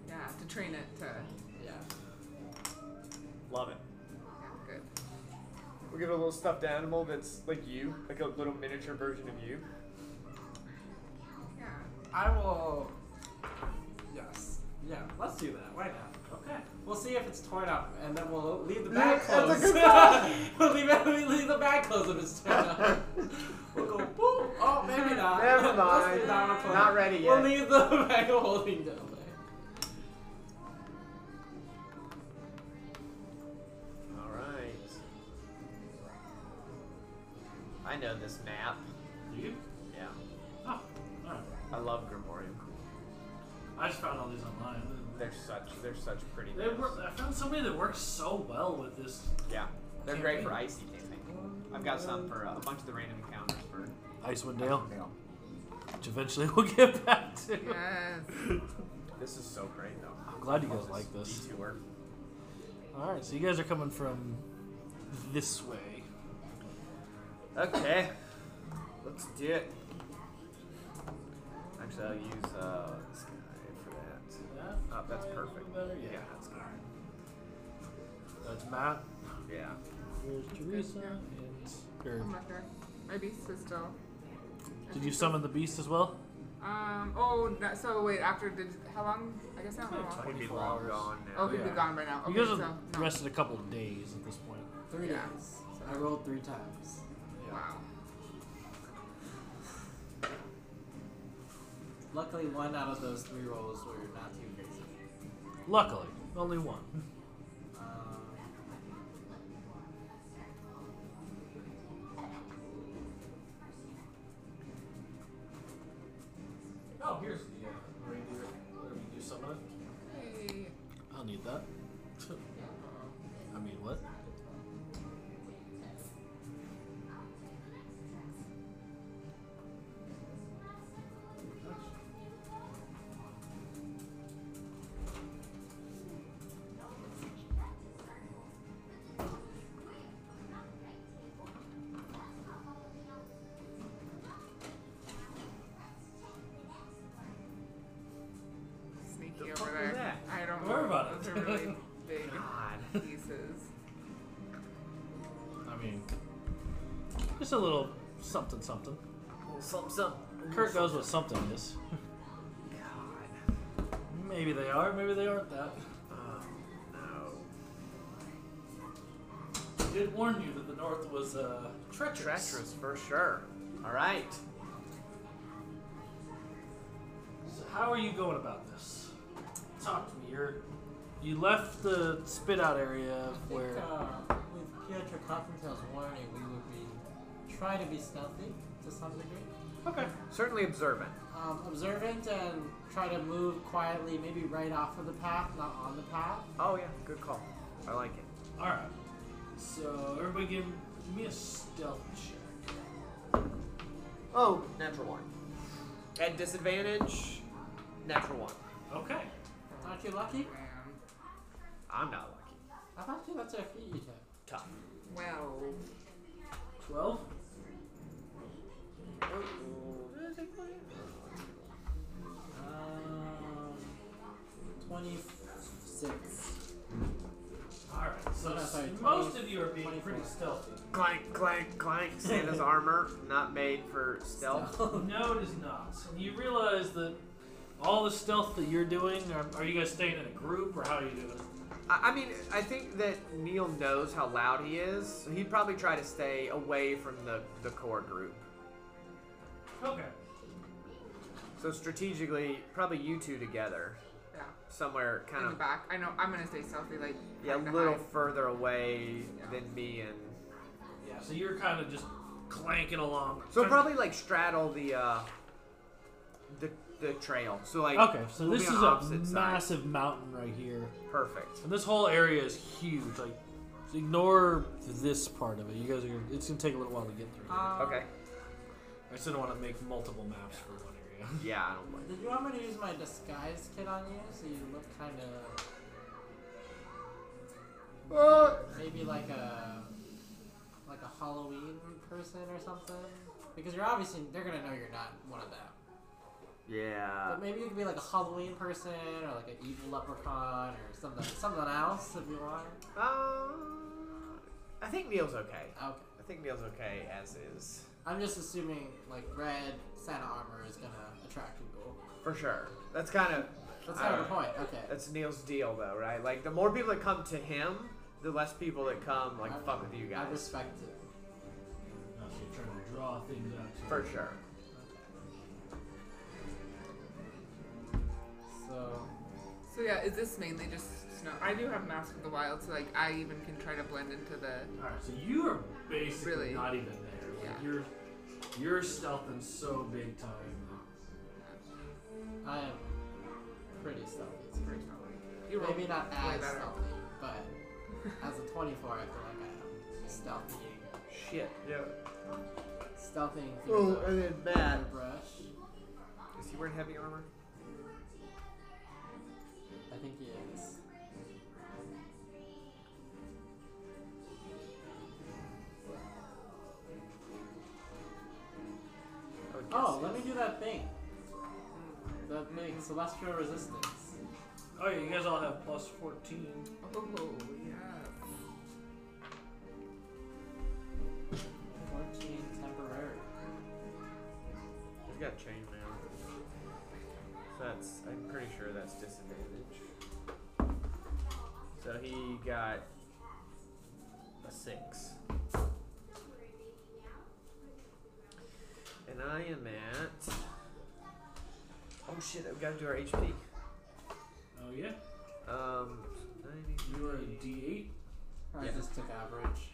Yeah, to train it to. Yeah, Yeah. Love it. good. We'll give it a little stuffed animal that's like you, like a little miniature version of you. Yeah. I will. Yes. Yeah, let's do that. Why not? Okay. We'll see if it's torn up, and then we'll leave the bag That's a closed. good we'll leave, it, we leave the bag closed if it's torn up. we'll go boop. Oh, maybe not. Never Let's mind. leave that on a plate. Not ready We'll yet. leave the bag of holding down there. All right. I know this map. Do you? Yeah. Oh, alright. I love Grimorium. I just found all these online. They're such they're such pretty. They maps. wor- I found somebody that works so well with this. Yeah. They're Can't great wait. for icy camping. I've got some for uh, a bunch of the random encounters for. Icewind Dale, which eventually we'll get back to. Yes. This is so great though. I'm glad you guys like this. Detour. All right, so you guys are coming from this way. Okay. Let's do it. Actually, I'll use uh, this guy for that. Yeah, Oh, that's perfect. Better, yeah. Yeah, that's good. That's Matt. Yeah. There's Teresa. And, or, I'm up there. My beast is still. did you summon the beast as well? Um. Oh, no, so wait. After did how long? I guess I don't know. how long. We'd be 24 long hours. gone now. Oh, he'd be Yeah. gone by now. Okay, you guys so have no. rested a couple of days at this point. Three Yeah. times. I rolled three times. Wow. Luckily, one out of those three rolls were not too crazy. Luckily, only one. Um, Oh, here's the uh, reindeer. Whatever you do, summon it. Hey. I'll need that. I mean, what? Sneaky The over fuck there. was that? I don't Don't worry know. about it. Those are really big God. pieces. I mean, just a little something, something. Something, something. Kurt knows what something is. God. Maybe they are, maybe they aren't that. Oh, no. I did warn you that the north was uh, treacherous. Treacherous for sure. All right. So how are you going about this? Talk to me. You're you left the spit out area I think Where- uh, with Pietro Cottontail's warning, we would be trying to be stealthy to some degree, Okay. Certainly observant. um, observant, and try to move quietly, maybe right off of the path, not on the path. Oh yeah, good call. I like it. All right. So everybody, give, give me a stealth check. Oh, natural one. At disadvantage, natural one. Okay. Aren't you lucky? Um, I'm not lucky. I thought you that's a feat you took. Tough. well, Twelve. Um, twenty-six. All right. So No, sorry, most 20, of you are being 24. pretty stealthy. Clank, clank, clank. Santa's armor, not made for stealth. Oh, Um, No, it is not. And you realize that all the stealth that you're doing, are, are you guys staying in a group or how are you doing? it? I I mean, I think that Neil knows how loud he is, so he'd probably try to stay away from the, the core group. Okay. So strategically, probably you two together, yeah. somewhere kind In the of back. I know. I'm gonna stay stealthy. Like. yeah, a kinda little hide. further away Yeah. than me and. Yeah. So you're kind of just clanking along. So Kinda- probably like straddle the uh, the the trail. So like Okay, so we'll be this on is a opposite sides. massive mountain right here. perfect. And this whole area is huge. Like, Uh, ignore this part of it. You guys are. It's gonna take a little while to get through. Um, Okay. I just didn't want to make multiple maps for one area. Oh, Yeah, I don't Did you want me to use my disguise kit on you so you look kind of maybe like a like a Halloween person or something? Because you're obviously they're gonna know you're not one of them. Yeah. But maybe you could be like a Halloween person or like an evil leprechaun or something something else if you want. Um, I think Neil's okay. Okay. I think Neil's okay as is. I'm just assuming like red Santa armor is gonna attract people. For sure. That's kind of. That's I kind don't of the know. point. Okay. Uh, That's Neil's deal, though, right? Like the more people that come to him, the less people that come like I- fuck with you I guys. respect it. No, so you're trying to draw things out. to- For sure. So So yeah, is this mainly just snow? I do have Mask of the Wild, so like I even can try to blend into the. Alright, so you are basically Really? not even there. Like Yeah. you're you're stealthing so big time. I am pretty stealthy. Pretty snowy. You roll Maybe not way as better. stealthy, but as a 24, I feel like I am stealthying, Shit. Yeah. stealthying through the, then the brush. Is he wearing heavy armor? I think he is. I would guess Oh, he let me is. do that thing. That thing, celestial resistance. Oh yeah, you guys all have plus fourteen. Oh yeah. 14 temporary. He's got chain now. So that's. I'm pretty sure that's disadvantage. So he got a six. And I am at. Oh shit! I've got to do our HP. Oh yeah? Um, You are a 93. D eight? I Yeah. just took average.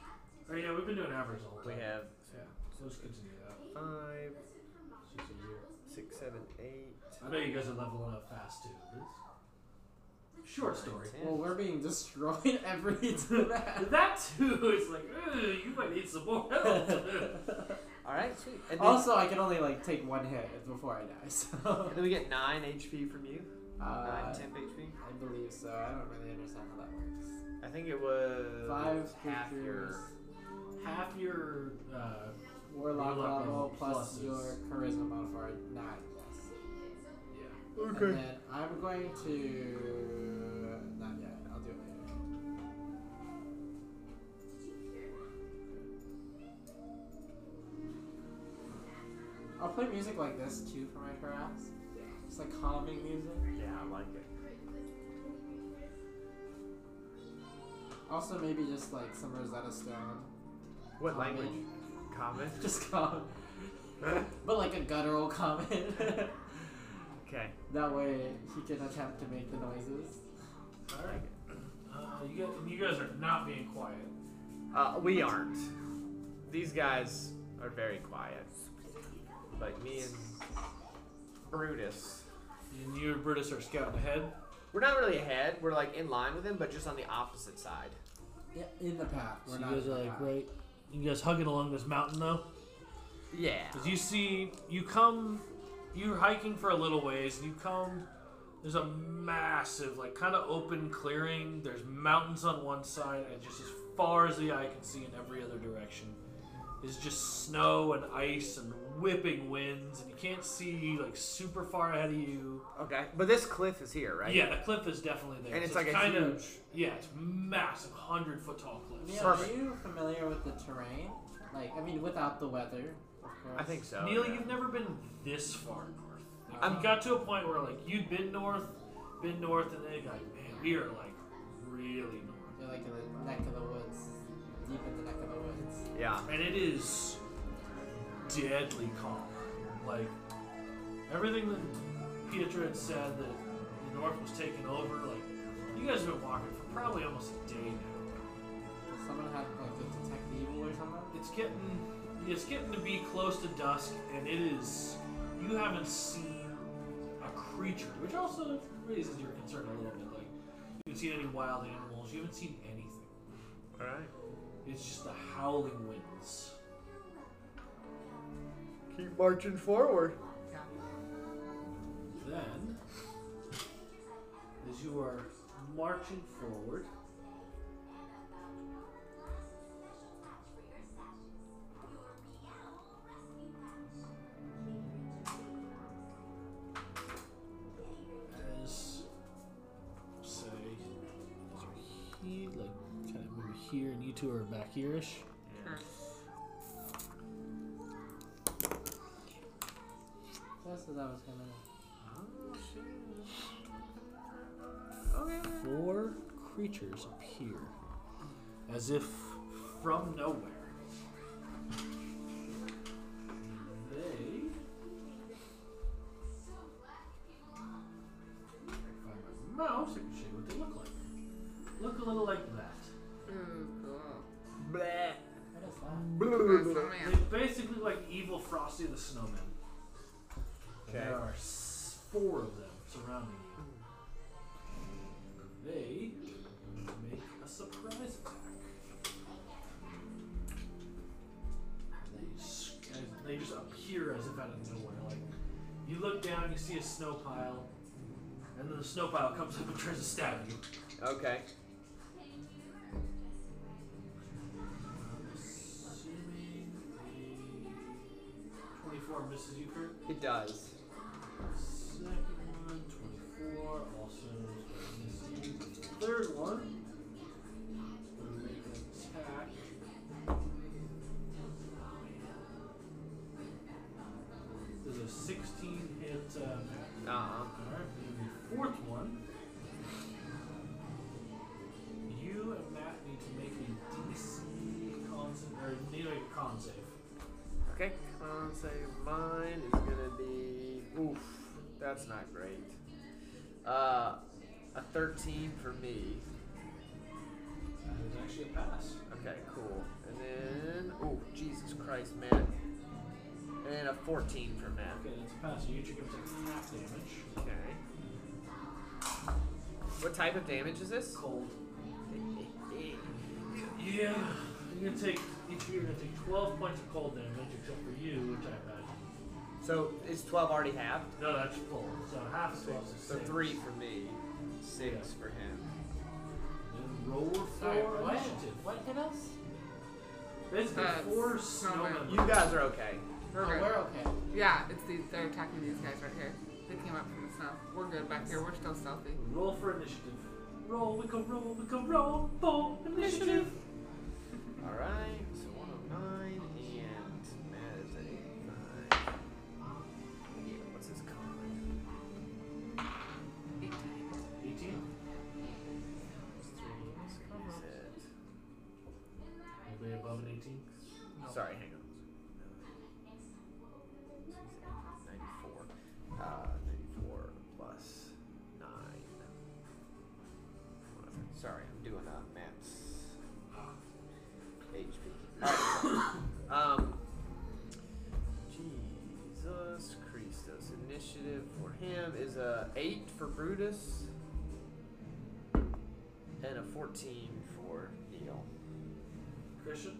Oh yeah, we've been doing average all the We time. have Yeah. So let's continue that. five, It's just easier. six, seven, eight. I know you guys are leveling up fast too. It's- Short story. nine, Well, we're being destroyed every time. That too is like, "Ugh, you might need some more help. All right, sweet. And then, also, I can only like take one hit before I die, so. and then we get nine HP from you. Uh, nine temp HP. I believe so. I don't really understand how that works. I think it was Five half your. creatures, Half your uh, warlock Warlock level level plus pluses. your charisma modifier nine. Yes. yeah. And then I'm going to not yet. I'll do it later. I'll play music like this too for my crafts. It's like calming music. Yeah, I like it. Also, maybe just like some Rosetta Stone. What Comment. language? Common. Just calm. but like a guttural comment. Okay. that way he can attempt to make the noises. All right. Uh, you, guys, you guys are not being quiet. Uh, we aren't. These guys are very quiet. Like me and Brutus. And you and Brutus are scouting ahead. We're not really ahead. We're like in line with him, but just on the opposite side. Yeah, in the path. We're So you not guys in are the like path. right. You guys hugging along this mountain though. Yeah. As you see, you come, you're hiking for a little ways, and you come. There's a massive, like, kind of open clearing. There's mountains on one side, and just as far as the eye can see in every other direction is just snow and ice and whipping winds, and you can't see like super far ahead of you. Okay. But this cliff is here, right? Yeah, the cliff is definitely there. And it's So like a kinda, huge- yeah, it's massive, hundred foot tall cliff. Neil, Perfect. are you familiar with the terrain? Like, I mean, without the weather, of course. I think so. Neil, Oh, yeah. you've never been this far north. Like, I'm- you got to a point where like you'd been north, been north, and then you're like, man, we are like really north, You're like in the neck of the woods, deep in the neck of the woods. Yeah. and it is deadly calm. Like everything that Pietro had said that the north was taking over. Like you guys have been walking for probably almost a day now. Someone had like to detect evil or something. It's getting it's getting to be close to dusk, and it is you haven't seen a creature, which also raises your concern a little bit. Like you haven't seen any wild animals, you haven't seen anything. All right. It's just the howling winds. Keep marching forward. Yeah. Then, as you are marching forward, as say, as you're he, like kind of maybe here, and you two are back here-ish. Sure. That's what I was gonna. four creatures appear as if from nowhere. They If I were a mouse, I can show you what they look like. Look a little like that. Ooh, cool. Bleh. What Bleh. That's is that? the man. They basically look like evil Frosty the Snowman. And There are s- four of them surrounding you. They make a surprise attack. They, s- as- they just appear as if out of nowhere. Like you look down, you see a snow pile, and then the snow pile comes up and tries to stab you. Okay. Assuming a Twenty-four misses you, Kurt. It does. Second one, 24, also missing. Third one. We'll make an attack. There's a 16 hit uh, Uh uh Alright, the fourth one. You and Matt need to make a DC con save, or need to make a con save. Okay. um, Con save mine is gonna be oof. That's not great. Uh, a thirteen for me. That is actually a pass. Okay, cool. And then oh Jesus Christ, Matt. And then a fourteen for Matt. Okay, that's a pass. You each are going to take half damage. Okay. What type of damage is this? cold. Yeah, you're gonna take each of you are gonna take twelve points of cold damage, except for you, which I imagine. So is twelve already halved? No, that's full. So half of twelve is So six. three for me, six for him. Then roll for Sorry, what? initiative. What hit us? Basically, Uh, four snowman. snowmen. You guys are okay. We're Oh, good. we're okay. Yeah, it's these. They're attacking these guys right here. They came up from the snow. We're good back here. We're still stealthy. roll for initiative. Roll, we go roll, we go roll for initiative. All right, so 109 and Matt is at 85. Yeah, what's his con? Eighteen. It's three, so he's at- Anybody above an eighteen? Sorry, hang on. He's at 94. Uh, 94 plus 9. Whatever. Sorry, I'm doing uh, Matt's HP. Alright. um, Jesus Christos. Initiative for him is a eight for Brutus and a fourteen for Neil. Christian,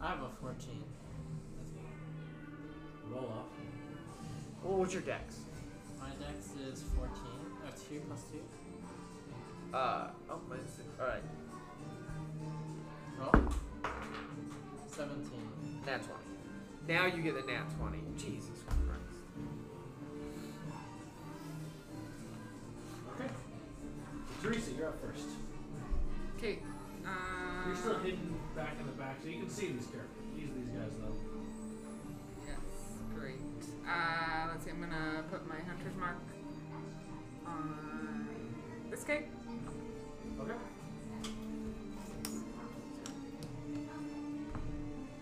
I have a 14. roll up. Well, what's your dex? My dex is 14. Or 2 plus 2. Uh oh, minus six. All right, Roll. 17. nat twenty. Now you get a nat twenty. Jesus Christ. Okay. Teresa, you're up first. Okay. Um, You're still hidden back in the back, so you can see these characters. These these guys though. Yes. Great. Uh, let's see. I'm gonna put my hunter's mark on this guy. Okay.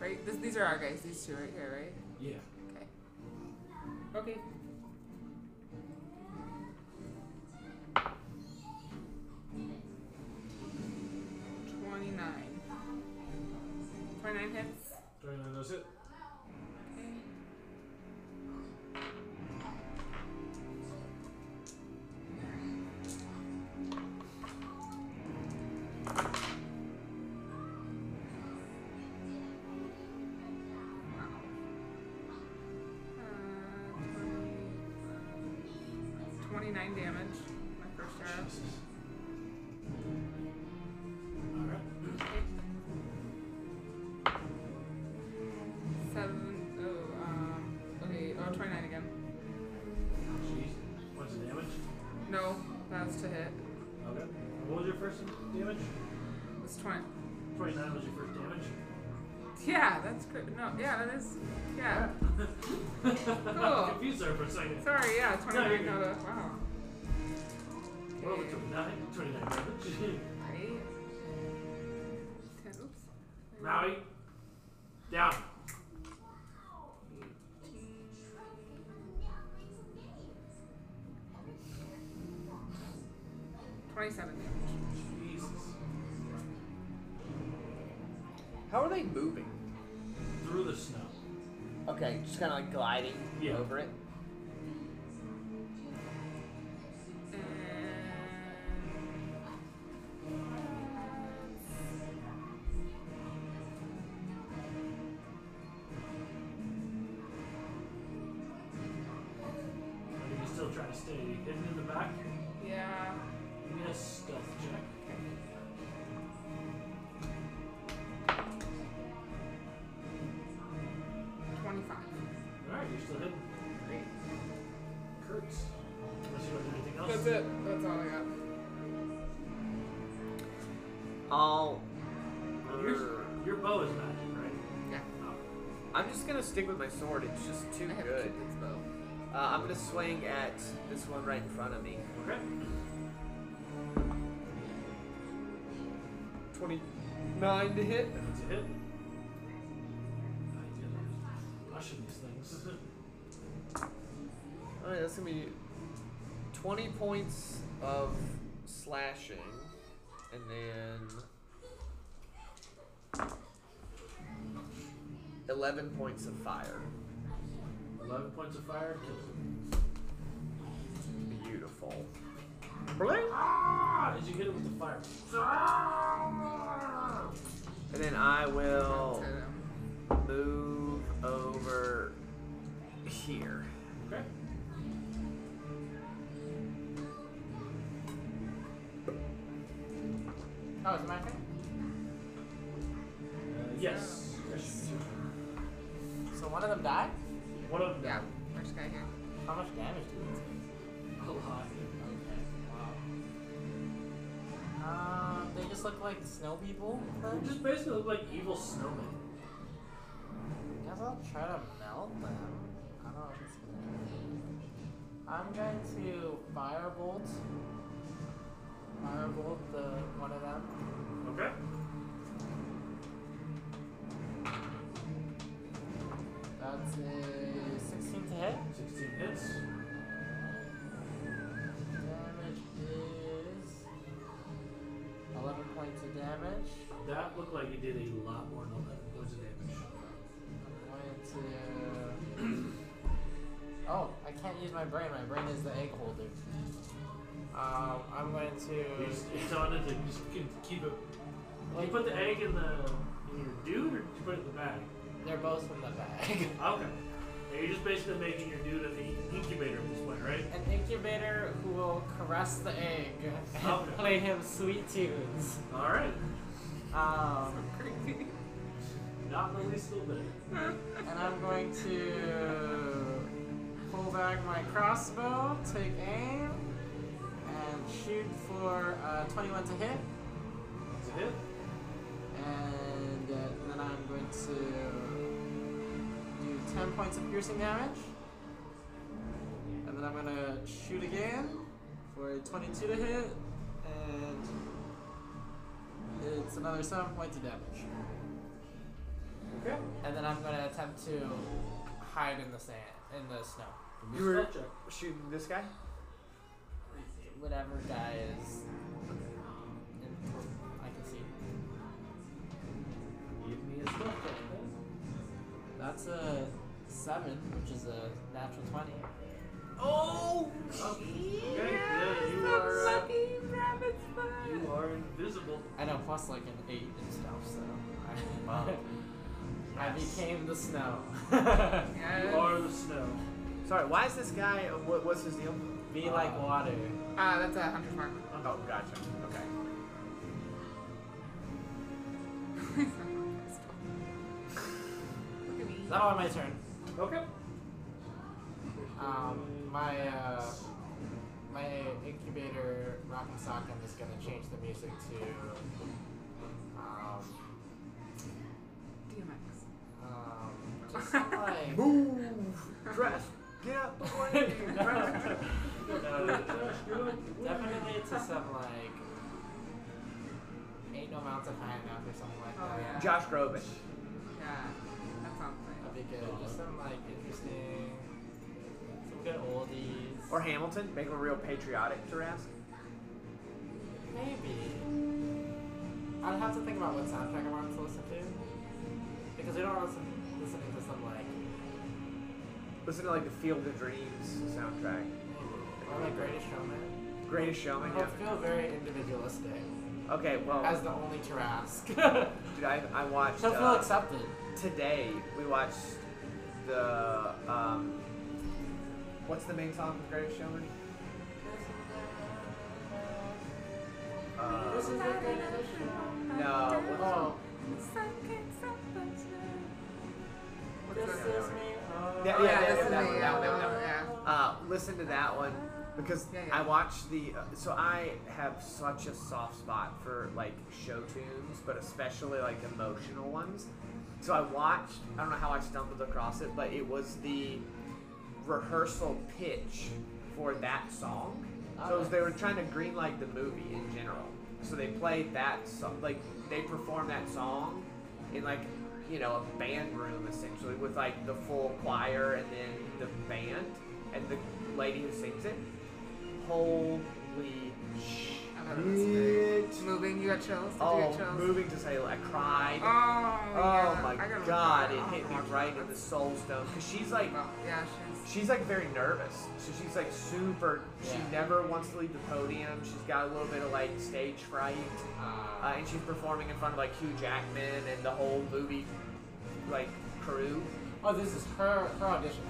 Right. This, these are our guys. These two right here. Right. Yeah. Okay. Okay. Twenty-nine. Twenty-nine hits. Twenty-nine. That's it. Uh, 29 damage. My first arrow. Alright. Seven. Oh, um. Okay. Oh, 29 again. Jeez. What's the damage? No, that's to hit. Okay. What was your first damage? It's 20. 29 was your first damage? Yeah, that's good. No, yeah, that is. Yeah. I Cool. was confused there for a second. Sorry, yeah, No, 29 you're no, the Wow. Well, it's a 9, 29 damage. Right? Ten, oops. Maui, down. Twenty-seven damage. Jesus. How are they moving? Through the snow. Okay, just kind of like gliding Yeah. over it. And Are you still trying to stay hidden in the back? yeah, Give me a stealth check. twenty-five. Alright, you're still hidden. Great. Kurtz. Unless you want to do anything else. That's it. That's all I got. I'll. Yours, your bow is magic, right? Oh, Yeah. I'm just gonna stick with my sword. It's just too I have a good. cupid's bow. Uh, I'm gonna swing at this one right in front of me. Okay. 29 to hit. That's a hit. I did it. Rushing these things. Alright, that's gonna be 20 points of slashing, and then 11 points of fire. 11 points of fire kills him. Beautiful. Bling! Ah! Did you hit it with the fire? And then I will That's it, um, move over here. Okay. Oh, is it my turn? yes. So one of them died? One of them. yeah, first guy here. How much damage did this do? A lot. Okay, wow. Um, they just look like snow people. They then? just basically look like evil snowmen. Guess I'll try to melt them. I don't know if it's gonna. I'm going to firebolt. Firebolt the one of them. Okay. That's a 16 to hit. 16 hits. Damage is 11 points of damage. That looked like it did a lot more than 11 points of damage. I'm going to. Oh, I can't use my brain. My brain is the egg holder. Um, I'm going You to. just, it's on it, you just can keep it. You put the egg in the in your dude, or did you put it in the bag? They're both in the bag. Okay. Now you're just basically making your dude an in- incubator at this point, right? An incubator who will caress the egg and Okay. play him sweet tunes. All right. Um, Creepy. Not the least little bit. and I'm going to pull back my crossbow, take aim, and shoot for uh, 21 to hit. That's a hit. And uh, then I'm going to do 10 points of piercing damage. And then I'm going to shoot again for a 22 to hit. And it's another 7 points of damage. Okay. And then I'm going to attempt to hide in the sand, in the snow. You were shooting this guy? Whatever guy is. in- I can see. Give me a stealth check, then. That's a 7, which is a natural 20. Oh! Okay. Yeah, you are. Uh, rabbit's you are invisible. I know, plus like an eight and stuff, so I, Wow. I became the snow. You Yes. are the snow. So Sorry, why is this guy? What, what's his deal? Be like water. Uh, that's a hundred mark. Oh, gotcha. Okay. Look at me. That'll end my turn. Okay. Um, my uh, my incubator rockin' sockin' is gonna change the music to um, DMX. um just like Move, dress, get up. Uh, no, definitely to some like ain't no mountain high enough or something like Oh, that. yeah. Josh Groban. Yeah, that sounds That'd nice. be good. Just some like interesting, some good oldies. Or Hamilton, make him a real patriotic Jurassic. Maybe. I'd have to think about what soundtrack I want to listen to. Because we don't want to listen listening to some like Listen to like the Field of Dreams soundtrack. or like Greatest Showman. Greatest Showman. I Yeah. feel very individualistic Okay, as well, the only Tarask. so dude, I, I watched I feel uh, accepted. today. We watched the um, what's the main song from Greatest Showman? Uh, no. what's- Oh, What's this the- is me. Oh. Yeah, yeah, Oh, yeah, this yeah, is that me, one, yeah, that one, that one. yeah. Uh, listen to that one because Yeah, yeah. I watched the. Uh, so I have such a soft spot for like show tunes, but especially like emotional ones. So I watched. I don't know how I stumbled across it, but it was the rehearsal pitch for that song. So it was- they were trying to greenlight the movie in general. So they played that song, like they performed that song in like you know a band room essentially with like the full choir and then the band and the lady who sings it. Holy I thought it was great. shit! Moving, you got chills? Did you get Oh, chills? moving to say I cried. Oh, yeah. Oh my I gotta god, look it at hit me Oh, my right God. in the soul stone. Cause she's like, Well, yeah, she's. she's like very nervous. So she's like super. She Yeah. never wants to leave the podium. She's got a little bit of like stage fright, uh, and she's performing in front of like Hugh Jackman and the whole movie, like crew. oh, this is her her audition.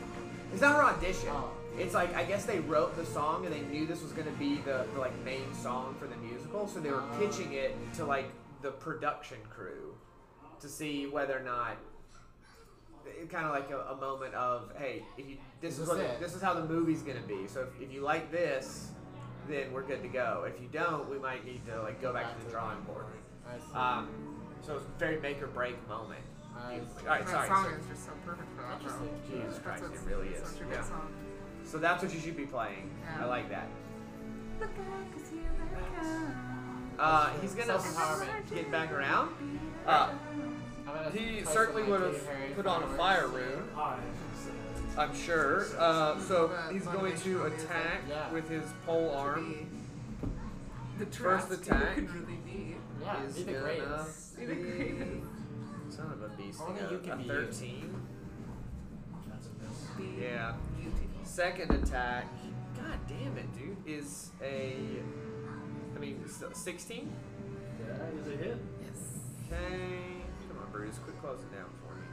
It's not her audition. Oh. It's like I guess they wrote the song and they knew this was gonna be the, the like main song for the musical, so they were Oh. pitching it to like the production crew to see whether or not kind of like a, a moment of hey, if you, this Is is, this what, it? this is how the movie's gonna be. So if, if you like this, then we're good to go. If you don't, we might need to like go back to the drawing board. I see. Um, so it's a very make or break moment. I All see. right, that sorry. song so- is just so perfect for that, Interesting. though. Jesus That's Christ, what's it really is. Such a Yeah. good song. So that's what you should be playing. Yeah. I like that. Look out, 'cause here I come. Uh, he's gonna Self-empowerment. get back around. Uh, I'm gonna he post certainly on my would have Katy Perry put on a fireworks. fire rune, Hi. Says, I'm sure. Uh, so he's going to Motivational music. attack Yeah. with his pole arm. Be The First Jurassic attack. could really be. Yeah, He's be the gonna greatest. Be the greatest. Son of a beast. Only a- you can a be you. 13. That's a miss. Be Yeah. beautiful. Second attack. God damn it, dude. Is a. I mean, s- 16? That is a hit. Yes. Okay. Come on, Bruce. Quit closing down for me.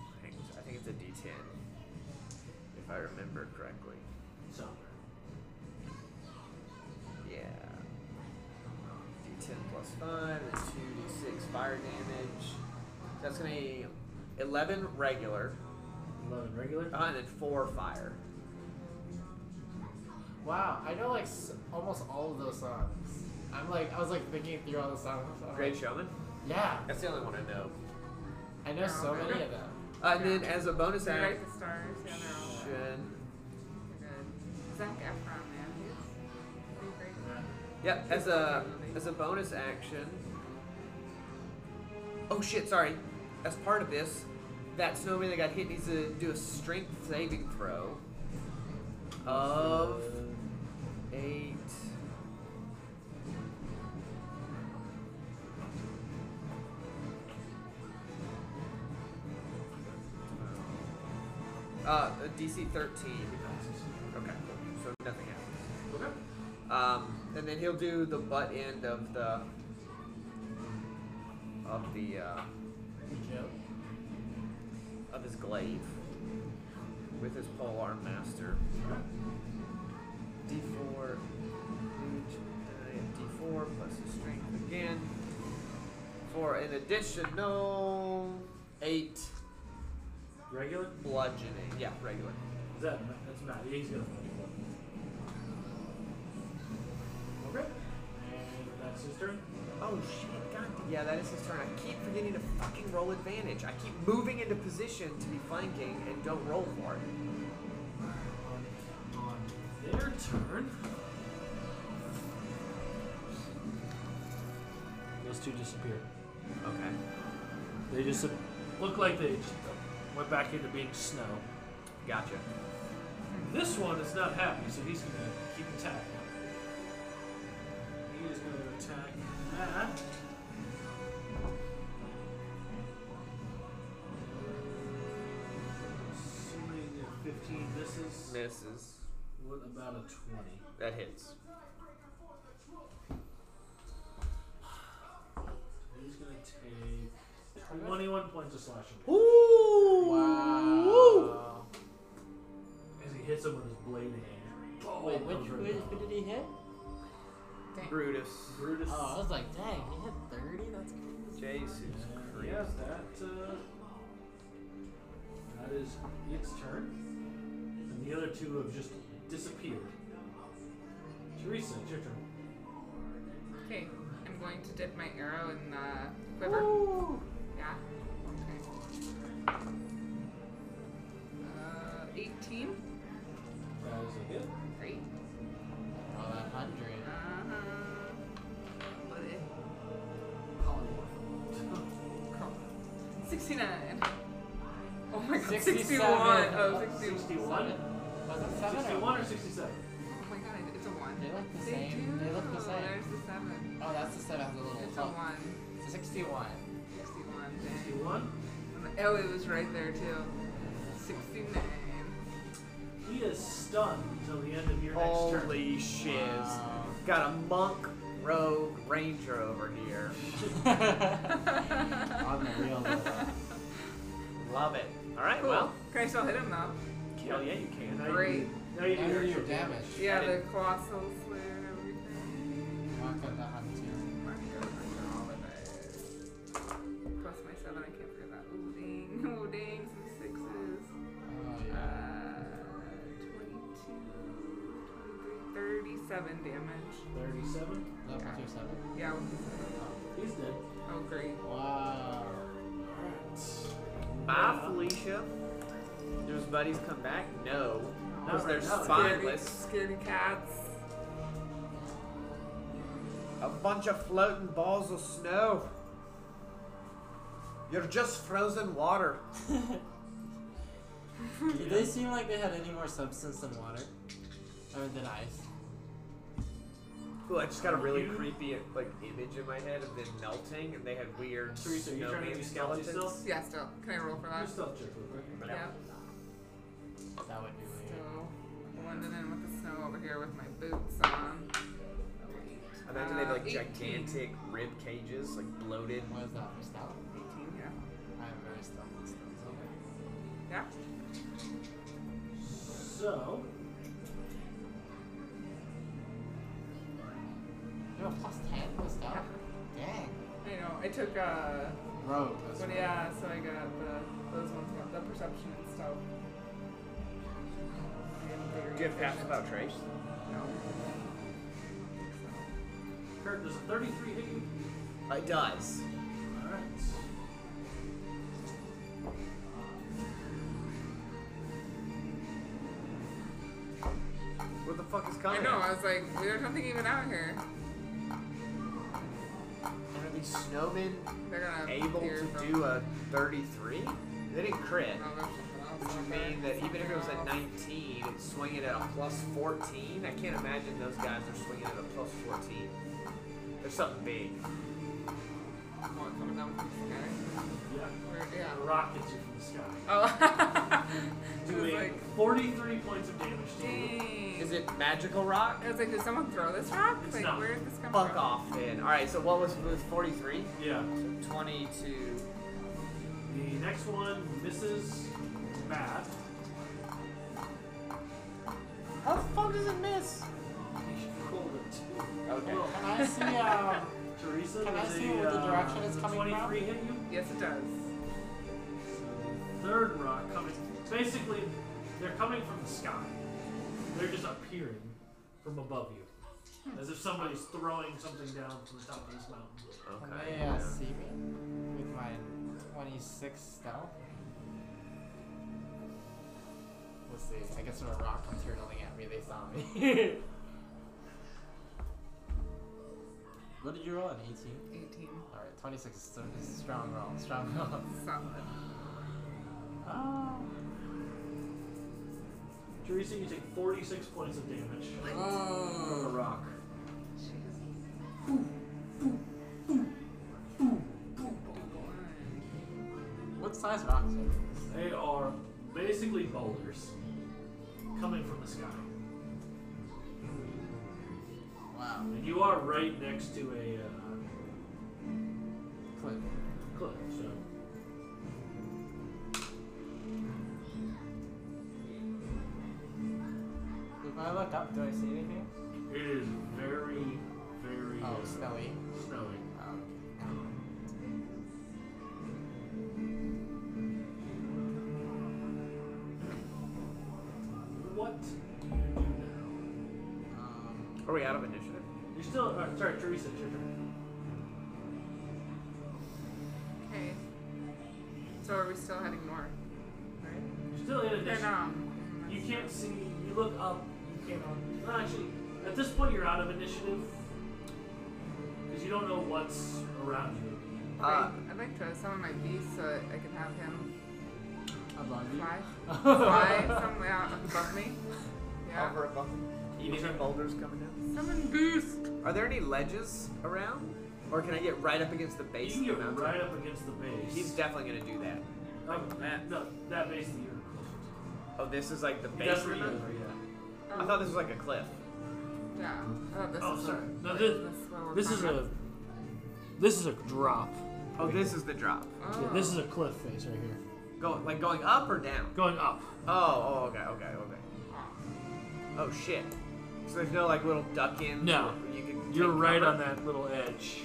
I think- I think it's a D10, if I remember correctly. So, Yeah. D10 plus 5, and 2d6 fire damage. That's going to be 11 regular, 11 regular. uh, and then 4 fire. Wow, I know like s- almost all of those songs. I'm like, I was like thinking through all the songs. I'm Great like, Showman? Yeah, That's the only one I know. I know so many of them. Uh, and then as a bonus You're action. right, the stars. Yeah, they're all uh, good. Zac Efron, man. He's pretty great. Yep, as a as a bonus action. Oh shit, sorry. As part of this, that snowman that got hit needs to do a strength saving throw of eight. Uh, a DC 13. Okay, cool. So nothing happens. Okay. Um, and then he'll do the butt end of the of the uh, Joe. his glaive with his polearm master. D4, D4 uh, plus his strength again for an additional eight Regular? bludgeoning. Yeah, regular. Is that that's Matt? He's gonna. Okay. And that's his turn. Oh shit! God. Yeah, that is his turn. I keep forgetting to fucking roll advantage. I keep moving into position to be flanking and don't roll for it. um, On their turn. Those two disappear. Okay. They just look like they just went back into being snow. Gotcha. This one is not happy, so he's gonna keep attacking. He is gonna attack Matt. Assuming a 15 misses. Misses. What about a 20? That hits. He's gonna take 21 points of slashing. damage Ooh! Wow. As he hits him with his blade in hand. Oh, Wait, it which, comes right which, down. who did he hit? Brutus. Brutus. Oh, I was like, dang, he hit 30? That's crazy. Jesus Uh, Christ. yeah, that uh, that is its turn, and the other two have just disappeared. Teresa, it's your turn. Okay, I'm going to dip my arrow in the quiver. Yeah. Okay. Uh, 18. That is a hit. Great. Oh, that 100. Uh, what is cool. 69. Oh my god, 67. 61. Oh, 61. Sixty-one. Was it 7 Sixty-one or sixty-seven? Oh my god, it's a 1. They look the They same. do. They look the same. There's the 7. Oh, that's the 7 has a little It's a hook. 1. 61. 61. Dang. Sixty-one. Oh, it was right there too. 69. He is stunned until the end of your next turn. Holy shiz. Got a monk rogue ranger over here. Unreal. Love it. Alright, well. Can I still hit him though? Hell yeah, you And can. now you Great. do- Now you do Now your you're actual damage. damaged. Yeah, I the colossal slayer and everything. Mark up the hunt too. Mark it, mark it, all of it. Plus my seven, I can't forget that. Ooh dang, ooh dang, some sixes. Oh, Uh, yeah. 22, 23, 37 damage. Thirty-seven. Uh, Is that what you're saying? Yeah, with the seven. He's dead. Oh great. Wow. All right. Bye, Felicia. Do his buddies come back? No. Because they're right now. Scaredy, spineless. scaredy cats. A bunch of floating balls of snow. You're just frozen water. Did they seem like they had any more substance than water? I mean, than ice. Ooh, I just got a really creepy like image in my head of them melting, and they had weird Teresa, are you trying to snowman do stealthy skeletons. still? Yeah, still. Can I roll for Do that? stealth check real quick. But Yeah. That would be So, weird. blending in with the snow over here with my boots on. I imagine they have like Uh, 18. gigantic rib cages, like bloated. What is that for stealth? 18, yeah. I am very stealthy. so it's okay. Yeah. So, You have a plus 10 for stealth? Dang. I know. I took uh, Rogue. That's but rogue. yeah, so I got the those ones got the perception and stuff. And Do you have pass without trace? No. Kurt, does a 33 hit you? It does. Alright. What the fuck is I coming? know. I was like, there's nothing even out here. Are these snowmen They're gonna able appear to from- do a 33? They didn't crit. Oh. No, there's something else Which out would there. mean that even if it was at Something 19, it's swinging at a plus 14. I can't imagine those guys are swinging at a plus 14. There's something big. else. Oh, it's coming down from the Yeah. sky. Or- yeah. Rockets you from the sky. Oh. it was Doing like, 43 points of damage to you. dang. Is it magical rock? I was like, did someone throw this rock? It's Like, not. where did this come Fuck from? off then. Alright, so what was, it was 43? Yeah. 22. The next one misses bad. How the fuck does it miss? He rolled a two. Okay. Well, Can I see, um, Teresa, Can I does see a, where the uh, direction does a it's coming from? 23 hit you? Yes, it does. Third rock coming. Basically, they're coming from the sky. They're just appearing from above you, as if somebody's throwing something down from the top of this mountain. Can Okay. they uh, see me with my 26 stealth? Let's see. I guess when a rock comes hurtling at me, they saw me. what did you roll? An 18? 18. Alright, 26 is so- is a strong roll. Strong roll. Solid. Ah. Teresa, you take 46 points of damage. Oh, From a rock. What size rocks are these? They are basically boulders coming from the sky, Wow. and you are right next to a Clip. uh, cliff. So If I look up, do I see anything? it is very, very Oh, uh, snowy. snowy. Um, What do you do now? um, Are we out of initiative? You're still. Uh, sorry, Teresa, it's your turn. Okay. So are we still heading north? Right? You're still in They're initiative. not. You can't see. You look up. You can't. Well, actually, at this point, you're out of initiative because you don't know what's around you. Uh, I'd like to summon my beast so that I can have him above you. fly, fly somewhere out above me. Yeah. Over above. You hear boulders coming down. Summon beast. Are there any ledges around? Or can I get right up against the You base can of the get mountain? right up against the base. He's definitely gonna do that. Oh, that. No, that base that you're closer Oh, this is like the to. base. That's of where the you mountain? are. Yeah. I thought this was like a cliff. Yeah. Oh, this Oh, is sorry. the- No, this- is where we're This is from. a this is a drop. Oh, this is the drop. Oh. Yeah, this is a cliff face right here. Go like going up or down? Going up. Oh, oh, okay, okay, okay. Oh shit. So there's no like little duck in. No. You can You're take right cover? on that little edge.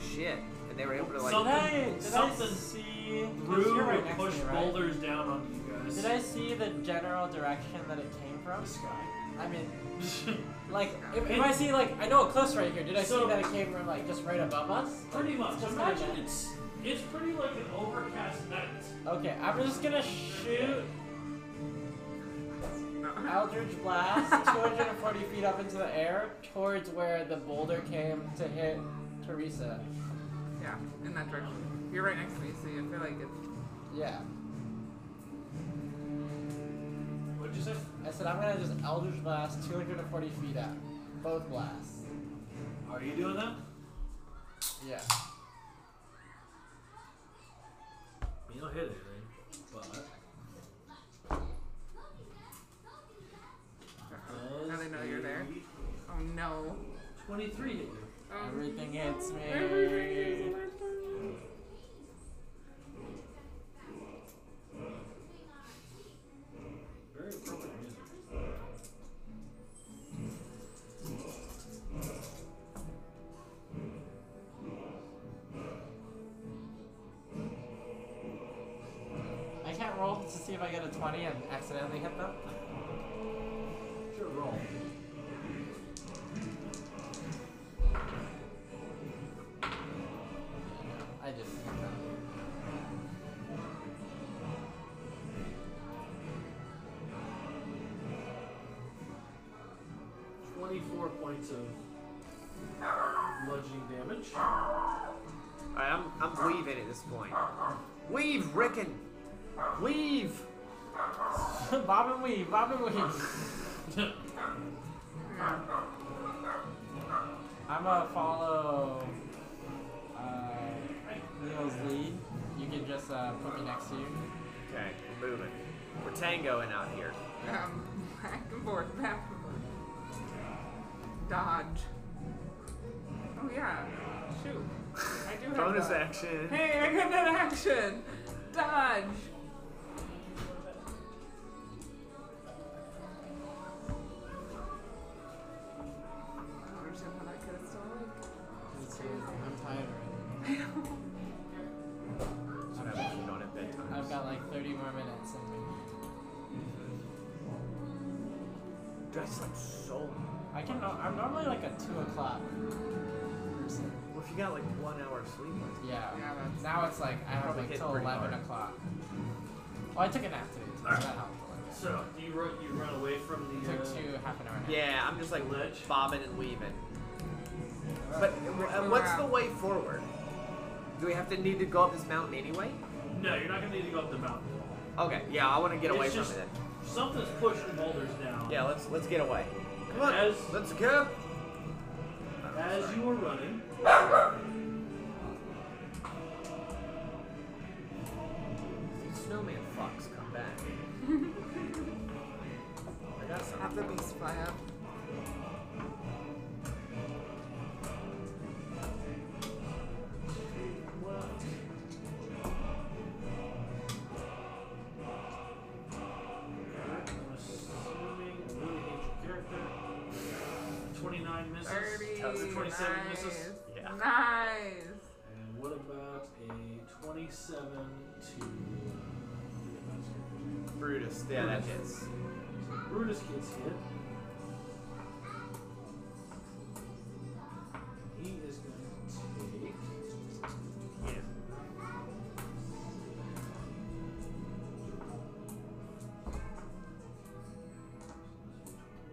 Shit. And they were able to like. Something- Hey, did I something see? 'cause Brew you're right next to push me, right? boulders down onto you guys. Did I see the general direction that it came from? The sky. I mean, like, if, if I see, like, I know a cliff's right here. Did I So- see that it came from, like, just right above us? Pretty much. Just like Imagine that. it's it's pretty like an overcast night. Okay, I'm just gonna shoot Eldritch Blast 240 feet up into the air towards where the boulder came to hit Teresa. Oh, Yeah, in that direction. You're right next to me, so you feel like it's. Yeah. What'd you say? I said I'm gonna just Eldritch Blast 240 feet up. Both blasts. Are you doing that? Yeah. You don't hit anything, but. Now they know you're there. Oh no. 23 hit you. Um, Everything hits me. everything is- Very appropriate music. I can't roll to see if I get a 20 and accidentally hit them. Sure, roll. I didn't hit them. Twenty-four points of bludgeoning damage. Alright, I'm I'm weaving at this point. Weave, Rickon. Weave. Bob and weave, Bob and weave. I'm gonna follow uh, Leo's lead. You can just uh, put me next to you. Okay, we're moving. We're tangoing out here. um, back and forth, back and forth. Dodge. Oh yeah. Shoot. I do have Bonus dodge. action. Hey, I got that action. Dodge. I don't understand how that kid is still awake. It's crazy. I'm tired already. What happens when you're not at bedtime? I've got like 30 more minutes. And Dude, I slept so long. I can. uh, I'm normally like a two o'clock person. Well, if you got like one hour of sleep, like, Yeah. Yeah, that's- now it's like I have Probably like hit till pretty 11 hard. o'clock. Oh, I took a nap today. Too, so that helped. a So you run, you run away from the. little bit. Uh, Took two half an hour nap. yeah, I'm just like Ledge? bobbing and weaving. But uh, Move what's out. the way forward? Do we have to need to go up this mountain anyway? no, you're not gonna need to go up the mountain. at all. Okay, yeah, I want to get away It's from just- it. Then. Something's pushing boulders down. Yeah, let's let's get away. Come on, As- let's go. As you are running, These snowman fucks come back. I got something. Have the beast fly up. I'm assuming I really hate your character. 29 misses. 30. That's a 27 nice. misses. Yeah. Nice. And what about a 27 to. Brutus. Yeah, that hits. So Brutus gets hit. He is going to take. Yeah.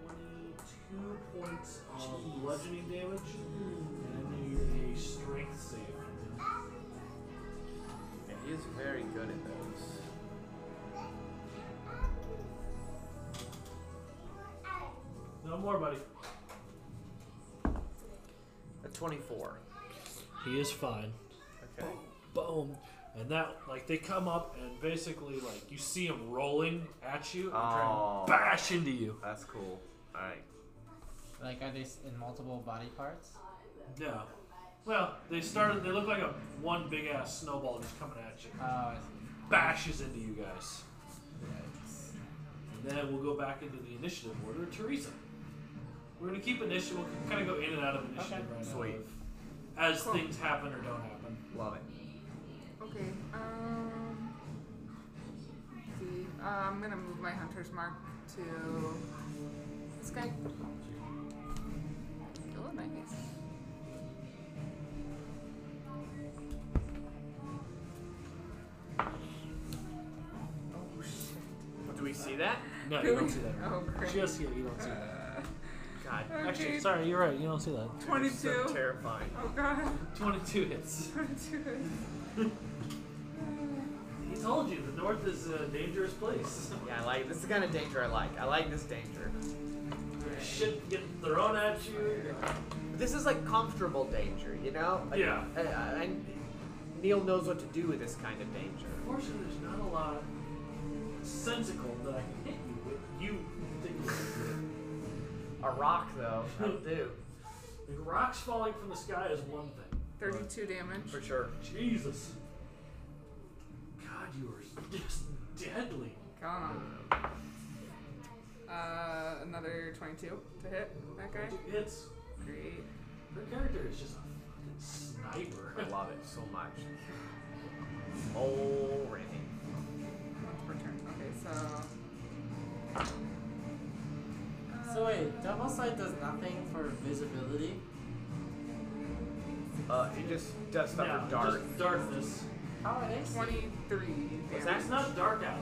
Twenty-two points of bludgeoning damage, and I need a strength save. Yeah, he is very good at those. No more, buddy. A 24. He is fine. Okay. Boom. And that, like, they come up and basically, like, you see him rolling at you and trying Oh. to bash into you. That's cool. All right. Like, are they s- in multiple body parts? No. Well, they started. They look like a one big ass snowball just coming at you. Oh, I see. Bashes into you guys. Yikes. And then we'll go back into the initiative order. Teresa. We're gonna keep initiative. We'll kind of go in and out of initiative Okay. right Sweet. now, as Cool. things happen or don't happen. Love it. Okay. Um. let's See, uh, I'm gonna move my hunter's mark to this guy. Kill him, I guess. Oh shit. Do we see that? No, you don't see that. Oh great. Just yet, you don't see that. God, Okay, Actually, sorry, you're right. You don't see that. so 22. terrifying. Oh god. 22 hits. 22. He told you the north is a dangerous place. Yeah, I like this is the kind of danger I like. I like this danger. Shit get thrown at you. This is like comfortable danger, you know? Like, Yeah. I, Uh, I, I, Neil knows what to do with this kind of danger. Unfortunately, there's not a lot sensical that I can hit you with. You think with. A rock, though, that'll do. Hmm. Like rocks falling from the sky is one thing. 32 damage. For sure. Jesus. God, you are just deadly. Going on. Uh, another 22 to hit that guy. It's Great. her character is just a fucking I sniper. love it so much. Already. Once per turn. Okay, so. So wait, double sight does nothing for visibility. Uh, it just does stuff No, with dark. just darkness. How are they? See? 23 What's damage. that? It's not dark out.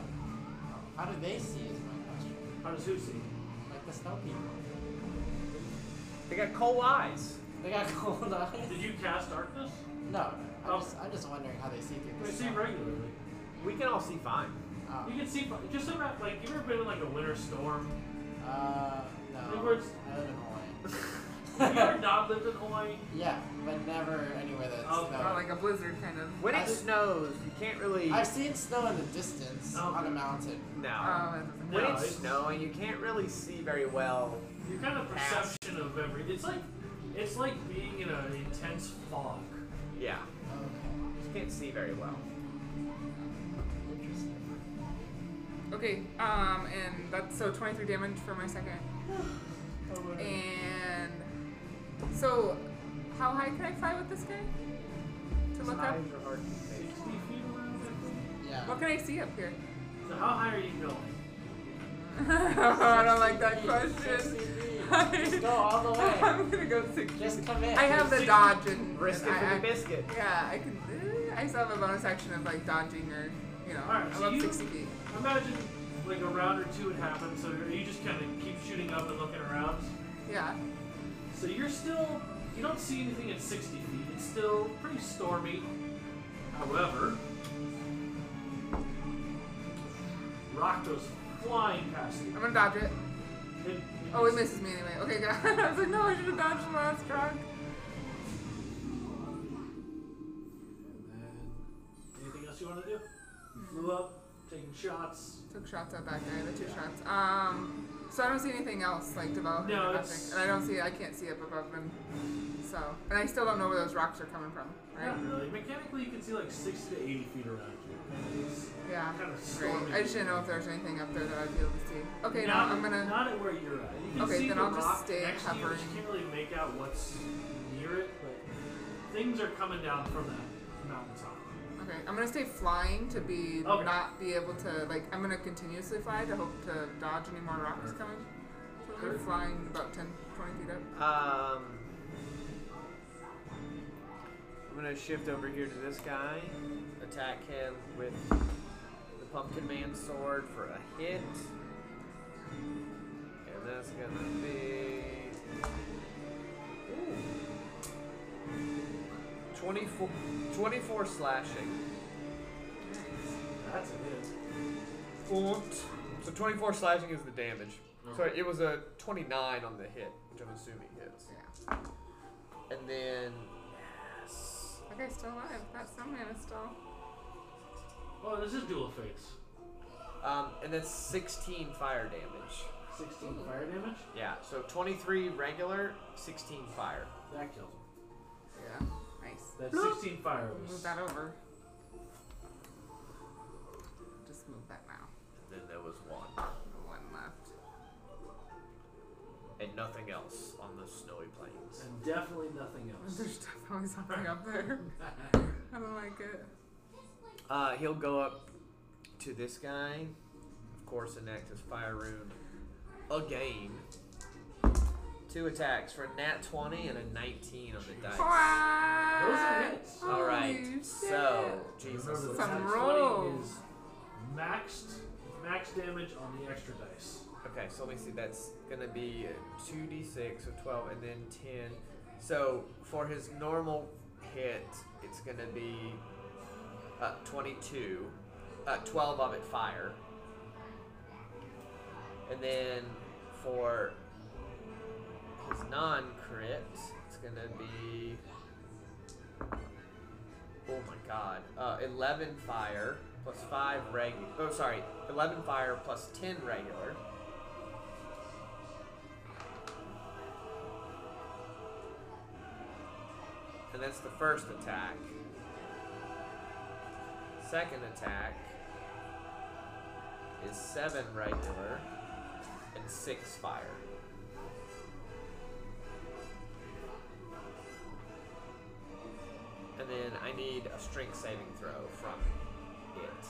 How do they see? Is my question. How does who see? Like the snow people. They got cold eyes. They got cold eyes. Did you cast darkness? No, I'm Oh. just, I'm just wondering how they see through They the see snow. regularly. We can all see fine. Oh. You can see fi- just about like you ever been in like a winter storm? Uh, They no. were- I live in You Hawaii. ever not lived in Hawaii? yeah, but never anywhere that's Oh, Oh, snow. like a blizzard kind of. When I- it snows, you can't really. I've seen snow in the distance Oh. on a mountain. No. Oh, that doesn't When No, it's it's- snowing, you can't really see very well. Your kind of perception of every it's like it's like being in an intense fog. Yeah. Okay. You can't see very well. Okay, um, and that's so 23 damage for my second. And so, how high can I fly with this guy? To look up? Yeah. What can I see up here? So how high are you going? I don't like that 60, question. 60 Just go all the way. I'm gonna go 60. Just commit. I have the dodge and Risk it and I, for the I- biscuit. Yeah, I can. eh, I still have a bonus action of like dodging or you know Alright, so above you- 60 feet. Imagine like a round or two it happens, so you just kind of keep shooting up and looking around. Yeah. So you're still, you don't see anything at 60 feet. It's still pretty stormy. However, rock goes flying past you. I'm gonna dodge it. It- Oh, it misses me anyway. Okay, God. I was like, no, I should have dodged the last rock. Anything else you want to do? You flew up, taking shots. Took shots at that guy. The two shots. Um. So I don't see anything else like developing. No, or it's- nothing. And I don't see. I can't see up above them. So. And I still don't know where those rocks are coming from. Right. Not really. Mechanically, you can see like 60 to 80 feet around you. And it's Yeah. kind of Great. stormy. I just didn't know if there's anything up there that I'd be able to see. Okay, no, not, I'm gonna. Not at where you're at. You can Okay, see then the I'll just rock stay next to you, but hovering. you can't really make out what's near it, but things are coming down from that mountaintop. Okay, I'm gonna stay flying to be Okay. not be able to like. I'm gonna continuously fly to hope to dodge any more rocks coming. So I'm Sure. flying about 10, 20 feet up. Um, I'm gonna shift over here to this guy, attack him with the Pumpkin Man sword for a hit, and that's gonna be Ooh. 24, 24 slashing. That's it. Und. So 24 slashing is the damage. Sorry, it was a 29 on the hit, which I'm assuming hits. Yeah. And then. Yes. Okay, still alive. That's some mana still. Well, Oh, this is Duel of Fates. Um, and that's 16 fire damage. 16 fire damage? Yeah, so 23 regular, 16 fire. That kills him. Yeah. Nice. That's Bloop. 16 fire Move was. that over. Just move that now. And then there was one. The one left. And nothing else on the snowy plains. And definitely nothing else. There's definitely something up there. I don't like it. Uh, he'll go up to this guy. Of course, enact his fire rune again. Two attacks for a nat 20 and a 19 on the dice. Those are What? hits. All right. Holy So, Jesus. Remember let's- Some that rolls. is maxed, max damage on the extra dice. Okay, so let me see. That's gonna be two d six, so twelve, and then ten. So for his normal hit, it's gonna be uh, twenty two, uh, twelve of it fire, and then for his non crit, it's gonna be oh my god, uh, eleven fire plus five regular. Oh, sorry, eleven fire plus ten regular. And that's the first attack. Second attack is seven regular and six fire. And then I need a strength saving throw from it.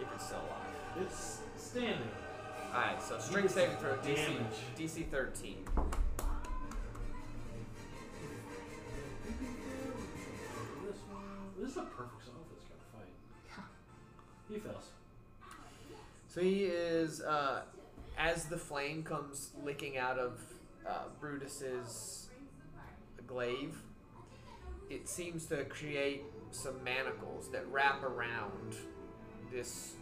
If it's still alive. It's standing. Alright, so strength saving throw DC, Damage. DC 13. This one. This is a perfect song for this kind of fight. He fails. So he is, uh, as the flame comes licking out of uh, Brutus's glaive, it seems to create some manacles that wrap around this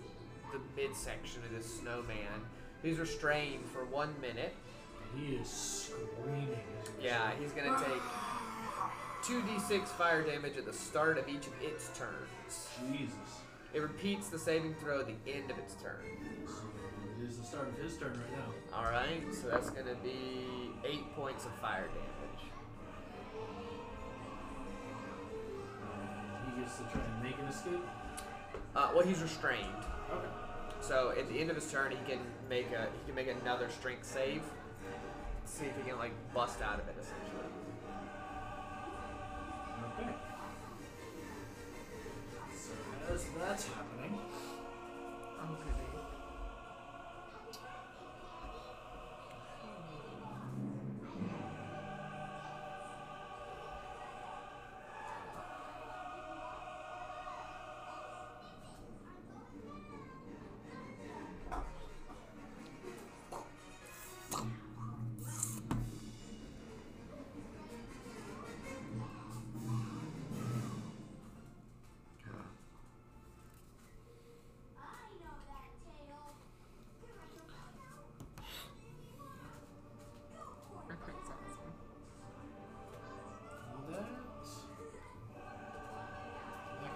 the midsection of this snowman. He's restrained for one minute. He is screaming. as he Yeah, he's gonna take two d6 fire damage at the start of each of its turns. Jesus. It repeats the saving throw at the end of its turn. It is the start of his turn right now. All right, so that's gonna be eight points of fire damage. He gets to try and make an escape. Uh, well, he's restrained. Okay. So at the end of his turn, he can make a he can make another strength save. See if he can like bust out of it essentially. Okay. So as that's happening, Oh, goody. That's awesome. that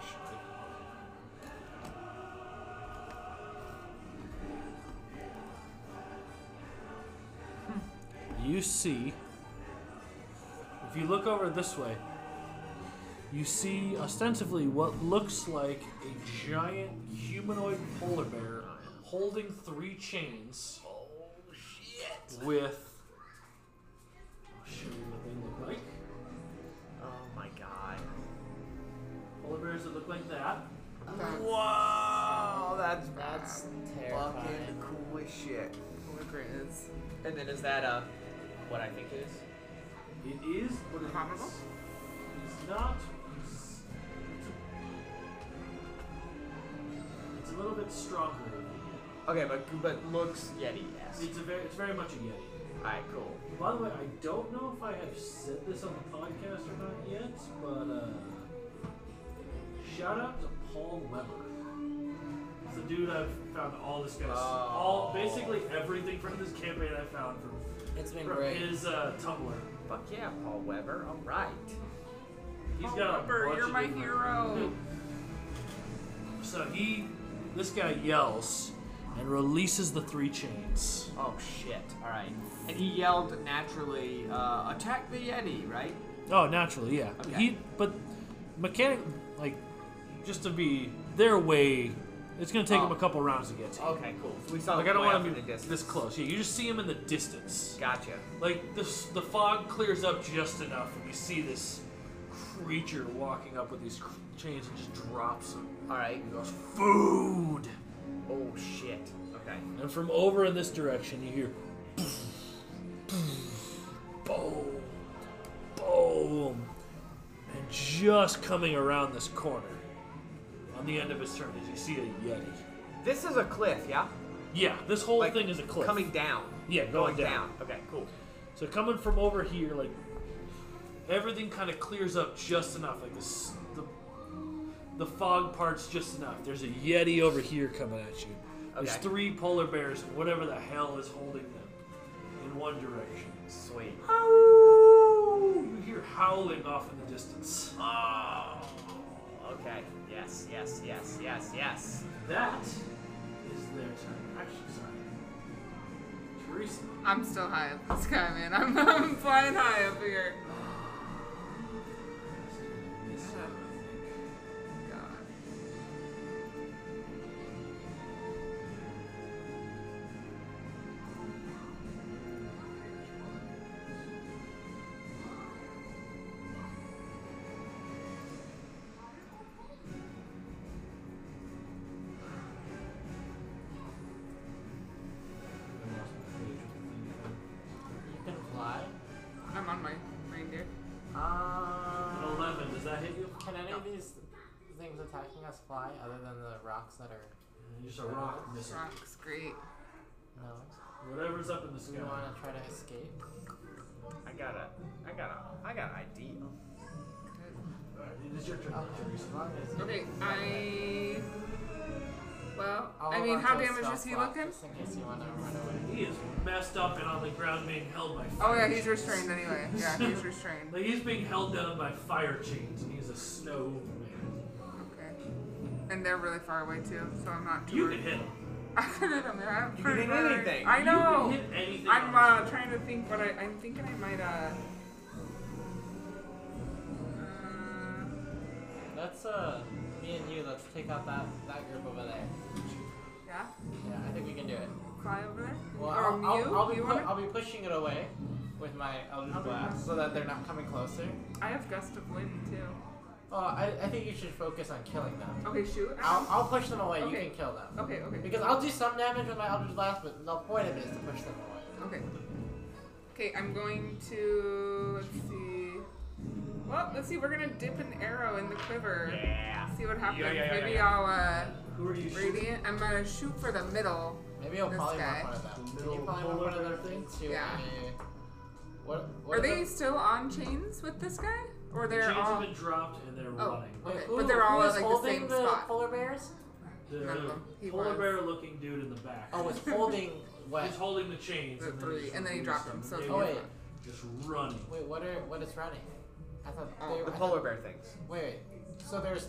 actually. Hmm. You see, if you look over this way, you see ostensibly what looks like a giant humanoid polar bear holding three chains. Oh shit! With I'll show you what they look like. Oh my god. Polar bears that look like that. That's Wow, Oh, that's That's Terrifying. cool as shit. what Grizz. And then is that uh, what I think it is? It is, but it Probable? is- It's not. It's, it's a little bit stronger. than a Okay, but but looks Yeti Yeti. esque. It's a very, it's very much a yeti. Alright, cool. By the way, I don't know if I have said this on the podcast or not yet, but uh, shout out to Paul Weber. It's the dude I've found all this guy's, all basically everything from this campaign I found from, It's been from great. his uh, Tumblr. Fuck yeah, Paul Weber. Alright. He's Oh, got Rubber, a bunch you're of my different- hero. So he, this guy yells and releases the three chains. Oh shit. Alright. And he yelled naturally, uh, attack the Yeti, right? Oh, naturally, yeah. Okay. He, but mechanic, like, just to be their way, it's gonna take Oh. him a couple rounds to get to. you. Okay, cool. So we saw Like him I don't way want up to in be the distance. this close. Yeah, you just see him in the distance. Gotcha. Like this, the fog clears up just enough, and you see this creature walking up with these cr- chains and just drops him. Alright. He goes, "Food!" Oh shit. Okay. And from over in this direction, you hear boom, boom, and just coming around this corner on the end of his turn is you see a yeti. This is a cliff, yeah? Yeah, this whole Like, thing is a cliff. Coming down. yeah, going, down. Okay, cool. So coming from over here, like everything kind of clears up just enough. Like this, the the fog parts just enough. There's a yeti over here coming at you. There's Okay. three polar bears and whatever the hell is holding them in one direction. Sweet. You hear howling off in the distance. Oh. Okay. Yes, yes, yes, yes, yes. That is their turn. Actually, sorry. Teresa. I'm still high up this guy, man. I'm, I'm flying high up here. Oh, is- God. You can fly. I'm on my reindeer. Uh, An 11, does that hit you? Can any of these things attacking us fly other than the rocks that are. Just a rock missile. Rock's great. No. Whatever's up in the Do we sky. want to try to escape? I got a, I got a, I got an idea. Alright, it is your turn. Teresa. Okay, I. Well, I'll I hold mean, on how to a damaged spell is he slot looking? Just in case you want to run away. He is messed up and on the ground being held by Oh, fire yeah, he's chains. restrained anyway. Yeah, he's restrained. Like, he's being held down by fire chains and he's a snow man. Okay. And they're really far away, too, so I'm not too You worried. can hit him. I could hit him, yeah. I'm You pretty can hit far away. anything. I You know. can hit anything on I'm this uh, turn. trying to think, but I, I'm thinking I might. Uh, uh, Let's uh, me and you, let's take out that, that group over there. Yeah? Yeah, I think we can do it. Fly over there? Well, or I'll, I'll, Mew? I'll, be you pu- wanna- I'll be pushing it away with my Elder Blast so that they're not coming closer. I have Gust of Wind too. Uh, I, I think you should focus on killing them. Okay, shoot. I'll, I'll push them away, you Okay. can kill them. Okay, okay. Because I'll do some damage with my Eldritch Blast, but the point of it is to push them away. Okay. Okay, I'm going to. Let's see. Well, let's see. We're gonna dip an arrow in the quiver. Yeah. See what happens. Yeah, yeah, yeah, Maybe yeah. I'll uh, Who are you shooting? radiant. I'm gonna shoot for the middle. Maybe I'll This polymorph guy. one of them. Can Little you polymorph one of polar their bear things to Yeah. a... What, what Are is they it? still on chains with this guy? Or they're Chains all. have been dropped and they're Oh. running. Wait, okay, who, but they're all who at, is like, the holding same the spot. polar bears? None of The them. He polar was. bear looking dude in the back. Oh, it's holding what? He's holding the chains. The and three, then just and then he released dropped them. them, so They it's Oh were wait, just running. wait. What are what is running? I thought Oh, they were, The I polar bear things. Thought, wait, wait. So there's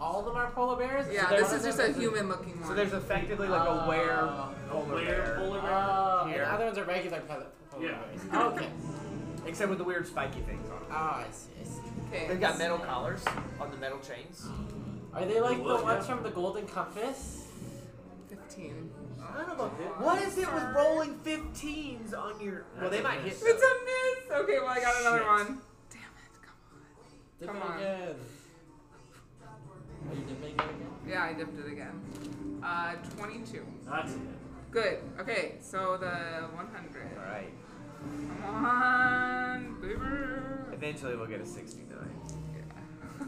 all of them are polar bears. Yeah, there this one is of just them a that's human looking one. So there's effectively like Ah, a where Oh. polar Where bear, polar bear? Oh, and Here. the other ones are regular polar, polar Yeah. bears. Oh, okay. except with the weird spiky things on them. Oh, I see. I see. okay. They've got metal collars on the metal chains. Are they like Well, the ones yeah. from the Golden Compass? 15. Son of a bitch. What is it with rolling 15s on your. well, they might hit. It's a miss! Okay, well, I got another Shit. one. Damn it, come Dip Come it on. again. Are you dipping it again? on. Yeah, I dipped it again. Uh, 22. That's it. Good. Okay, so the 100. Alright. Come on, baby. Eventually we'll get a 69.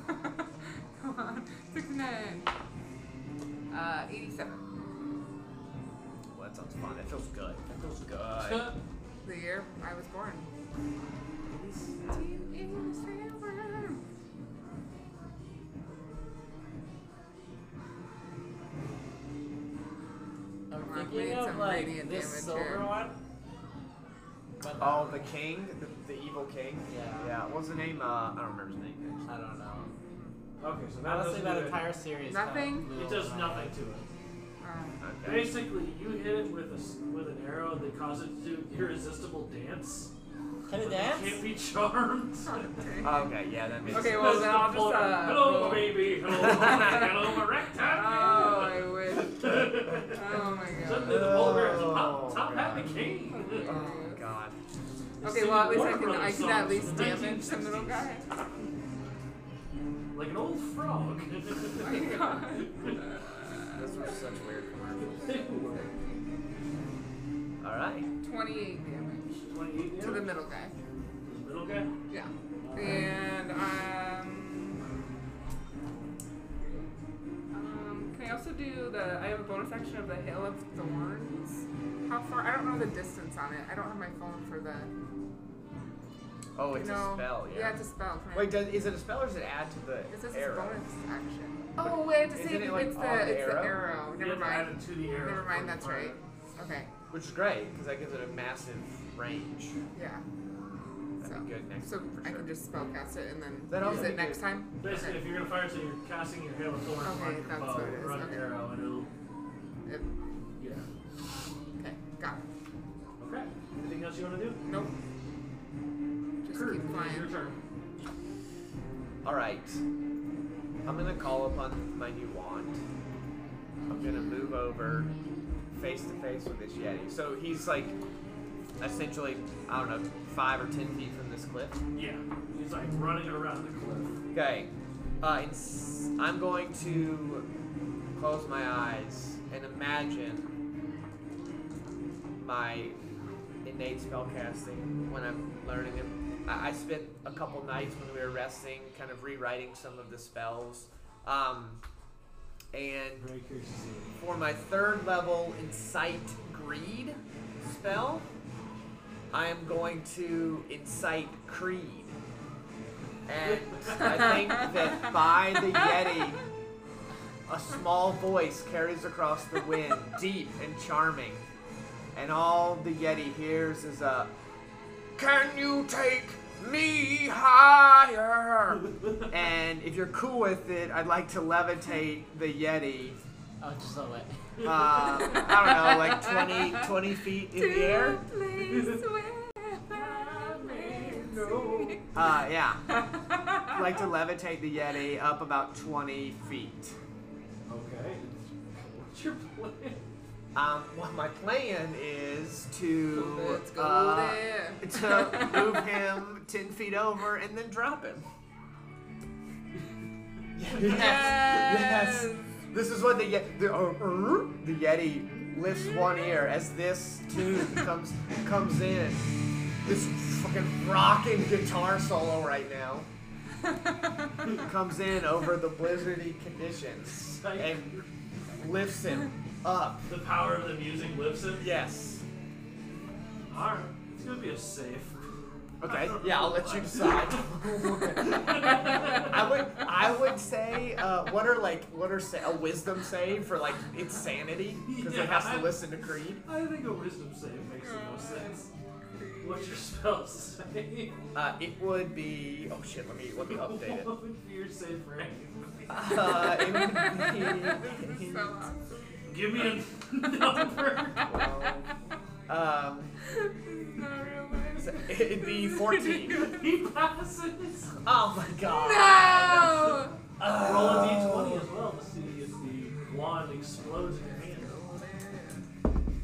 Come on. 69. Uh, 87. Well, that sounds fun. That feels good. That feels good. The year I was born. I'm Come on, we need thinking of some like radiant this damage silver here. one. But Oh, the king? The, the evil king? Yeah. Yeah. What was the name? Uh, I don't remember his name. I don't know. Okay, so that Honestly, doesn't that do entire series. Nothing? Kind of It It does nothing to it. Um, actually. Okay. Basically, you hit it with a s- with an arrow that causes it to do irresistible dance. Can it but You can't dance? be charmed. okay. Okay, yeah, that makes Okay, sense. well That's then not I'll just polar- uh, hello, roll. baby. Hello, hello, Oh, I rectangle. wish. Suddenly, Oh my god. the polar bear is a Oh, top, top God. hat king. Oh, God. Okay, well at least I can I can at least damage the little middle guy. Like an old frog. Oh my god. Those were such weird commercials. Alright. 28 damage 28 to the damage. middle guy. Middle guy. Yeah. And um, um, can I also do the? I have a bonus action of the Hail of Thorns. How far? I don't know the distance on it. I don't have my phone for the. Oh, it's no. a spell, yeah. it's a spell. Can I- Wait, does, is it a spell or does it add to the It says it's a arrow? bonus action. Oh wait, to Isn't see it, like, it's on the the it's the arrow? arrow. You Never have to add mind. it to the arrow. Never mind. before That's you fire right. it. Okay. Which is great, because that gives it a massive range. Yeah. That'd So, be good next so time for I sure. can just spellcast it and then That also use it be next good. time. Basically, Okay. if you're gonna fire it, so you're casting your hail of thorns Okay, on your that's bow what it is, or on okay. your arrow, and it'll Yep. yeah. Okay. Got it. Okay. Anything else you want to do? Nope. Just Kurt, keep Your flying. turn. Alright. I'm gonna call upon my new wand. I'm gonna move over face to face with this Yeti. So he's like essentially, I don't know, five or ten feet from this cliff. Yeah. He's like running around the cliff. Okay. Uh, ins- I'm going to close my eyes and imagine my innate spell casting when I'm learning them. I, I spent a couple nights when we were resting, kind of rewriting some of the spells. Um, and Very curious to see. it. for my third level incite greed spell, I am going to incite creed. And I think that by the Yeti, a small voice carries across the wind, deep and charming. And all the Yeti hears is a Can you take me higher? and if you're cool with it, I'd like to levitate the Yeti Oh, just a little bit. uh, I don't know, like 20, 20 feet in the air. Please swear. Uh, yeah. like to levitate the Yeti up about 20 feet. Okay. What's your plan? Um, well, my plan is to Let's go uh, there. to move him 10 feet over and then drop him. Yes. This is what the Ye- the, uh, uh, the Yeti lifts one ear as this tune comes comes in. This fucking rocking guitar solo right now comes in over the blizzardy conditions and lifts him up. The power of the music lifts it. Yes. Alright. It's gonna be a safe. Okay. Yeah, I'll let you decide. I would I would say uh, what are like what are sa- a wisdom save for like insanity because it has to Yeah. listen to Creed. I think a wisdom save makes the most sense. What's your spell save? Uh, it would be oh shit. Let me let me update it. What would be your save rank? Uh, it would be So awesome. Give me a number. um, Not real life. it'd be fourteen. He passes. Oh my god. No! Roll a d20 as well to see if the wand explodes in your hand.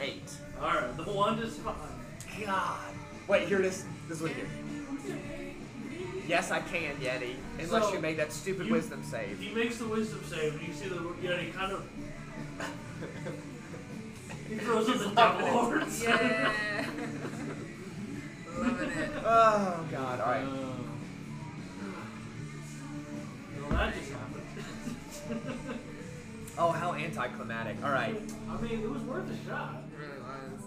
Eight. Alright, the wand is fine. God. Wait, here it is. This one here. Yes, I can, Yeti. Unless So, you make that stupid you- wisdom save. He makes the wisdom save, and you see the you know, he kind of. he throws in the devil horns. Yeah. Loving it. Oh god. All right. Well, that just happened. Oh, how anticlimactic. All right. I mean, it was worth a shot. Really was.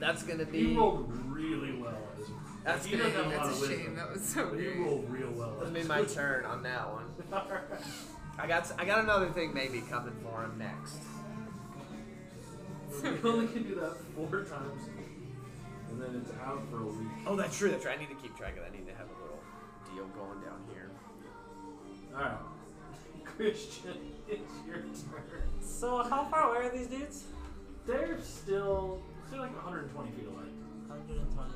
That's gonna He be. rolled really well. on his- That's he gonna doesn't be. have a lot That's of a shame. wisdom. That was so But he weird. rolled real well. That'll be my turn on that one. Alright. I got. I got another thing maybe coming for him next. You only can do that four times, and then it's out for a week. Oh, that's true. That's right. I need to keep track of that. I need to have a little deal going down here. All right, Christian, it's your turn. So how far away are these dudes? They're still, they're like 120 feet away. 120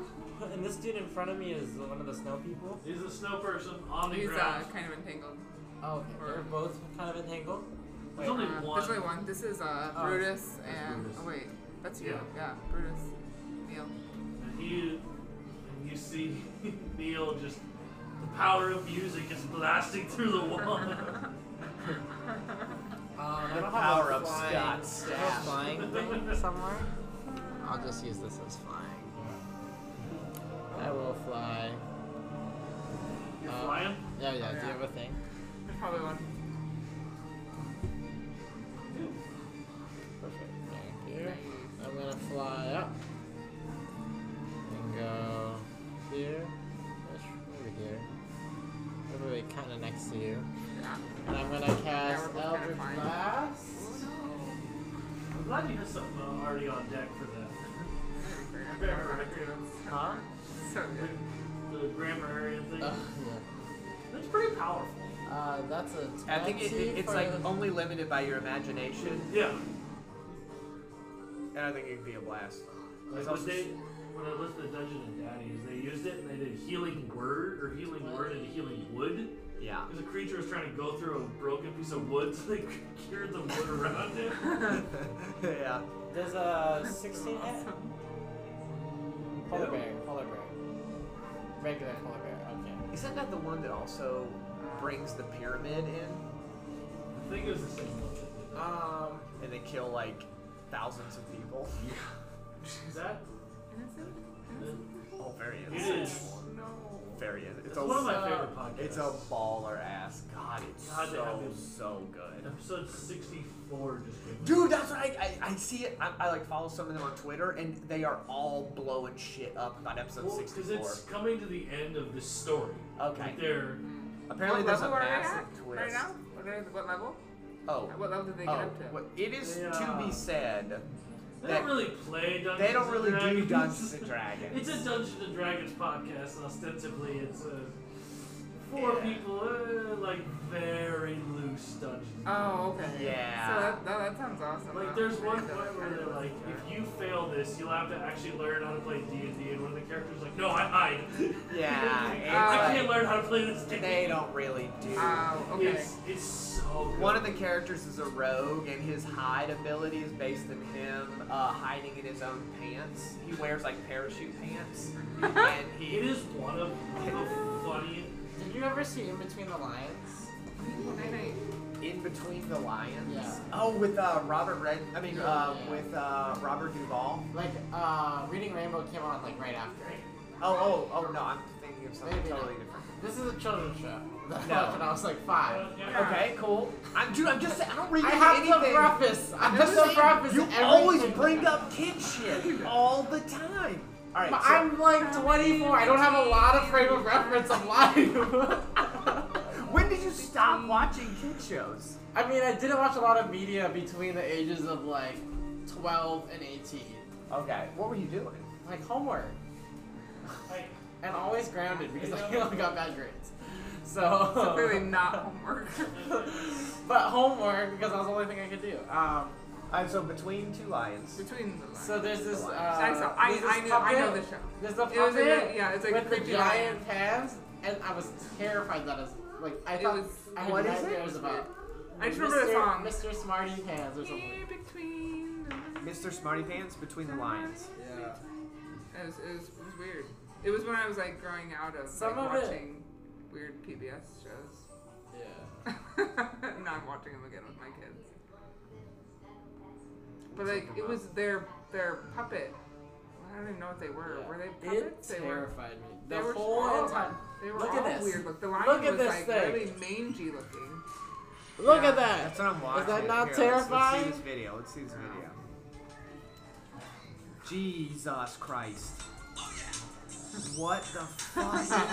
feet away. And this dude in front of me is one of the snow people. He's a snow person on the He's uh, ground. kind of entangled. Oh, okay. We're both kind of entangled. There's only Uh, one. there's only one. This is uh, Oh, Brutus and Brutus. oh wait, that's you. Yeah. Yeah, Brutus. Neil. And you, and you see Neil just the power of music is blasting through the wall. Um, I The don't have a power of flying- Scott's I don't have a flying thing somewhere. I'll just use this as flying. I will fly. You're Um, flying. Yeah, yeah. Do yeah. you have a thing? There's probably one. Perfect. Thank you. I'm gonna fly up and go here, ish, over here, probably kind of next to you. Yeah. And I'm gonna cast we're both kinda Eldritch flying. Blast. I'm glad you had something uh, already on deck for that. Huh? So good. The grammarian thing. Uh, That's pretty powerful. yeah. Uh, that's a 20 I think it, it, it's for like the- only limited by your imagination, Yeah. and I think it'd be a blast. Like There's when, also- they, when I listened to Dungeon and Daddies, they used it and they did healing word or healing word and healing wood. yeah. Because the creature was trying to go through a broken piece of wood, so they cured the wood around it. yeah. There's a 16 hit. Polar Ew. bear, polar bear. Regular polar bear, okay. Isn't that the one that also brings the pyramid in, I think it was the same one. um, and they kill like thousands of people? Is that? Oh, very It innocent. is. Very innocent. It's It's one of a, my favorite podcasts. it's a baller ass. God, it's God, they have so it. so good. Episode 64 just came out. Dude, that's what I, I, I see it. I, I like follow some of them on Twitter, and they are all blowing shit up about episode Well, 'cause 64. it's coming to the end of this story. Okay. Like they're, Apparently, what there's a level are we at massive twist. right now? What, are, what level? Oh, What level did they get oh, up to? what- it is They, to uh, be said. they don't That- really play Dungeons They don't and really do Dragons. Dungeons and Dragons. It's a Dungeons and Dragons podcast, and ostensibly it's a four people, uh, like very loose Dungeons dungeon. Oh, okay. Yeah. So that, that, that sounds awesome. Like though. there's I one didn't know point that. I where didn't they're know like, that. if you fail this, you'll have to actually learn how to play D and D, and one of the characters is like, no, I hide. Yeah, I it's can't like- learn how to play this game. They don't really do. Oh, okay. It's it's so good. One of the characters is a rogue, and his hide ability is based on him uh, hiding in his own pants. He wears like parachute pants, and It he is one of the funniest. Did you ever see In Between the Lines? Night, night. in between the lions. Yeah. Oh, with uh, Robert Red. I mean, uh, Yeah. with uh, Robert Duvall. Like, uh, Reading Rainbow came on like right after. Oh, oh, oh no, I'm thinking of something Maybe not. totally different. This is a children's show. That I No. watched when I was like five. Okay, cool. I'm dude. I'm just. saying, I don't read I have anything. to preface. I I'm have just to saying, preface you everything. always bring up kid shit all the time. All right, But so- I'm like Oh, 24. I don't have a lot of frame of reference of life. When did you stop watching kid shows? I mean, I didn't watch a lot of media between the ages of like 12 and 18. Okay, what were you doing? Like homework. And always grounded because I only got bad grades. So, So clearly not homework. but homework because that was the only thing I could do. Um, Alright, Uh, so between two lions. Between the lines. so there's this. Uh, I saw. I, there's this I, knew, I know puppet- the show. There's the It was puppet a, yeah, it's like with the creepy lion. giant hands, and I was terrified that is like I It thought was- I had what is it? nightmares about. I just remember the song. Mr. Smarty Pants or something. In between the lines. Mr. Smarty Pants, between the lions. Yeah. It was, it was, it was weird. It was when I was like growing out of Some like, of it- watching weird PBS shows. Yeah. now I'm watching them again with my kids. But like it was their their puppet. I don't even know what they were. Were they It puppets? they were. terrified me. The They were whole all of entire. them. They were Look all at this. weird. Look, the lion Look at was this like thing. really mangy looking. Look Yeah. at that. That's what I'm watching. that not Here, Let's, terrifying? let's see this video. Let's see this video. Jesus Christ. What the fuck is this?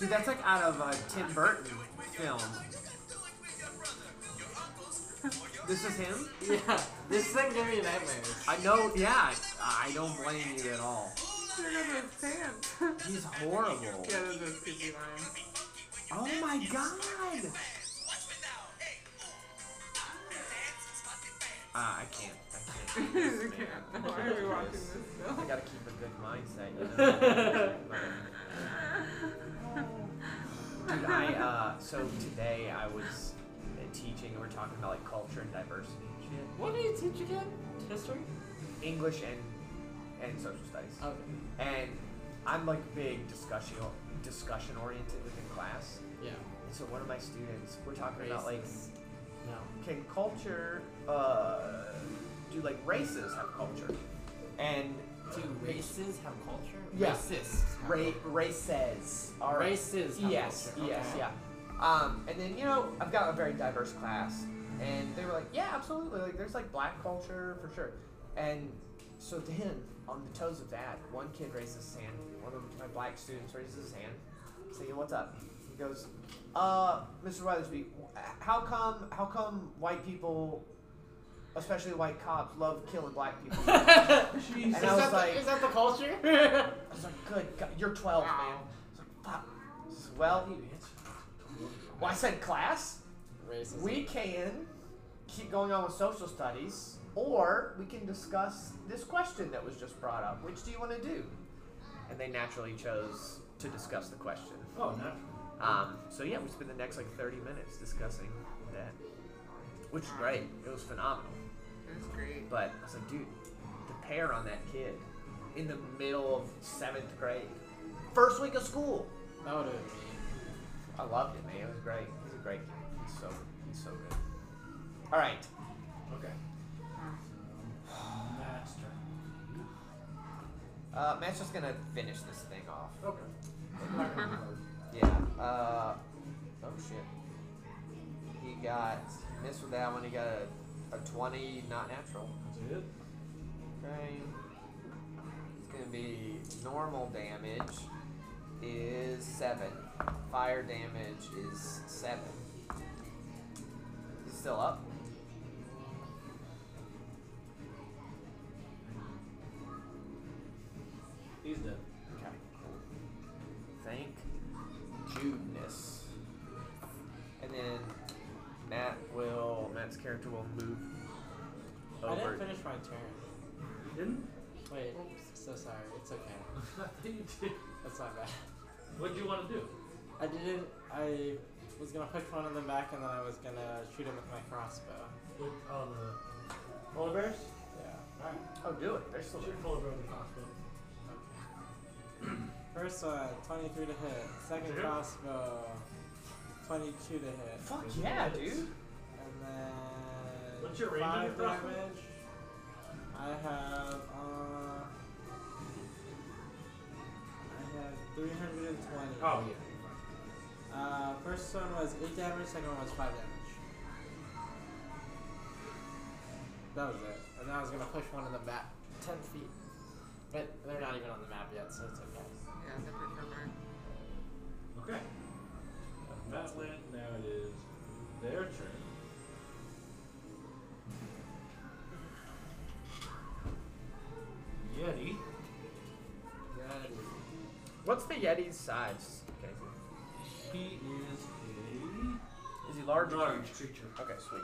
Dude, that's like out of a Tim Burton film. This is him? Yeah. This thing gave me nightmares. I know, yeah. I don't blame you at all. Look at his pants. He's horrible. yeah, those are creepy lions. Oh my god! Ah, I can't. I can't. You can't. Why are we watching this I film? gotta keep a good mindset, you know? Dude, I, uh, so today I was uh, teaching and we're talking about like culture and diversity and What do you teach again? History? shit. English and, and social studies. Oh. Okay. And I'm like big discussion, discussion oriented within class. Yeah. And so one of my students, we're talking about like Racist. No. can culture uh, do like races have culture and Do races have culture? Yeah. Racists. have ra- races are Races have yes culture, yes okay. yeah um, and then you know i've got a very diverse class and they were like yeah absolutely like there's like black culture for sure and so then on the toes of that one kid raises his hand one of my black students raises his hand say "Yo, what's up he goes uh mr weathersby how come how come white people especially white cops love killing black people Is, And I was that the- like- is that the culture? I was like, good God, you're 12, man. I was like, fuck. I said, Well, well, I said class. Racism. We can keep going on with social studies, or we can discuss this question that was just brought up. Which do you want to do? And they naturally chose to discuss the question. Oh, no. Um, so yeah, we spent the next like 30 minutes discussing that, which was great. It was phenomenal. It was great. But I was like, dude, the pair on that kid in the middle of seventh grade, first week of school. That would have been me. I loved it, man. It was great. He's a great kid. He's so he's so good. All right. Okay. Master. Uh, Matt's just gonna finish this thing off. Okay. Yeah. Uh, oh shit. He got missed with that one. He got a, a twenty, not natural. That's it. Okay. It's gonna be normal damage is seven. Fire damage is seven. He's still up. He's dead. Okay. Thank Judeness. character will move I over. didn't finish my turn. Didn't? Wait, so sorry. It's okay. you did. That's not bad. What did you want to do? I didn't. I was gonna hook one of them back, and then I was gonna shoot him with my crossbow. Look on the uh, Polar bears? Yeah. Alright. Oh, do it. They're still shoot full of the crossbow. First one, 23 to hit. Second Sure. crossbow, 22 to hit. Fuck yeah, dude. And then What's your range on your five crossbow? damage. I have uh, I have 320. Oh yeah. Uh, first one was eight damage. Second one was five damage. That was it. And then I was gonna push one of them back 10 feet, but they're not even on the map yet, so it's okay. Yeah, they're pretty far apart. Okay. That went. Now it is their turn. Yeti. What's the Yeti's size? Casey? He is a Is he large? or large huge? creature. Okay, sweet.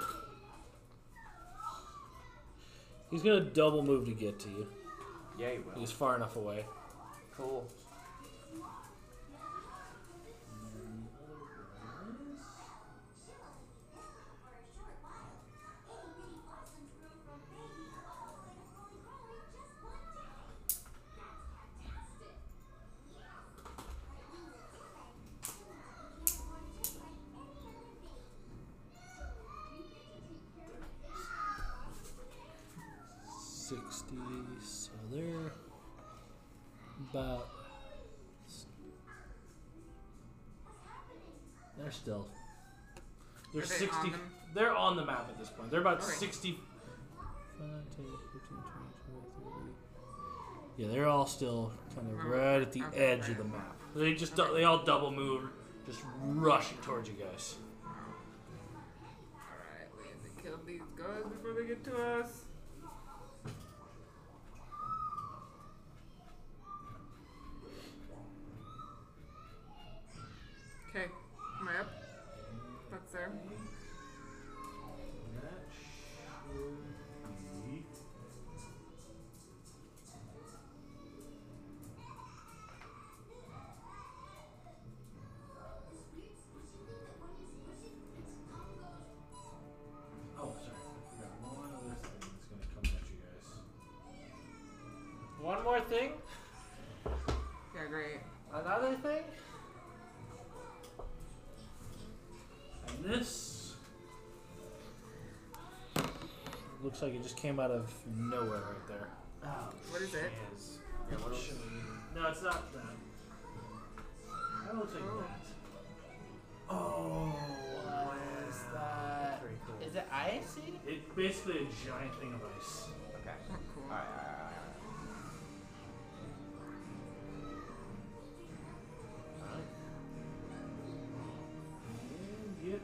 He's gonna double move to get to you. Yeah, he will. He's far enough away. Cool. Sixty. So they're about. They're still. They're Are they on sixty. them? they're on the map at this point. They're about Okay. sixty. Yeah, they're all still kind of right at the Okay, edge right. of the map. They just do- they all double move, just rushing towards you guys. Alright, we have to kill these guys before they get to us. Okay, am I up? That's there. That should be. Oh, sorry. I forgot one other thing that's gonna come at you guys. One more thing? Yeah, great. Another thing? And this Looks like it just came out of nowhere right there. What is it? is. Yeah, what else? No, it's not that. I will take Oh. that. Oh, what is that? Very cool. Is it icy? It's basically a giant thing of ice. Okay. Oh, cool. Alright, alright, alright, alright. And it,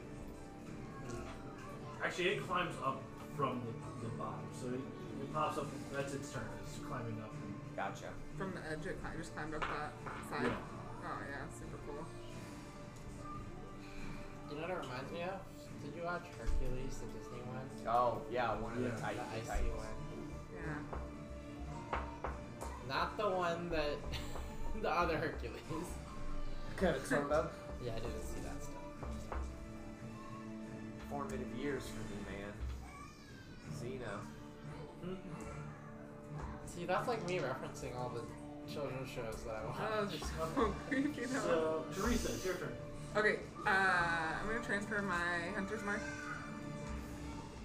Uh, actually, it climbs up from the, the bottom, so it, it pops up. That's its turn. It's climbing up. Gotcha. From the edge, it cli- just climbed up that side. Yeah. Oh, yeah, super cool. You know what it reminds me of? Did you watch Hercules, the Disney one? Oh, yeah, one of Yeah. the tight The icy tight one. Yeah. Not the one that. the other Hercules. Yeah, I didn't see that stuff. Formative years for me, man. Xeno. See, that's like me referencing all the children's shows that I That watch. was so creepy, though. So, Teresa, it's your turn. Okay, uh, I'm gonna transfer my hunter's mark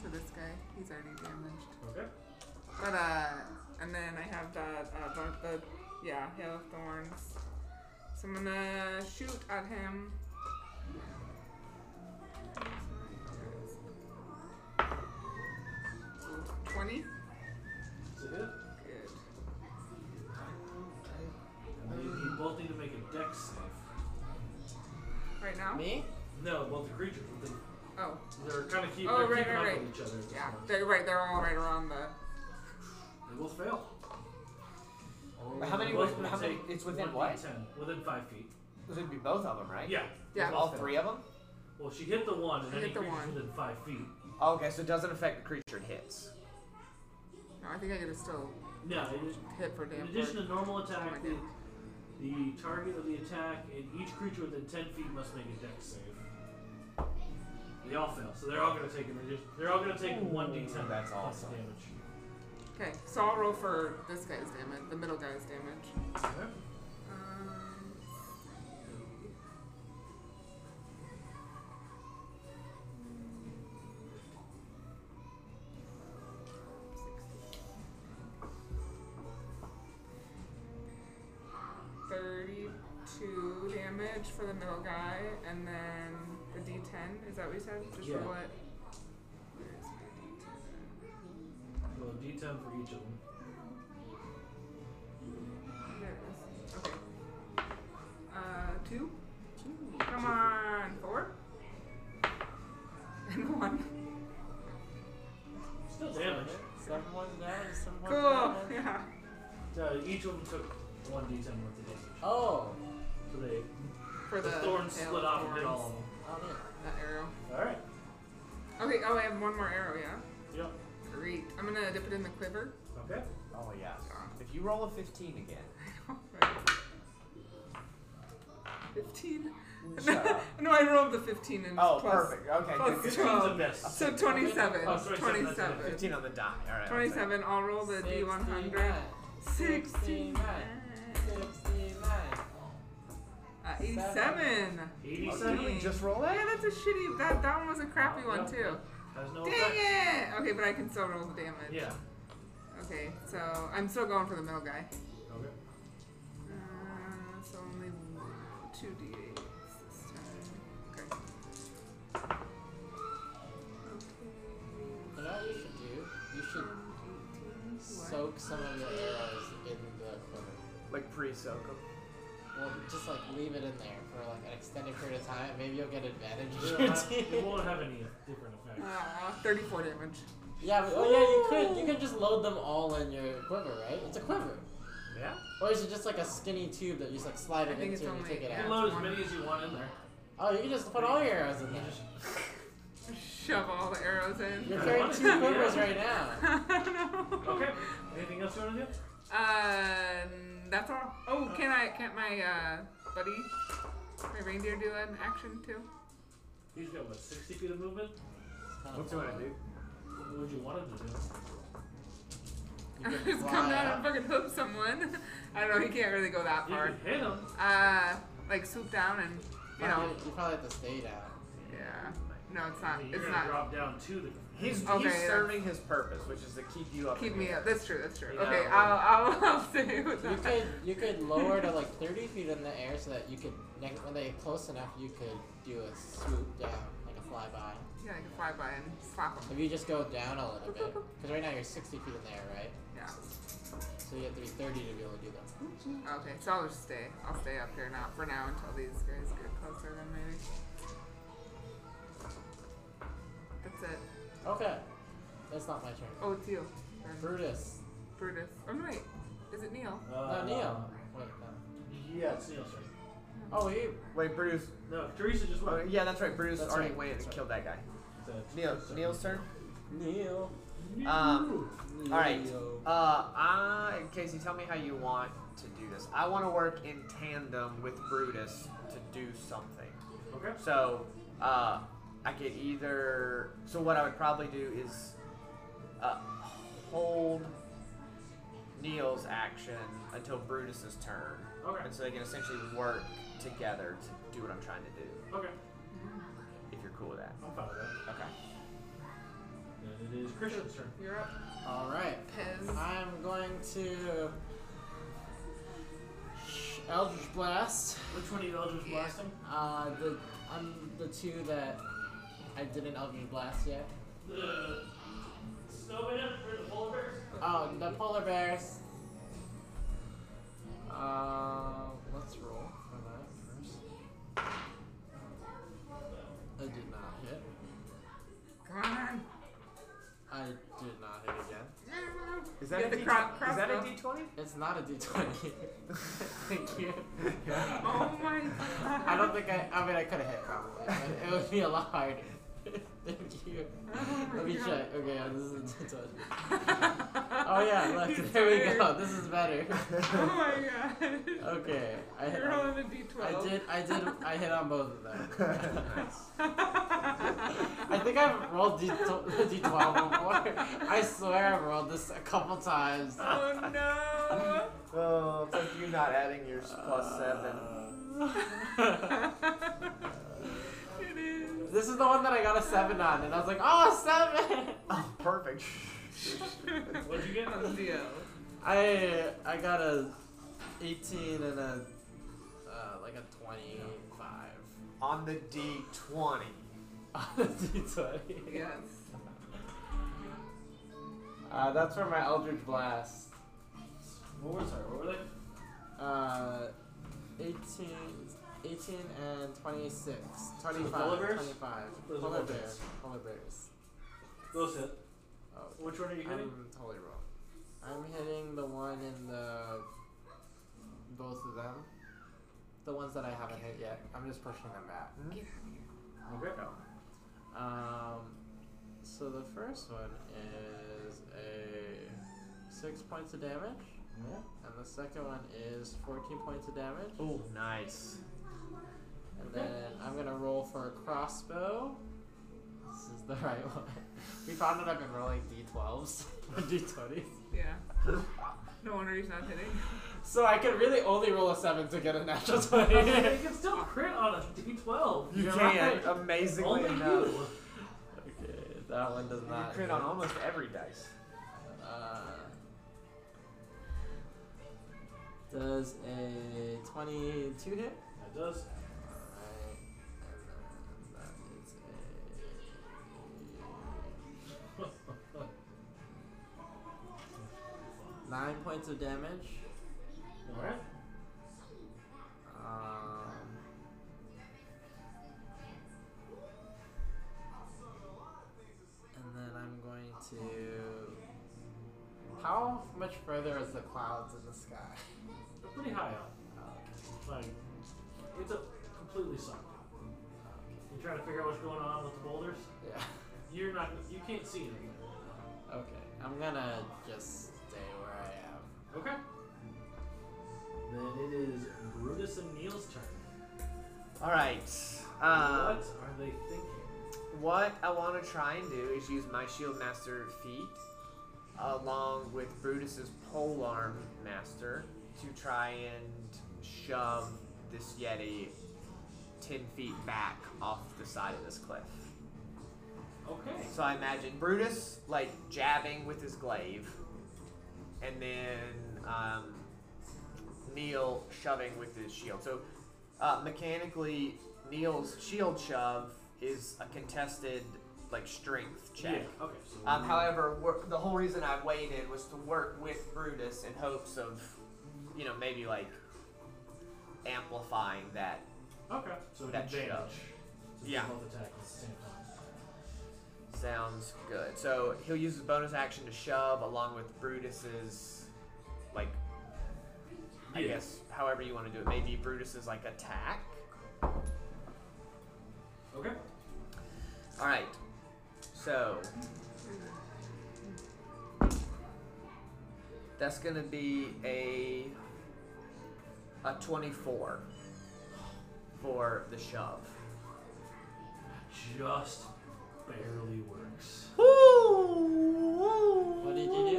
to this guy. He's already damaged. Okay. But uh, and then I have that uh, the, the yeah hail of thorns. So I'm gonna shoot at him. Twenty. Is it good? Good. And you, you both need to make a dex save. Right now. Me? No, both the creatures. but they- Oh They're kind of keep, Oh, they're right, keeping right, up right. with each other. at this yeah, point. they're right. They're all right around the. They both fail. But how many Both was- will how many- take it's within 1d10, what? Within five feet. Those would be both of them, right? Yeah. Yeah. All three of them? Well, she hit the one, and She any hit the creature's one. within five feet. Oh, Okay, so it doesn't affect the creature it hits. No, I think I could still No, it is- hit for in damage. addition to normal my attack, the, damage. the target of the attack and each creature within 10 feet must make a dex save. They all fail, so they're all going to take an addition. They're all going to take 1d10 points that's of awesome. damage. Okay, so I'll roll for this guy's damage, the middle guy's damage. Um, Thirty-two damage for the middle guy, and then the D10. Is that what you said? Just Yeah. roll it. Where is my Well, d10 for each of them. D10? There it is. Okay. Uh, two. Come on, four. And one. Still damage. Someone knows. Someone Cool. Yeah. Uh, each of them took 1d10 worth of damage. Oh. So they, For the, the, thorn tail split off and hit thorns. all of them. Oh, man. That arrow. Alright. Okay. Oh, I have one more arrow. Yeah. Yep. Great. I'm gonna dip it in the quiver. Okay. Oh yeah. If you roll a 15 again, Fifteen. Shut up. no, I rolled the fifteen and Oh, plus- perfect. Okay, plus good, good. 12. It's a miss. So 27. Oh, 27, that's 27. right. 15 on the die. All right. 27. I'll roll the D100. 69. 69. 69. Uh, 87. 87 Did we just roll Yeah, it? that's a shitty. That that one was a crappy one Yep. too. has no Dang effect. it! Okay, but I can still roll the damage. Yeah. Okay, so I'm still going for the middle guy. Okay. Uh, so only two d8s this time. Okay. You know what you should do? You should soak some of your arrows in the quiver. Like pre-soak 'em. Well, just like leave it in there for like an extended period of time. Maybe you'll get advantage. It won't have- Yeah, it won't have any different effect. Uh, 34 damage. yeah, but, oh yeah, you could you could just load them all in your quiver, right? It's a quiver. Yeah. Or is it just like a skinny tube that you just like slide I it think it's into and you only- take it You can out? load as many as you want in there. Oh, you can just put all your arrows in there. Shove all the arrows in. You're carrying two Yeah. quivers right now. Okay. Anything else you want to do? Um, that's all. Oh, can I? Can't my uh, buddy, my reindeer, do an action too? He's got what, 60 feet of movement? What do you want to do? What would you want him to do? You can Just come fly down up. and fucking hook someone. I don't know. He can't really go that You far. can hit him. Uh, like swoop down and you know. Probably- you probably have to stay down. Yeah. No, it's not. You're It's gonna not. drop down to the. He's, Okay, he's yeah. serving his purpose, which is to keep you up. Keep in me the up. That's true. That's true. Yeah. Okay, I'll I'll, I'll stay with You that. could you could lower to like 30 feet in the air so that you could next when they get close enough you could do a swoop down like a flyby. Yeah, I can fly by and slap him. If you just go down a little bit, because right now you're 60 feet in the air, right? Yeah. So you have to be 30 to be able to do that. Okay, so I'll just stay. I'll stay up here now for now until these guys get closer. Then maybe. That's it. Okay, that's not my turn. Oh, it's you. Then Brutus. Brutus. Oh no, wait. Is it Neil? No, Uh, Neo. Wait, no. Yeah, it's Neil's turn. Oh, he. Wait, Bruce. No, Teresa just Oh, went. yeah, that's right. Bruce That's already right, went and that's right. killed that guy. It's, uh, Neil, Teresa's turn. Neil's turn. Neil. Um, all right. Neo. Uh, I, Casey, tell me how you want to do this. I want to work in tandem with Brutus to do something. Okay. So uh, I could either. So what I would probably do is uh, hold Neil's action until Brutus's turn, Okay. and so they can essentially work together to do what I'm trying to do. Okay. If you're cool with that. I'm fine with that. Okay. Then it is Christian's turn. You're up. All right. Pez. I'm going to Eldritch Blast. Which one of you elders Yeah. blasting? Uh, the I'm the two that I didn't Eldritch Blast yet. The snowman or the polar bears? Oh, the polar bears. Uh, let's roll for that first. I did not hit. Come on. I did not hit again. Is Get that, a the D- cro- is that a crossbow. D20? It's not a d20. Thank you. Oh my I god. don't think I. I mean, I could have hit probably, but it would be a lot harder. Thank you. Let me check. Okay, oh, this is it's on. Oh yeah, look, there we go. This is better. Oh my god. Okay, I hit. You're On, rolling a d12. I did. I did. I hit on both of them. Nice. I think I've rolled D D twelve before. I swear I've rolled this a couple times. Oh no. Oh, it's like you not adding your plus seven. it is. This is the one that I got a seven on, and I was like, oh, a seven. Uh. Oh, perfect. What'd you get? On Theo. I I got a eighteen and a uh, like a twenty five On the D twenty. on a D twenty. Yes. Uh, that's for my Eldritch Blast. What were, sorry, what were they? Uh, 18, 18 and 26. 25. polar bears? 25. Those are polar weapons. bears. Polar bears. Those hit. Oh, Which one are you hitting? I'm totally wrong. I'm hitting the one in the. both of them. The ones that I haven't hit yet. I'm just pushing them back. okay. Um, so the first one is a six points of damage, and the second one is fourteen points of damage. Oh, nice. And then I'm gonna roll for a crossbow. This is the right one. We found that I've been rolling d12s or d20s, Yeah. No wonder he's not hitting. so I can really only roll a seven to get a natural Um, twenty. you can still crit on a d12. You You're can right. amazingly Only enough. you. okay, that one does You not. crit hit. on almost every dice. Uh, does a 22 hit? That does. Alright, and then that is a uh, nine points of damage. Alright. Um, and then I'm going to. How much further is the clouds in the sky? They're pretty high up. Like, it's a completely sucked up. You're trying to figure out what's going on with the boulders. Yeah. You're not. You can't see anything. Okay. I'm gonna just stay where I am. Okay. Then it is Brutus and Neil's turn. All right. Um, what are they thinking? What I want to try and do is use my Shield Master feat along with Brutus's Polearm Master to try and shove this Yeti 10 feet back off the side of this cliff. Okay. So I imagine Brutus like jabbing with his glaive and then um, Neil shoving with his shield. So uh, mechanically, Neil's shield shove is a contested like strength check. Yeah. Okay. So Um, however, we the whole reason I waited was to work with Brutus in hopes of, you know, maybe like amplifying that. Okay. So That advantage. shove. So Yeah. Both attack at the same time. Sounds good. So he'll use his bonus action to shove along with Brutus's, like, I Yeah. guess however you want to do it. Maybe Brutus's like attack. Okay. All right. So that's gonna be a a twenty-four for the shove. Just barely works. What did you do?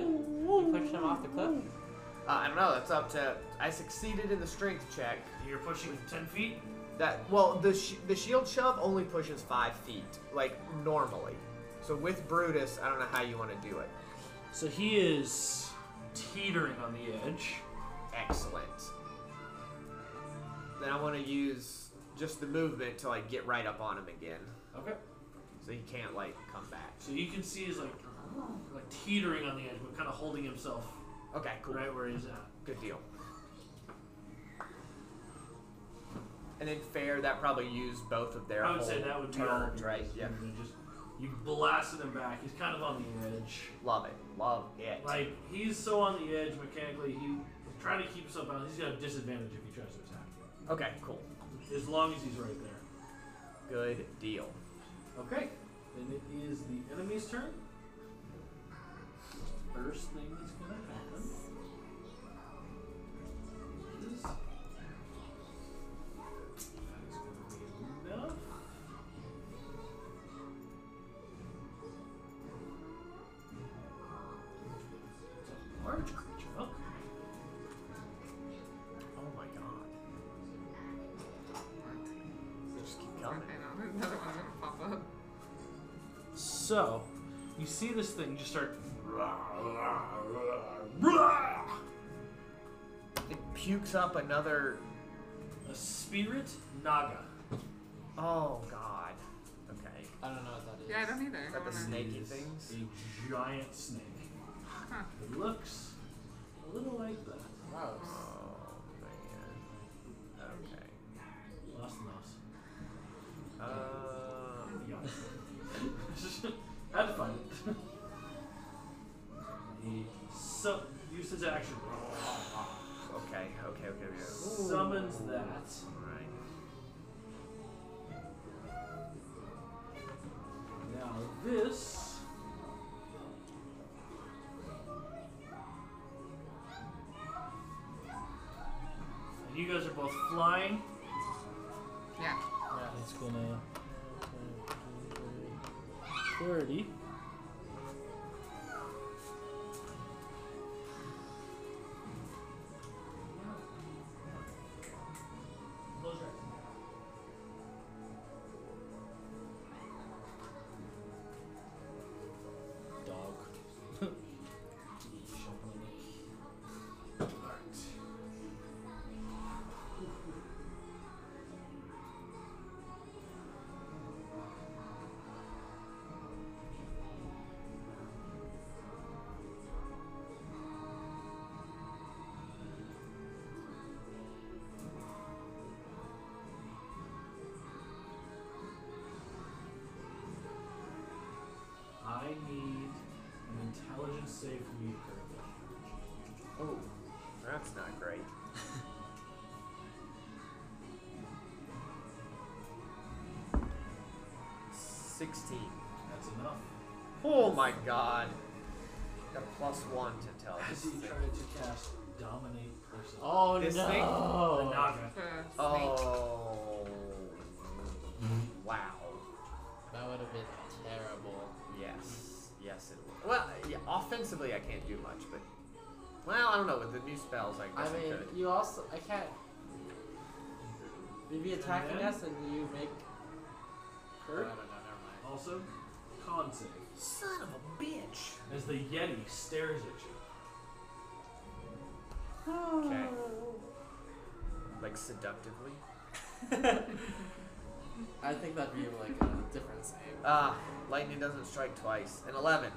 You pushed him off the cliff? Uh, I don't know. That's up to. I succeeded in the strength check. You're pushing ten feet. That well, the sh- the shield shove only pushes five feet, like normally. So with Brutus, I don't know how you want to do it. So he is teetering on the edge. Excellent. Then I want to use just the movement to like get right up on him again, Okay. so he can't like come back. So you can see he's like like teetering on the edge, but kind of holding himself Okay, cool. right where he's at. Good deal. And then fair, that probably used both of their I would whole say that would be all turns, of right? yours. Yeah. You just you blasted him back. He's kind of on the edge. Love it. Love it. Like he's so on the edge mechanically. He trying to keep himself out. He's got a disadvantage if he tries to attack Okay, cool. you. As long as he's right there. Good deal. Okay. Then it is the enemy's turn. First thing that's gonna happen is that is gonna be enough. It's a large creature. Okay. Oh my god. Just keep I coming. know, another one's gonna pop up. So, you see this thing just start. A It pukes up another. spirit naga. Oh god. Okay. I don't know what that is. Yeah, I don't Is either. I that the wanna- snaky Is things? A giant snake. It looks a little like that. Gross. Oh man. Okay. Lost mouse. Uh, Yeah. Had to find it. He so used his action. okay. Okay. Okay. Okay. Summons that. All right. Now this. And you guys are both flying. Yeah. Yeah, it's gonna. 30. Dog. I need an intelligence save from you, Kirby. Oh, that's not great. Sixteen. That's enough. Oh my god. Got a plus one to tell. As he tried to cast dominate person. Oh This no! thing? The Naga. The snake. Oh. Wow. That would have been terrible. Yes. Yes, it will. Well, yeah, offensively, I can't do much, but. Well, I don't know. With the new spells, I I guess I, mean, could. you also I can't. You'd be attacking then- us, and you make. I Kurt don't know. Never also con save. Son of a bitch. As the Yeti stares at you. Okay. Like seductively. mind. I think that'd be like a different save. Ah, lightning doesn't strike twice. An eleven.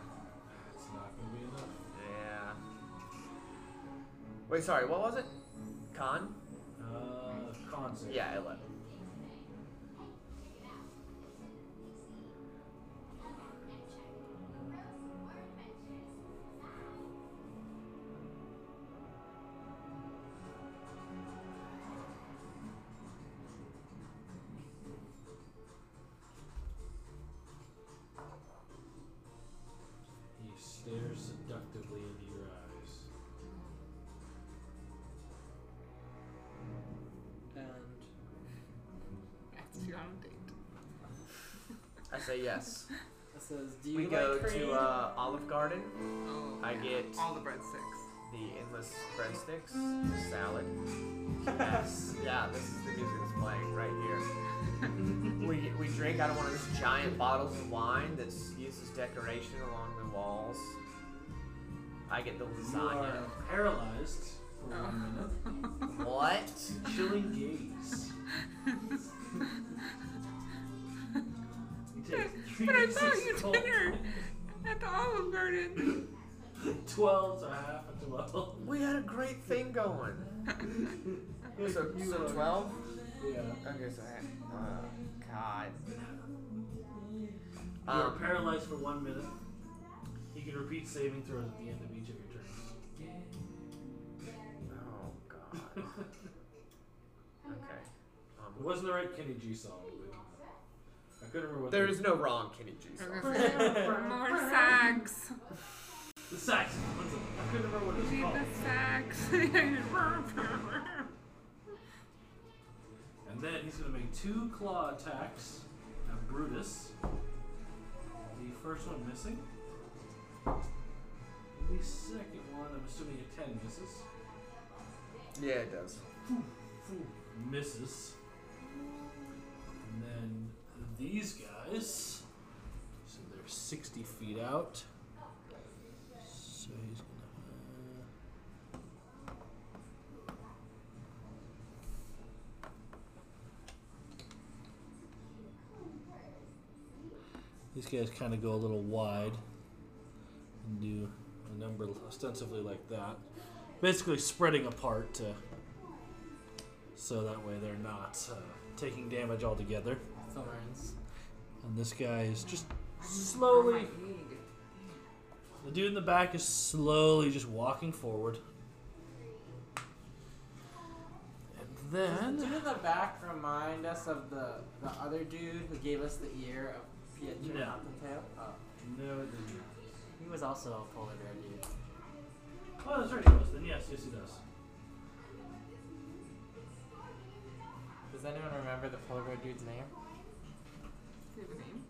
That's not gonna be enough. Yeah. Wait, sorry. What was it? Con? Uh, con save. Yeah, eleven. He stares seductively into your eyes. And That's you on a date. I say yes. It says, "Do you we like go cream?" to uh, Olive Garden. Oh, I yeah. get- all the breadsticks. The endless breadsticks, the salad. Yes. yeah, this is the music that's playing right here. we, we drink out of one of those giant bottles of wine that's used as decoration along the walls. I get the You lasagna. are paralyzed for Oh. one minute. What? Chilling gaze. You take three But I d6 thought you cold. dinner at the Olive Garden. Twelve to half a twelve. We had a great thing going. So, You so are- 12? Yeah. Okay, so I. Uh, God. You are Um, paralyzed for one minute. You can repeat saving throws at the end of each of your turns. oh, God. Okay. It Um, Um, wasn't the right Kenny G song. but- I I couldn't remember what There the- is no wrong Kenny G I song. was gonna say, more sacks. the sax. What's it? I couldn't remember what We it's need called. the sacks. And then he's going to make two claw attacks at Brutus. The first one missing. And the second one, I'm assuming a 10 misses. Yeah, it does. Ooh, misses. And then these guys. So they're 60 feet out. So he's gonna. uh, These guys kind of go a little wide and do a number ostensibly like that. Basically, spreading apart to so that way they're not uh, taking damage altogether. Thorns. And this guy is just slowly. The dude in the back is slowly just walking forward. And Is the then. dude in the back remind us of the, the other dude who gave us the ear of Pietro No. not the tail? Oh. No, it didn't. He was also a polar bear dude. Oh, that's right, he does. Then yes, yes, he does. Does anyone remember the polar bear dude's name? Do you have a name?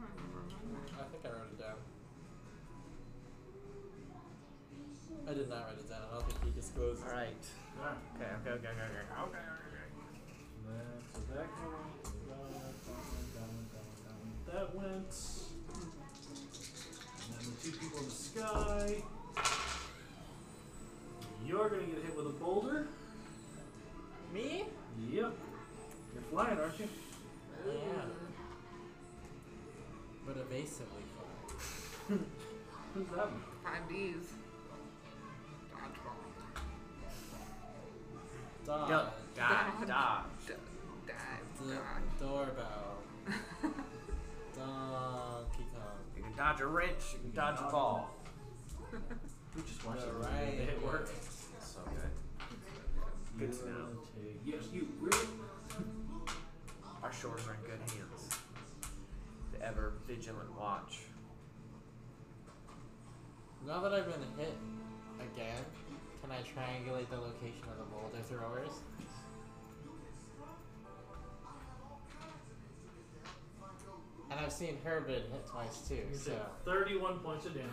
I don't remember. I think I wrote it down. I did not write it down. I don't think he disclosed. All right. Alright. Okay. Okay. Okay. Okay. Okay. Okay. okay. That's what that going. That went. And then the two people in the sky. You're gonna get hit with a boulder. Me? Yep. You're flying, aren't you? Yeah. But evasively far. Who's that? one? Five D's. Dodgeball. Dog. Yup. Dodge. Dodge. D- dive. D- Dodge. doorbell. Donkey Kong. You can dodge a wrench. You can dodge a ball. We just watched The it. right. It worked. So good. Good to know. Take- Yes, you. Really? Our shores are in good hands. The ever vigilant watch. Now that I've been hit again, can I triangulate the location of the boulder throwers? And I've seen her been hit twice too, You so said 31 points of damage.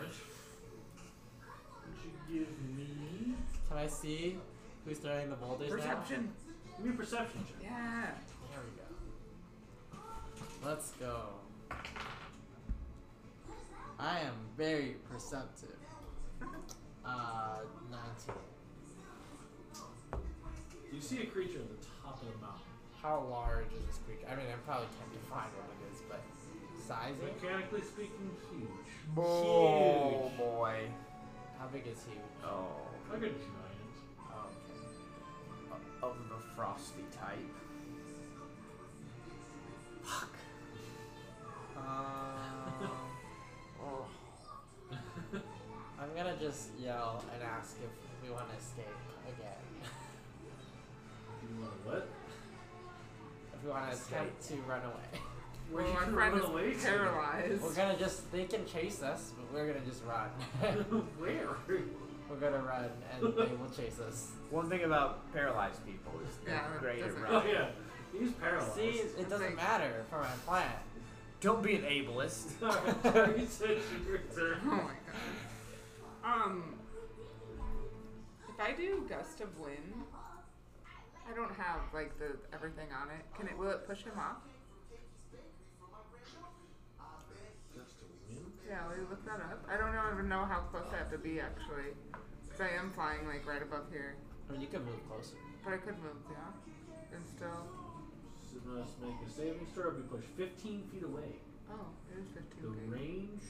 Would you give me? can I see who's throwing the boulders Perception. Give me a perception check. Yeah. now? There we go. Let's go. I am very perceptive. Uh, 19. You see a creature at the top of the mountain. How large is this creature? I mean, I probably can't define what it is, but size it? Mechanically speaking, huge. Oh boy. How big is he? Oh. Like a giant. Um, Of the frosty type. Fuck. Um, Oh. I'm gonna just yell and ask if we want to escape again. You want to what? If we want to attempt to run away, Where well, you our can Oh, friend run away to. is paralyzed. we're gonna just. They can chase us, but we're gonna just run. Where? we're gonna run, and they will chase us. One thing about paralyzed people is they're Yeah, that great at doesn't- Oh running. yeah, he's paralyzed. See, it doesn't matter for my plan. Don't be an ableist. Sorry, you said your turn. Oh my god. Um, if I do gust of wind, I don't have like the everything on it. Can it? Will it push him off? Yeah, will you look that up? I don't know, even know how close I have to be actually, 'cause I am flying like right above here, I mean, you can move closer. but I could move, yeah, and still. So now let's make a saving throw. We push 15 feet away. Oh, it is The 15 feet. range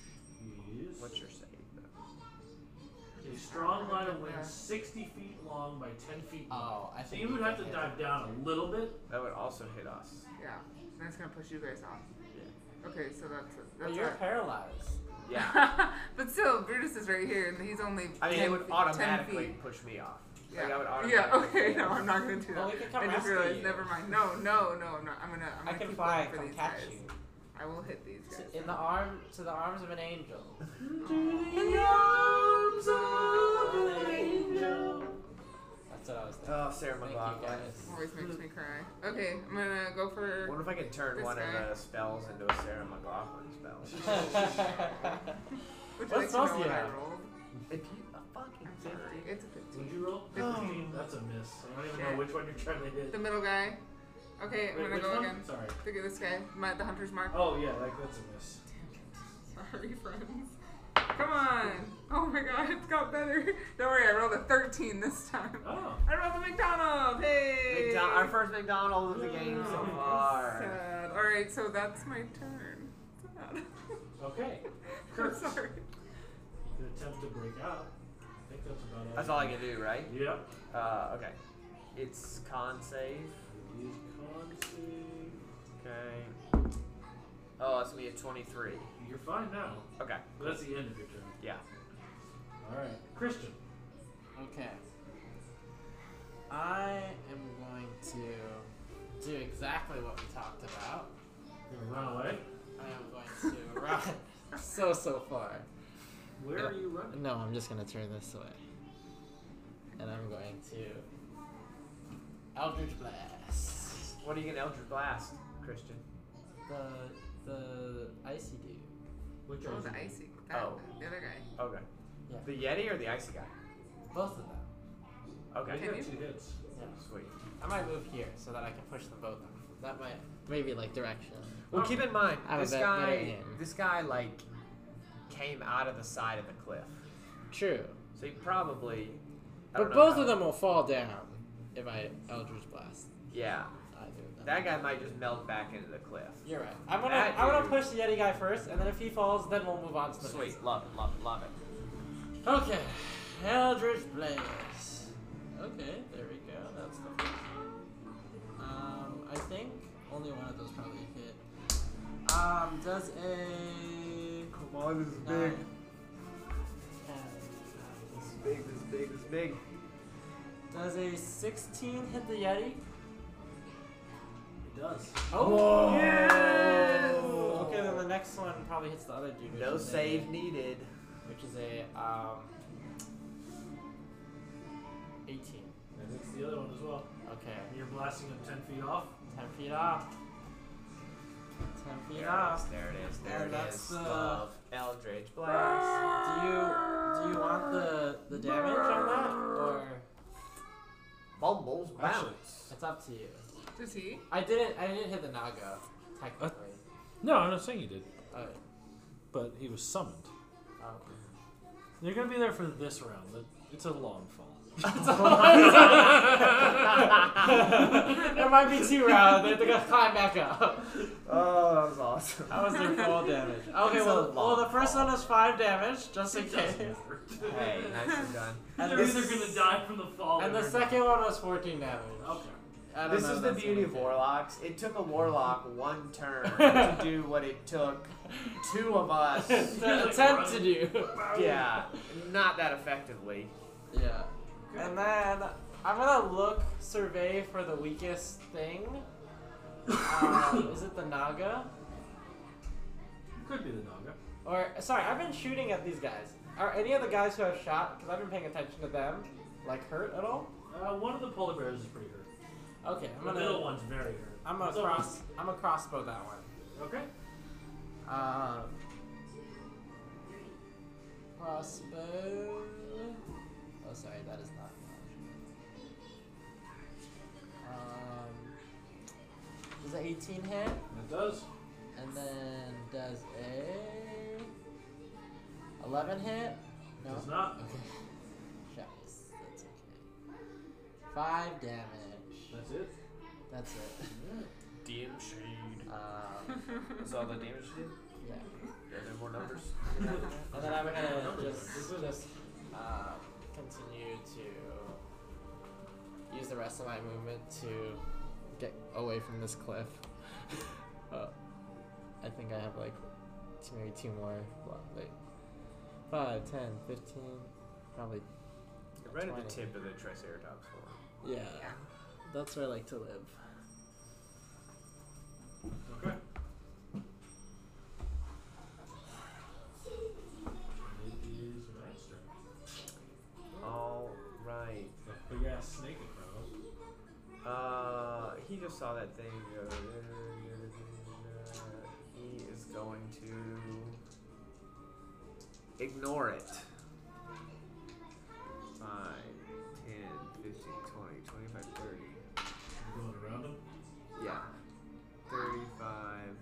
is What's your save though? a strong line of wind, 60 feet long by 10 feet. wide. Oh, I So think you we would can have to hit. dive down a little bit. That would also hit us. Yeah, and it's gonna push you guys off. Okay, so that's it. But That's you're it. paralyzed. Yeah. but still, Brutus is right here, and he's only. I mean, 10 it would feet, 10 automatically feet. push me off. Like, I would Yeah. automatically Yeah. Okay. fail. No, I'm not gonna do that. Well, we can come I just rescue realized. you. Never mind. No, no, no. I'm not. I'm gonna. I'm I gonna can keep fly. going for Come these catch guys. you. I will hit these guys. To- in the arm to the arms of an angel. That's what I was thinking. Oh, Sarah Thank McLaughlin. you guys. Always makes me cry. Okay. I'm gonna go I for. wonder if I can turn This one guy. of the spells into a Sarah McLaughlin spell. Oh, Would you What like to sauce know do what you I have? rolled? if you a fucking I'm sorry. It's a 15. Would you roll? Fifteen. That's a miss. I don't even Shit. know which one you're trying to hit. Oh. The middle guy. Okay, I'm Wait, gonna which go one? again. Sorry. Look at this guy. My, the hunter's mark. Oh yeah, like that's a miss. Sorry, friends. Come on. Oh my god, it's got better. Don't worry, I rolled a 13 this time. Oh. I rolled a McDonald's. Hey. McDo- our first McDonald's of the game so Oh, far. sad. All right, so that's my turn. Sad. Okay. I'm Kurt, sorry. you can attempt to break out. I think that's about all. That's all I can do, right? Yep. Uh, okay. It's con save. Use con save. Okay. Oh, it's me at 23. You're fine now. Okay. But that's the end of your turn. Yeah. All right, Christian. Okay. I am going to do exactly what we talked about. You're gonna run away. I am going to run so so far. Where are you running? No, I'm just gonna turn this away. And I'm going to Eldritch Blast. What are you gonna Eldritch Blast, Christian? The the icy dude. Which Oh, one's the it? icy. That, Oh. The other guy. Okay. Yeah. The Yeti or the Icy guy? Both of them. Okay. You Can got two hits. Sweet. I might move here so that I can push them both. Up. That might maybe like direction. Well, keep in mind I have a this bet- better guy. aim. This guy like came out of the side of the cliff, True. so he probably. I don't But know both how- of them will fall down if I Eldritch Blast Yeah, either of them. that guy might just melt back into the cliff. You're right. I'm gonna That I'm gonna dude. push the Yeti guy first, and then if he falls, then we'll move on to the Sweet, love it, love it, love it. next. Okay, Eldritch Blast. Okay, there we go. That's the first one. Um, I think only one of those probably hit. Um, does a Come on, this is nine. Uh, This is big. This is big. This is big. uh, Does a 16 hit the Yeti? It does. Oh! Yes! Okay, then the next one probably hits the other dude. which No is a- save needed. which is a um, 18. And it's the other one as well. Okay, And you're blasting him ten feet off. 10 feet up. 10 feet There it is. up. There it is. There And it that's, is. uh, Love Eldritch Blast. Do you do you want the the damage on that or Bumbles bounce. it's up to you? Does he? I didn't I didn't hit the Naga technically. No, I'm not saying you did, Oh, but he was summoned. oh. You're gonna be there for this round. but It's a long fall. there might be two rounds. They have to go climb back up. Oh, that was awesome. That was their full damage. Okay, It's a well, well, long the first fall. one is five damage, just in It doesn't case. matter. Hey, nicely done. And They're this- either gonna die from the fall. And or the they're second one was 14 damage. not. Okay. I don't This know is if the that's beauty gonna of warlocks. It took a warlock one turn to do what it took two of us. fit. to attempt to do. Yeah, not that effectively. yeah. And then I'm gonna look, survey for the weakest thing. Um, is it the Naga? Could be the Naga. Or sorry, I've been shooting at these guys. Are any of the guys who I've shot? Because I've been paying attention to them, like hurt at all? Uh, one of the polar bears is pretty hurt. Okay, I'm the middle gonna. one's very hurt. I'm gonna It's okay. cross. I'm gonna crossbow that one. Okay. Uh, crossbow. Oh, sorry, that is not. Um, does an 18 hit? That does. And then does a 11 hit? No. Does not. Okay. Shucks, that's okay. Five damage. That's it. That's it. DM shade. Um, That's all the damage you did? yeah. Yeah, no more numbers. And then I'm gonna just just um, continue to use the rest of my movement to get away from this cliff. uh, I think I have like two, maybe two more. blo- Like five, ten, fifteen, probably a Right at 20. the tip of the Triceratops horn. Yeah. Yeah. That's where I like to live. Okay. It is Knight's turn. All right. That big ass snake in front of us. Uh, he just saw that thing. Go. He is going to ignore it. 5, 10, 15, 20, 25, 30. You going around him? Yeah. 35,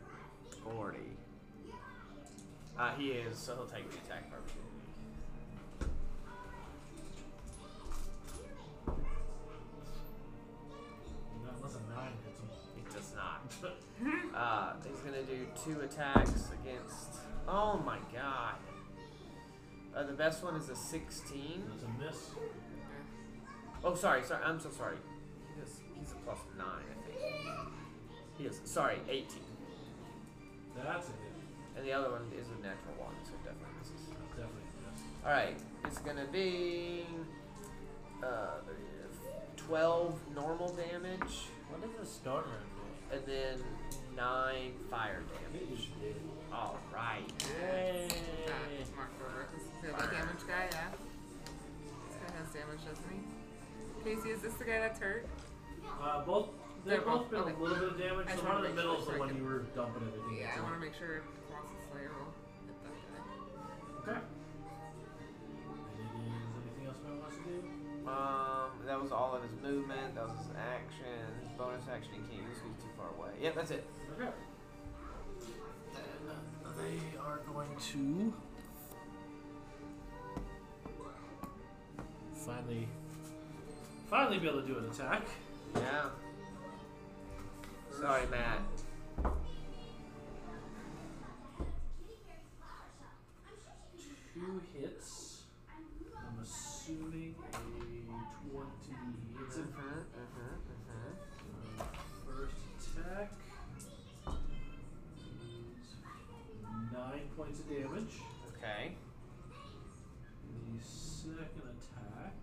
40. Uh, he is, so he'll take the attack of opportunity. Not unless a nine hits him. It does not. uh, he's gonna do two attacks against. Oh my god. Uh, the best one is a 16. That's a miss. Oh, sorry, sorry. I'm so sorry. He is, he's a plus nine, I think. He is. Sorry, 18. That's a hit. And the other one is a natural one, so it definitely misses. Definitely a miss. All right, it's gonna be uh, 12 normal damage, What does the storm room and then nine fire do? Maybe we damage. should do it. All right. Yay! That's Mark Rober. This is the damage guy, yeah. This guy has damage, doesn't he? Casey, is this the guy that's hurt? Uh, both they've They're both- both been okay. a little bit of damage. I just The one wanna in the make middle sure is the so I one can- you were dumping everything Yeah, I into. want to make sure Colossus Slayer will hit that guy. Okay. And it is anything else Mel wants to do? Um, that was all of his movement. That was his action. His bonus action he can't use. 'cause He's too far away. Yep, that's it. Okay. Then they are going to finally finally be able to do an attack. Yeah. Sorry, Matt. Two hits. I'm assuming a twenty. Uh, Mhm, Mm-hmm, mhm, mhm. First attack. is Nine points of damage. mm-hmm. Okay. The second attack.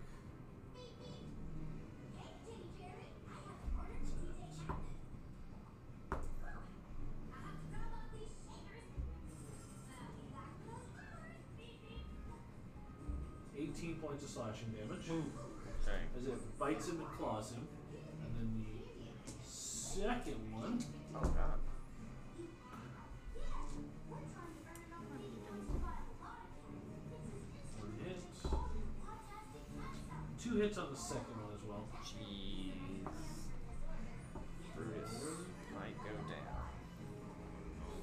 Eighteen points of slashing damage Okay. as it bites him and claws him, and then the second one Oh god. One hit. Two hits on the second one as well. Jeez. Brutus might go down.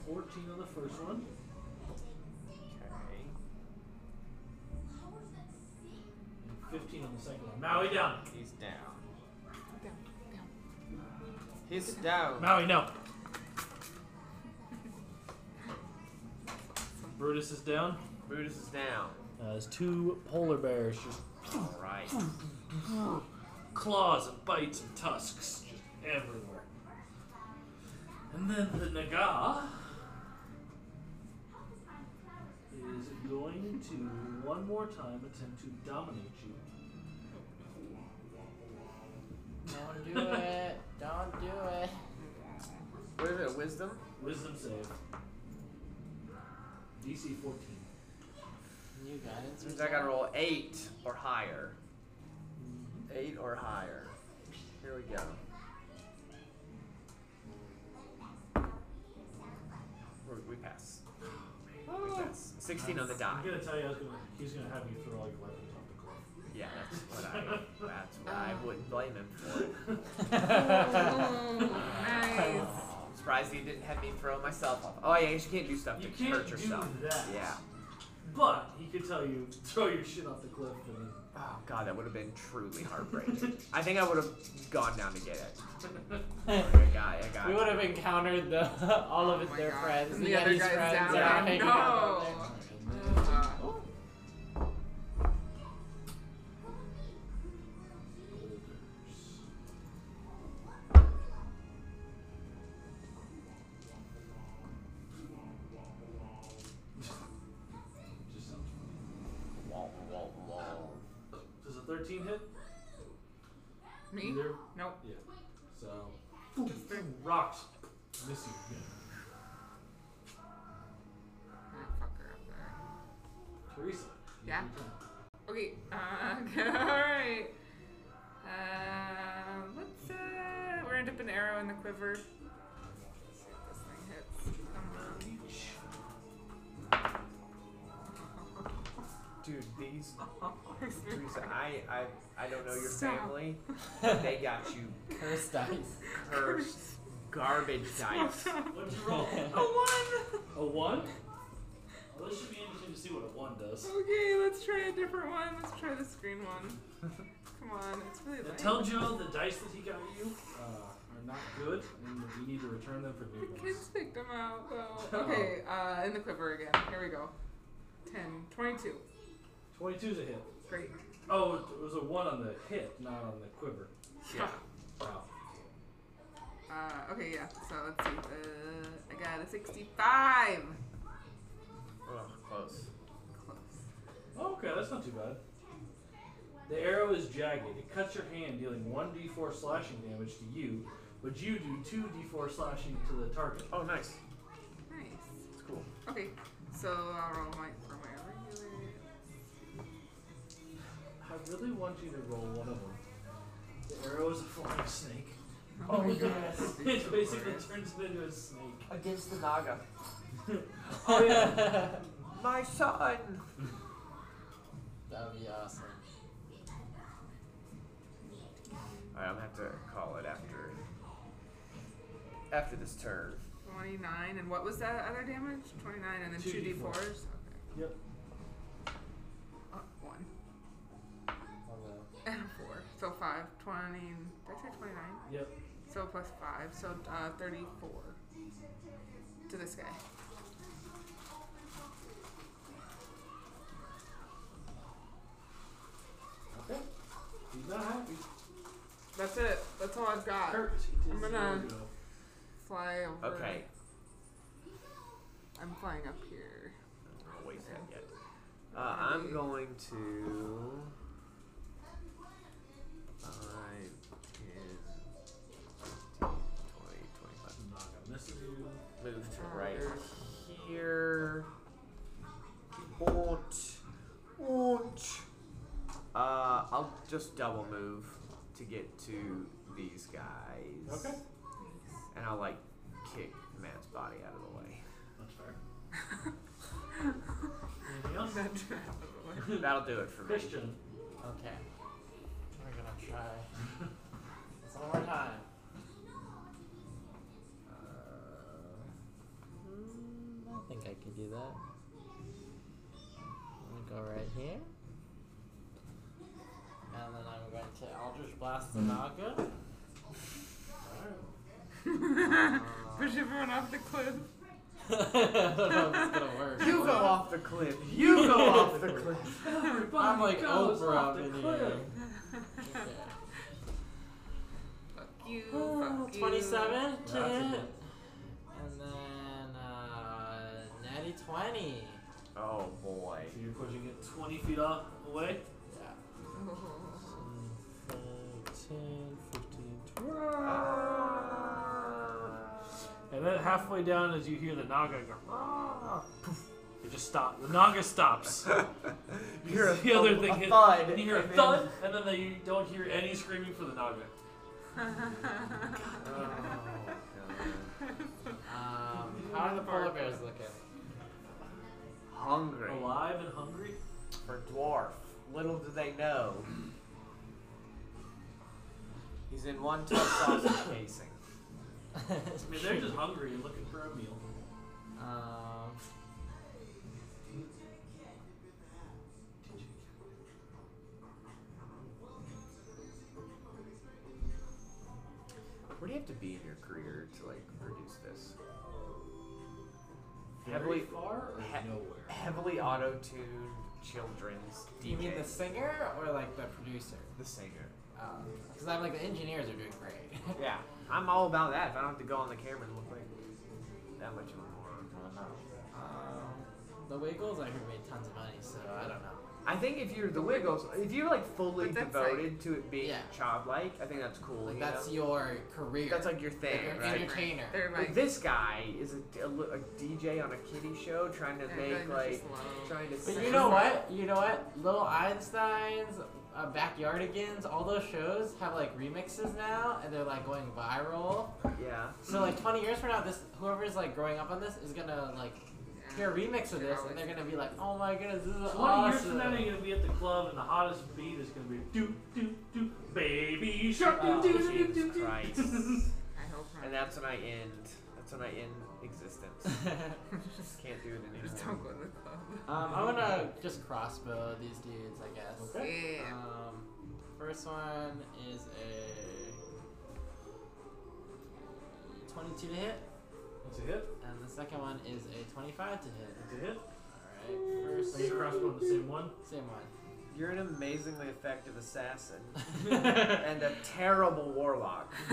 14 on the first one. Okay. And 15 on the second one. Maui down. He's down. Down, down. He's down. Maui, no. Brutus is down. Brutus is down. Uh, there's two polar bears just All right. claws and bites and tusks just everywhere. And then the Naga is going to one more time attempt to dominate you. Don't do it. Don't do it. What is it? Wisdom? Wisdom save. DC 14. New guidance. Means I gotta roll eight or higher. Eight or higher. Here we go. We're- We pass. We pass. 16 on the I'm die. gonna tell you, I was gonna, he's gonna have you throw all your weapons off the cliff. Yeah, that's what I. That's what I wouldn't blame him for. "Oh, Oh, nice. I'm surprised he didn't have me throw myself off. Oh yeah, you can't do stuff to You can't hurt do yourself. that. Yeah. But he could tell you, throw your shit off the cliff and Oh god, that would have been truly heartbreaking. I think I would have gone down to get it. I got. I got. we would have encountered the all of Oh my their God. friends. And the other Yeti's guy's friends down. are Yeah. hanging No. out down there. Uh, Just sounds funny. Wah, wah, wah. Does a 13 Me? Either. Nope. Yeah. So. Rocks. Miss you. Yeah. I'm gonna fuck her up there. Teresa. you Yeah? can turn. Okay. Uh, okay. All right. Um, let's. Uh, we're gonna dip an arrow in the quiver. Let's see if this thing hits. Come Dude, these on. Teresa, I, I I don't know your Stop. family. They got you Curse dice. cursed garbage dice. What'd you roll? A one. a one? Well, this should be interesting to see what a one does. Okay, let's try a different one. Let's try the screen one. Come on, it's really I lame. tell Joe the dice that he got you uh, are not good, and we need to return them for The new kids ones. picked them out though. Okay, uh, in the quiver again. Here we go. 10, 22. 22's a hit. Great. Oh, it was a one on the hit, not on the quiver. Yeah. Wow. Uh, okay, yeah. So let's see. Uh, I got a 65. Oh, close. Close. Oh, okay, that's not too bad. The arrow is jagged. It cuts your hand, dealing 1d4 slashing damage to you, but you do 2d4 slashing to the target. Oh, nice. Nice. It's cool. Okay, so I'll roll my for my regular. I really want you to roll one of them. The arrow is a flying snake. Oh my yes! God. it basically turns it into a snake. Against the Naga. Oh, yeah. My son. That would be awesome. All right, I'm gonna have to call it after after this turn. 29, and what was that other damage? 29, and then 2 Two d4s? D4s. Okay. Yep. Uh, 1. Although, And a 4. So 5. 20. Did I say 29? Yep. So plus 5. So uh, 34. To this guy. Okay. He's not happy. That's it. That's all I've got. Hurt. It is I'm gonna- your go. Fly over. Okay. I'm flying up here. I don't waste that yet. Uh, I'm going to. Five, 10, 15, 20, I'm not gonna miss you. 25. Move to right here. Oinch. Oinch. Uh, I'll just double move to get to these guys. Okay. And I'll like kick Matt's body out of the way. That's fair. Anything else? That trap. That'll do it for me. Christian. okay. We're gonna try. It's one more time. Uh, Mm, I think I could do that. I'm gonna go right here. And then I'm going to Eldritch Blast the Naga. Push everyone off the cliff. I don't know if it's gonna work. You go off the cliff. You go off the cliff. Everybody I'm like goes Oprah off up the in cliff. here. Fuck you. Okay. fuck you. 27 That's to a hit. hit. And then uh, Natty 20. Oh boy. So you're pushing it 20 feet off away. Yeah. Oh. 10, 15, 20. And then halfway down, as you hear the Naga go, "Rah," poof, it just stops. The Naga stops. you hear a, the other thing a hit- thud. And you hear a and then- thud, and then you don't hear any screaming for the Naga. Oh, God. Um, how are the polar bears looking? Hungry Alive and hungry? for dwarf. Little do they know. He's in one tough sausage casing. I mean, they're just hungry and looking for a meal. um, Where do you have to be in your career to like reduce this? Very Heavily- far or he- nowhere? Heavily auto-tuned children's do you mean DJ. the singer or like the producer? the singer. Because I'm like the engineers are doing great. Yeah, I'm all about that. If I don't have to go on the camera and look like that much of a moron. Uh, um, the Wiggles, I heard made tons of money, so I don't know. I think if you're the Wiggles, if you're like fully But that's, like- devoted to it being Yeah. childlike, I think that's cool. Like you that's know? your career. that's like your thing, Like, you're an right? entertainer. They're Like, like, this guy is a, a li- a DJ on a kiddie show trying to they're make really like slow. trying to. But you sing. know what? You know what? Little Einsteins, uh, Backyardigans, all those shows have like remixes now, and they're like going viral. Yeah. So like 20 years from now, this whoever's like growing up on this is gonna like hear a remix of this, and they're gonna be like, oh my goodness, this 20 is years awesome. from now, you're gonna be at the club, and the hottest beat is gonna be do do do baby shark do Oh, do do Jesus do do. Christ. I hope not. And that's when I end. That's when I end existence. Just can't do it Just anymore. don't go to the club. um, I'm gonna just crossbow these dudes, I guess. Yeah. Um, first one is a 22 to hit, That's a hit. and the second one is a 25 to hit. That's a hit. All right, Are you first crossbow on the same one? same one. You're an amazingly effective assassin what? and a terrible warlock. I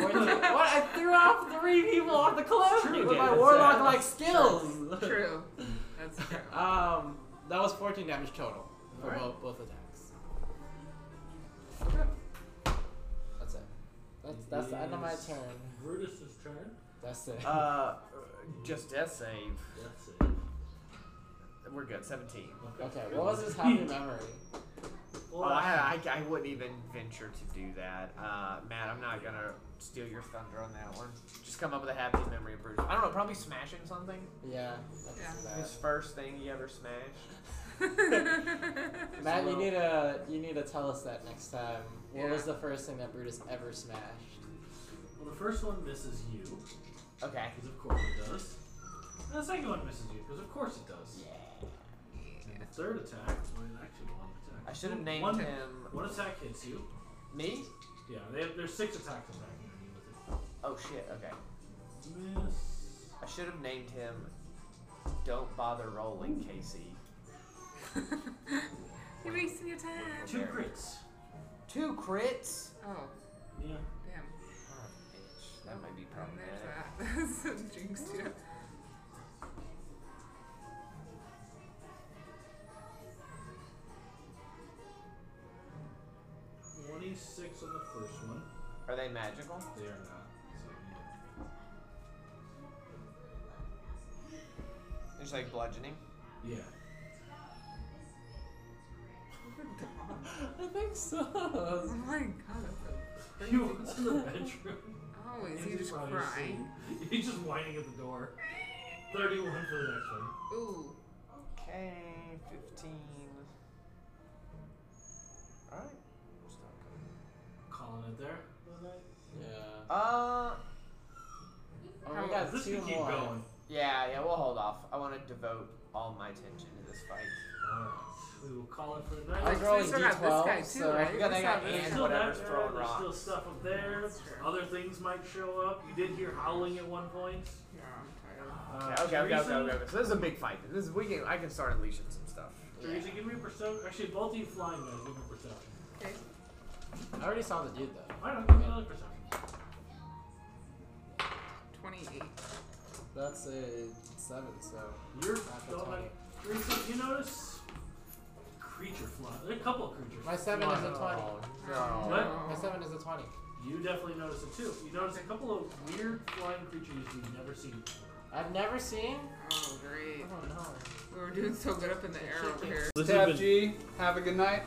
threw off three people off the cliff True, with yeah, my that's warlock it. like skills. True. That's true. Um, that was 14 damage total for Alright. both, both attacks. That's it. That's It that's the end of my is- turn. Brutus' turn. That's it. Uh, just death save. That's it. We're good. Seventeen. okay, what was his happy memory? Oh, I, I, I wouldn't even venture to do that. Uh, Matt, I'm not gonna steal your thunder on that one. Just come up with a happy memory of Bruce. I don't know, probably smashing something. Yeah. Yeah. That's His first thing he ever smashed. That. Matt, you need to you need to tell us that next time. What Yeah. was the first thing that Brutus ever smashed? Well, the first one misses you, because Okay. of course it does. And the second one misses you, because of course it does. And the third attack, well, it's actually one attack. I should have named one, him One attack hits you. me. Yeah, they have, there's six attacks attacking you with Oh shit. Okay. it. Mm-hmm. Miss. I should have named him. Don't bother rolling, Casey. You're wasting your time. Two crits. Two crits. Oh, Yeah. damn. Oh, bitch. That might be Um, there's problematic. that. That's some jinx too. Twenty-six on the first one. Are they magical? They are not. So you It's like bludgeoning. need to- yeah. I think Oh so. my god. that's He was in the bedroom. so- Always, He you was just probably cry. asleep. He's just whining at the door. Thirty-one for the next one. Ooh. Okay, 15. Alright. Calling it there. Yeah. Uh, Oh, we got This two can keep more. going. yeah, yeah, we'll hold off. I want to devote all my attention to this fight. Alright. We will call it for the I night. Like, was rolling we still got this guy d12, too, so right? I forgot I We still got have and this Still whatever's that there, throwing there's Still rocks. stuff up there. That's true. Other things might show up. You did hear howling at one point. Yeah, I'm Uh, Okay, okay, okay, okay, Teresa- okay, okay. So this is a big fight. This is, we can, I can start unleashing some stuff. Teresa, give me a perception. Actually, both of you flying guys, give me a perception. tired. I already saw the dude though. I don't know, give me another perception. Okay. 28. That's a seven, so You're natural don't twenty. like- Teresa, you notice creature fly. There are a couple of creatures. My seven is a twenty. No. What? My seven is a twenty. You definitely notice it too. You notice a couple of weird flying creatures you've never seen. I've never seen. Oh, great. I don't know. We were doing so good up in the air over here. This Tab G, have a good night.